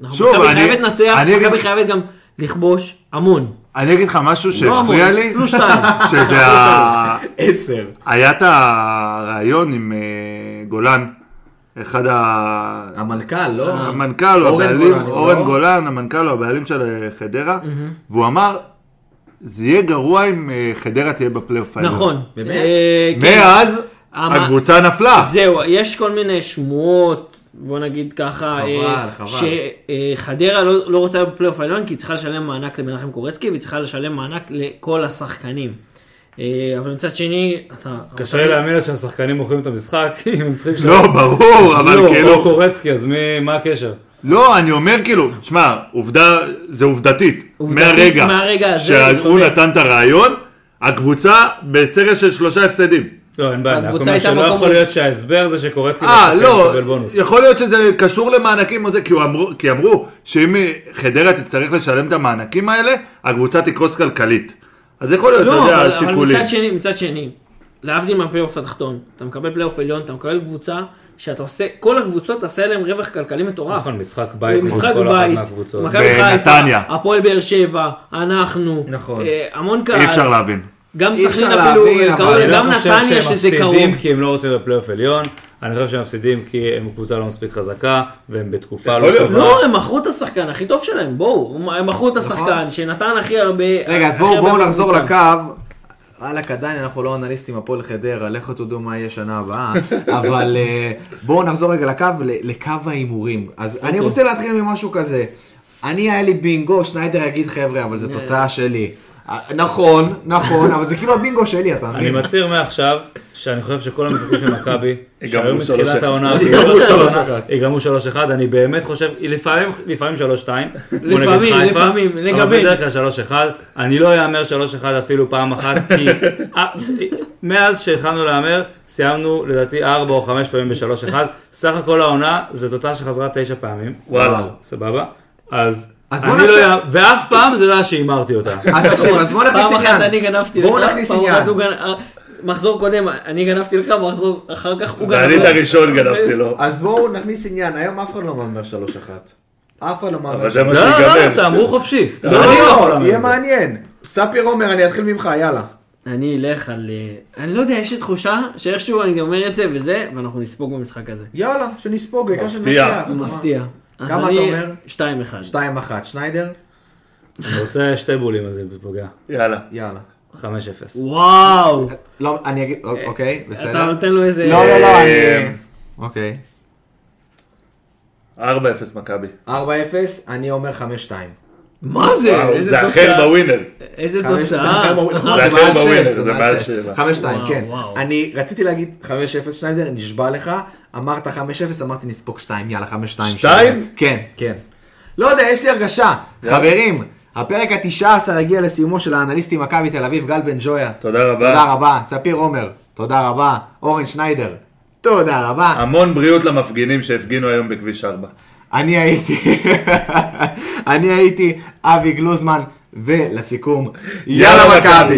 E: אנחנו-
F: שוב,
E: מכבי
F: אני-
E: חייבת לנצח,
F: אני אגיד
E: מכבי
F: לך-
E: חייבת גם לכבוש המון.
F: אני אגיד לך משהו
E: לא המון,
F: שהפריע לי,
E: פלוס שתיים.
F: שזה
E: פלוס
F: ה...
I: עשר.
F: היה את הרעיון עם אה, גולן, אחד ה...
A: המנכ"ל, לא?
F: המנכ"ל, או
A: אורן
F: הבעלים,
A: גולן,
F: אורן
A: לא?
F: גולן, המנכ"ל או הבעלים של אה, חדרה, והוא אמר, זה יהיה גרוע אם אה, חדרה תהיה בפלייאוף העליון.
E: נכון.
A: באמת?
E: אה, כן.
F: מאז,
E: המ-
F: הקבוצה נפלה.
E: זהו, יש כל מיני שמועות, בוא נגיד ככה,
A: חבל,
E: אה,
A: חבל.
E: שחדרה לא, לא רוצה להיות בפלייאוף העליון כי היא צריכה לשלם מענק למנחם קורצקי והיא צריכה לשלם מענק לכל השחקנים. אה, אבל מצד שני, אתה...
G: קשה לי להאמין לה שהשחקנים מוכרים את המשחק, אם הם צריכים...
F: לא, ברור, אבל
G: לא,
F: כאילו,
G: קורצקי, אז מי- מה הקשר?
F: לא, אני אומר כאילו, שמע, עובדה, זה עובדתית.
E: עובדתית,
F: מהרגע,
E: מהרגע הזה, אני
F: שהוא
E: צודק.
F: נתן את הרעיון, הקבוצה בסריה של שלושה הפסדים.
G: לא, אין בעיה, אני רק
E: הקבוצה
G: אומר
E: הייתה
G: שלא
E: מקום-
G: יכול להיות שההסבר זה שקורצקי
F: אה,
G: והשחקן
F: לא,
G: יקבל בונוס.
F: יכול להיות שזה קשור למענקים או זה, כי, הוא אמרו, כי אמרו שאם חדרה תצטרך לשלם את המענקים האלה, הקבוצה תקרוס כלכלית. אז יכול להיות, אתה
E: לא,
F: יודע,
E: אבל, אבל
F: שיקולים.
E: מצד שני, מצד שני, להבדיל מהפלייאוף התחתון, אתה מקבל פלייאוף עליון, אתה מקבל קבוצה שאתה עושה, כל הקבוצות תעשה להם רווח כלכלי מטורף. אה,
G: נכון, משחק בית מול
E: משחק
G: כל אחת
E: בית,
G: מהקבוצות.
E: מכבי חיפה,
F: בנתניה.
E: הפועל באר שבע, אנחנו,
A: נכון.
E: אה, המון קהל,
F: אי אפשר להבין.
E: גם
A: אי
E: סכנין
A: אפשר
E: אפילו,
A: להבין,
E: קרוב,
A: אבל
G: אני לא
E: גם
G: חושב
E: נתניה
G: שהם
E: שזה קרוב.
G: מפסידים כי הם לא רוצים לפלייאוף עליון, אני חושב שהם מפסידים כי הם קבוצה לא מספיק חזקה, והם בתקופה
F: יכול
G: לא
F: להיות.
G: טובה.
E: לא, הם מכרו את השחקן הכי טוב שלהם, בואו, הם מכרו את השחקן שנתן הכי הרבה.
A: נכון. רגע, אז
E: הכי
A: בואו
E: הרבה
A: בואו נחזור
E: אה, בקבוצה.
A: לקו. וואלכ, עדיין אנחנו לא אנליסטים הפועל חדרה, לכו תדעו מה יהיה שנה הבאה, אבל אה, בואו נחזור רגע לקו, ל- לקו ההימורים. אז
E: אוקיי.
A: אני רוצה להתחיל ממשהו כזה. אני, היה לי בינגו, שניידר יגיד חבר'ה, אבל זו תוצאה שלי. אה, נכון, נכון, אבל זה כאילו הבינגו שלי, אתה
G: אני
A: מבין?
G: מצהיר מעכשיו, שאני חושב שכל המשחקים של מכבי, שהיו
F: ייגמרו
G: מתחילת
F: 3-1.
G: העונה,
A: ייגמרו 3-1.
G: ייגמרו 3-1, אני באמת חושב, לפעמים לפעמים 3-2, כמו נגד
E: לפעמים,
G: חיפה,
E: לפעמים,
G: אבל
E: לגבי.
G: בדרך כלל 3-1, אני לא אהמר 3-1 אפילו פעם אחת, כי אה, מאז שהתחלנו להמר, סיימנו לדעתי 4 או 5 פעמים ב-3-1, סך הכל העונה, זו תוצאה שחזרה 9 פעמים,
F: וואלה.
G: סבבה? אז...
A: אז בוא
G: אני לא
A: נעשה-
G: אהמר- ואף פעם זה לא היה שהימרתי אותה.
A: אז תקשיב, אז בואו נכניס
E: פעם
A: עניין.
E: אחת אני גנבתי לך,
A: בואו נכניס
E: פעם
A: עניין.
E: אחת הוא גנ- אה, מחזור קודם, אני גנבתי לך, מחזור אחר כך הוא גנב.
F: ואני את
E: לך.
F: הראשון גנבתי לו.
A: אז בואו נכניס עניין, היום אף אחד לא מהמר 3-1. אף אחד לא מהמר
F: אבל זה מה
G: לא, לא, לא,
F: שיגמר.
G: תאמרו חופשי.
A: לא,
G: אני יכול
A: לא,
G: להמר
A: יהיה
G: את זה.
A: מעניין. ספיר עומר, אני אתחיל ממך, יאללה.
E: אני אלך על... אה, אני לא יודע, יש לי תחושה שאיכשהו אני אומר את זה וזה, ואנחנו נספוג במשחק הזה.
A: יאללה, שנספוג, העיקר
F: מפתיע.
A: שננצח.
E: הוא מפתיע. אז
A: אה, כמה
E: אני-
A: אתה אומר?
E: 2-1.
A: 2-1, שניידר?
G: אני רוצה שתי בולים על זה בפוגע.
F: יאללה.
A: יאללה.
G: 5-0.
E: וואו!
A: לא, אני אגיד, אוק- אוקיי,
E: אתה
A: בסדר.
E: נותן לו איזה...
A: לא, לא, לא, אני...
F: אה,
A: אוקיי.
F: 4-0 מכבי.
A: 4-0, אני אומר 5-2.
E: מה זה?
F: וואו,
E: אה, איזה
F: זה
E: תוצאה?
F: אחר בווינר.
E: איזה
A: חמש- זה
E: תוצאה?
A: אחר בווינר, נכון,
F: זה
A: זה
F: אחר
A: מעל
F: בווינר,
A: שש,
F: זה
A: זה
F: מעל
A: מעל
F: שבע.
A: שש. 5-2,
E: וואו,
A: כן.
E: וואו.
A: אני רציתי להגיד 5-0 שניידר, נשבע לך, אמרת 5-0, אמרתי נספוג 2, יאללה 5-2.
F: שתיים?
A: שניידר. כן, כן. לא יודע, יש לי הרגשה. חברים, הפרק ה-19 הגיע לסיומו של האנליסטים מכבי תל אביב, גל בן ג'ויה.
F: תודה
A: תודה
F: רבה.
A: רבה. ספיר עומר, תודה רבה. אורן שניידר, תודה רבה.
F: המון בריאות למפגינים שהפגינו היום בכביש 4.
A: אני הייתי, אני הייתי אבי גלוזמן, ולסיכום, יאללה מכבי.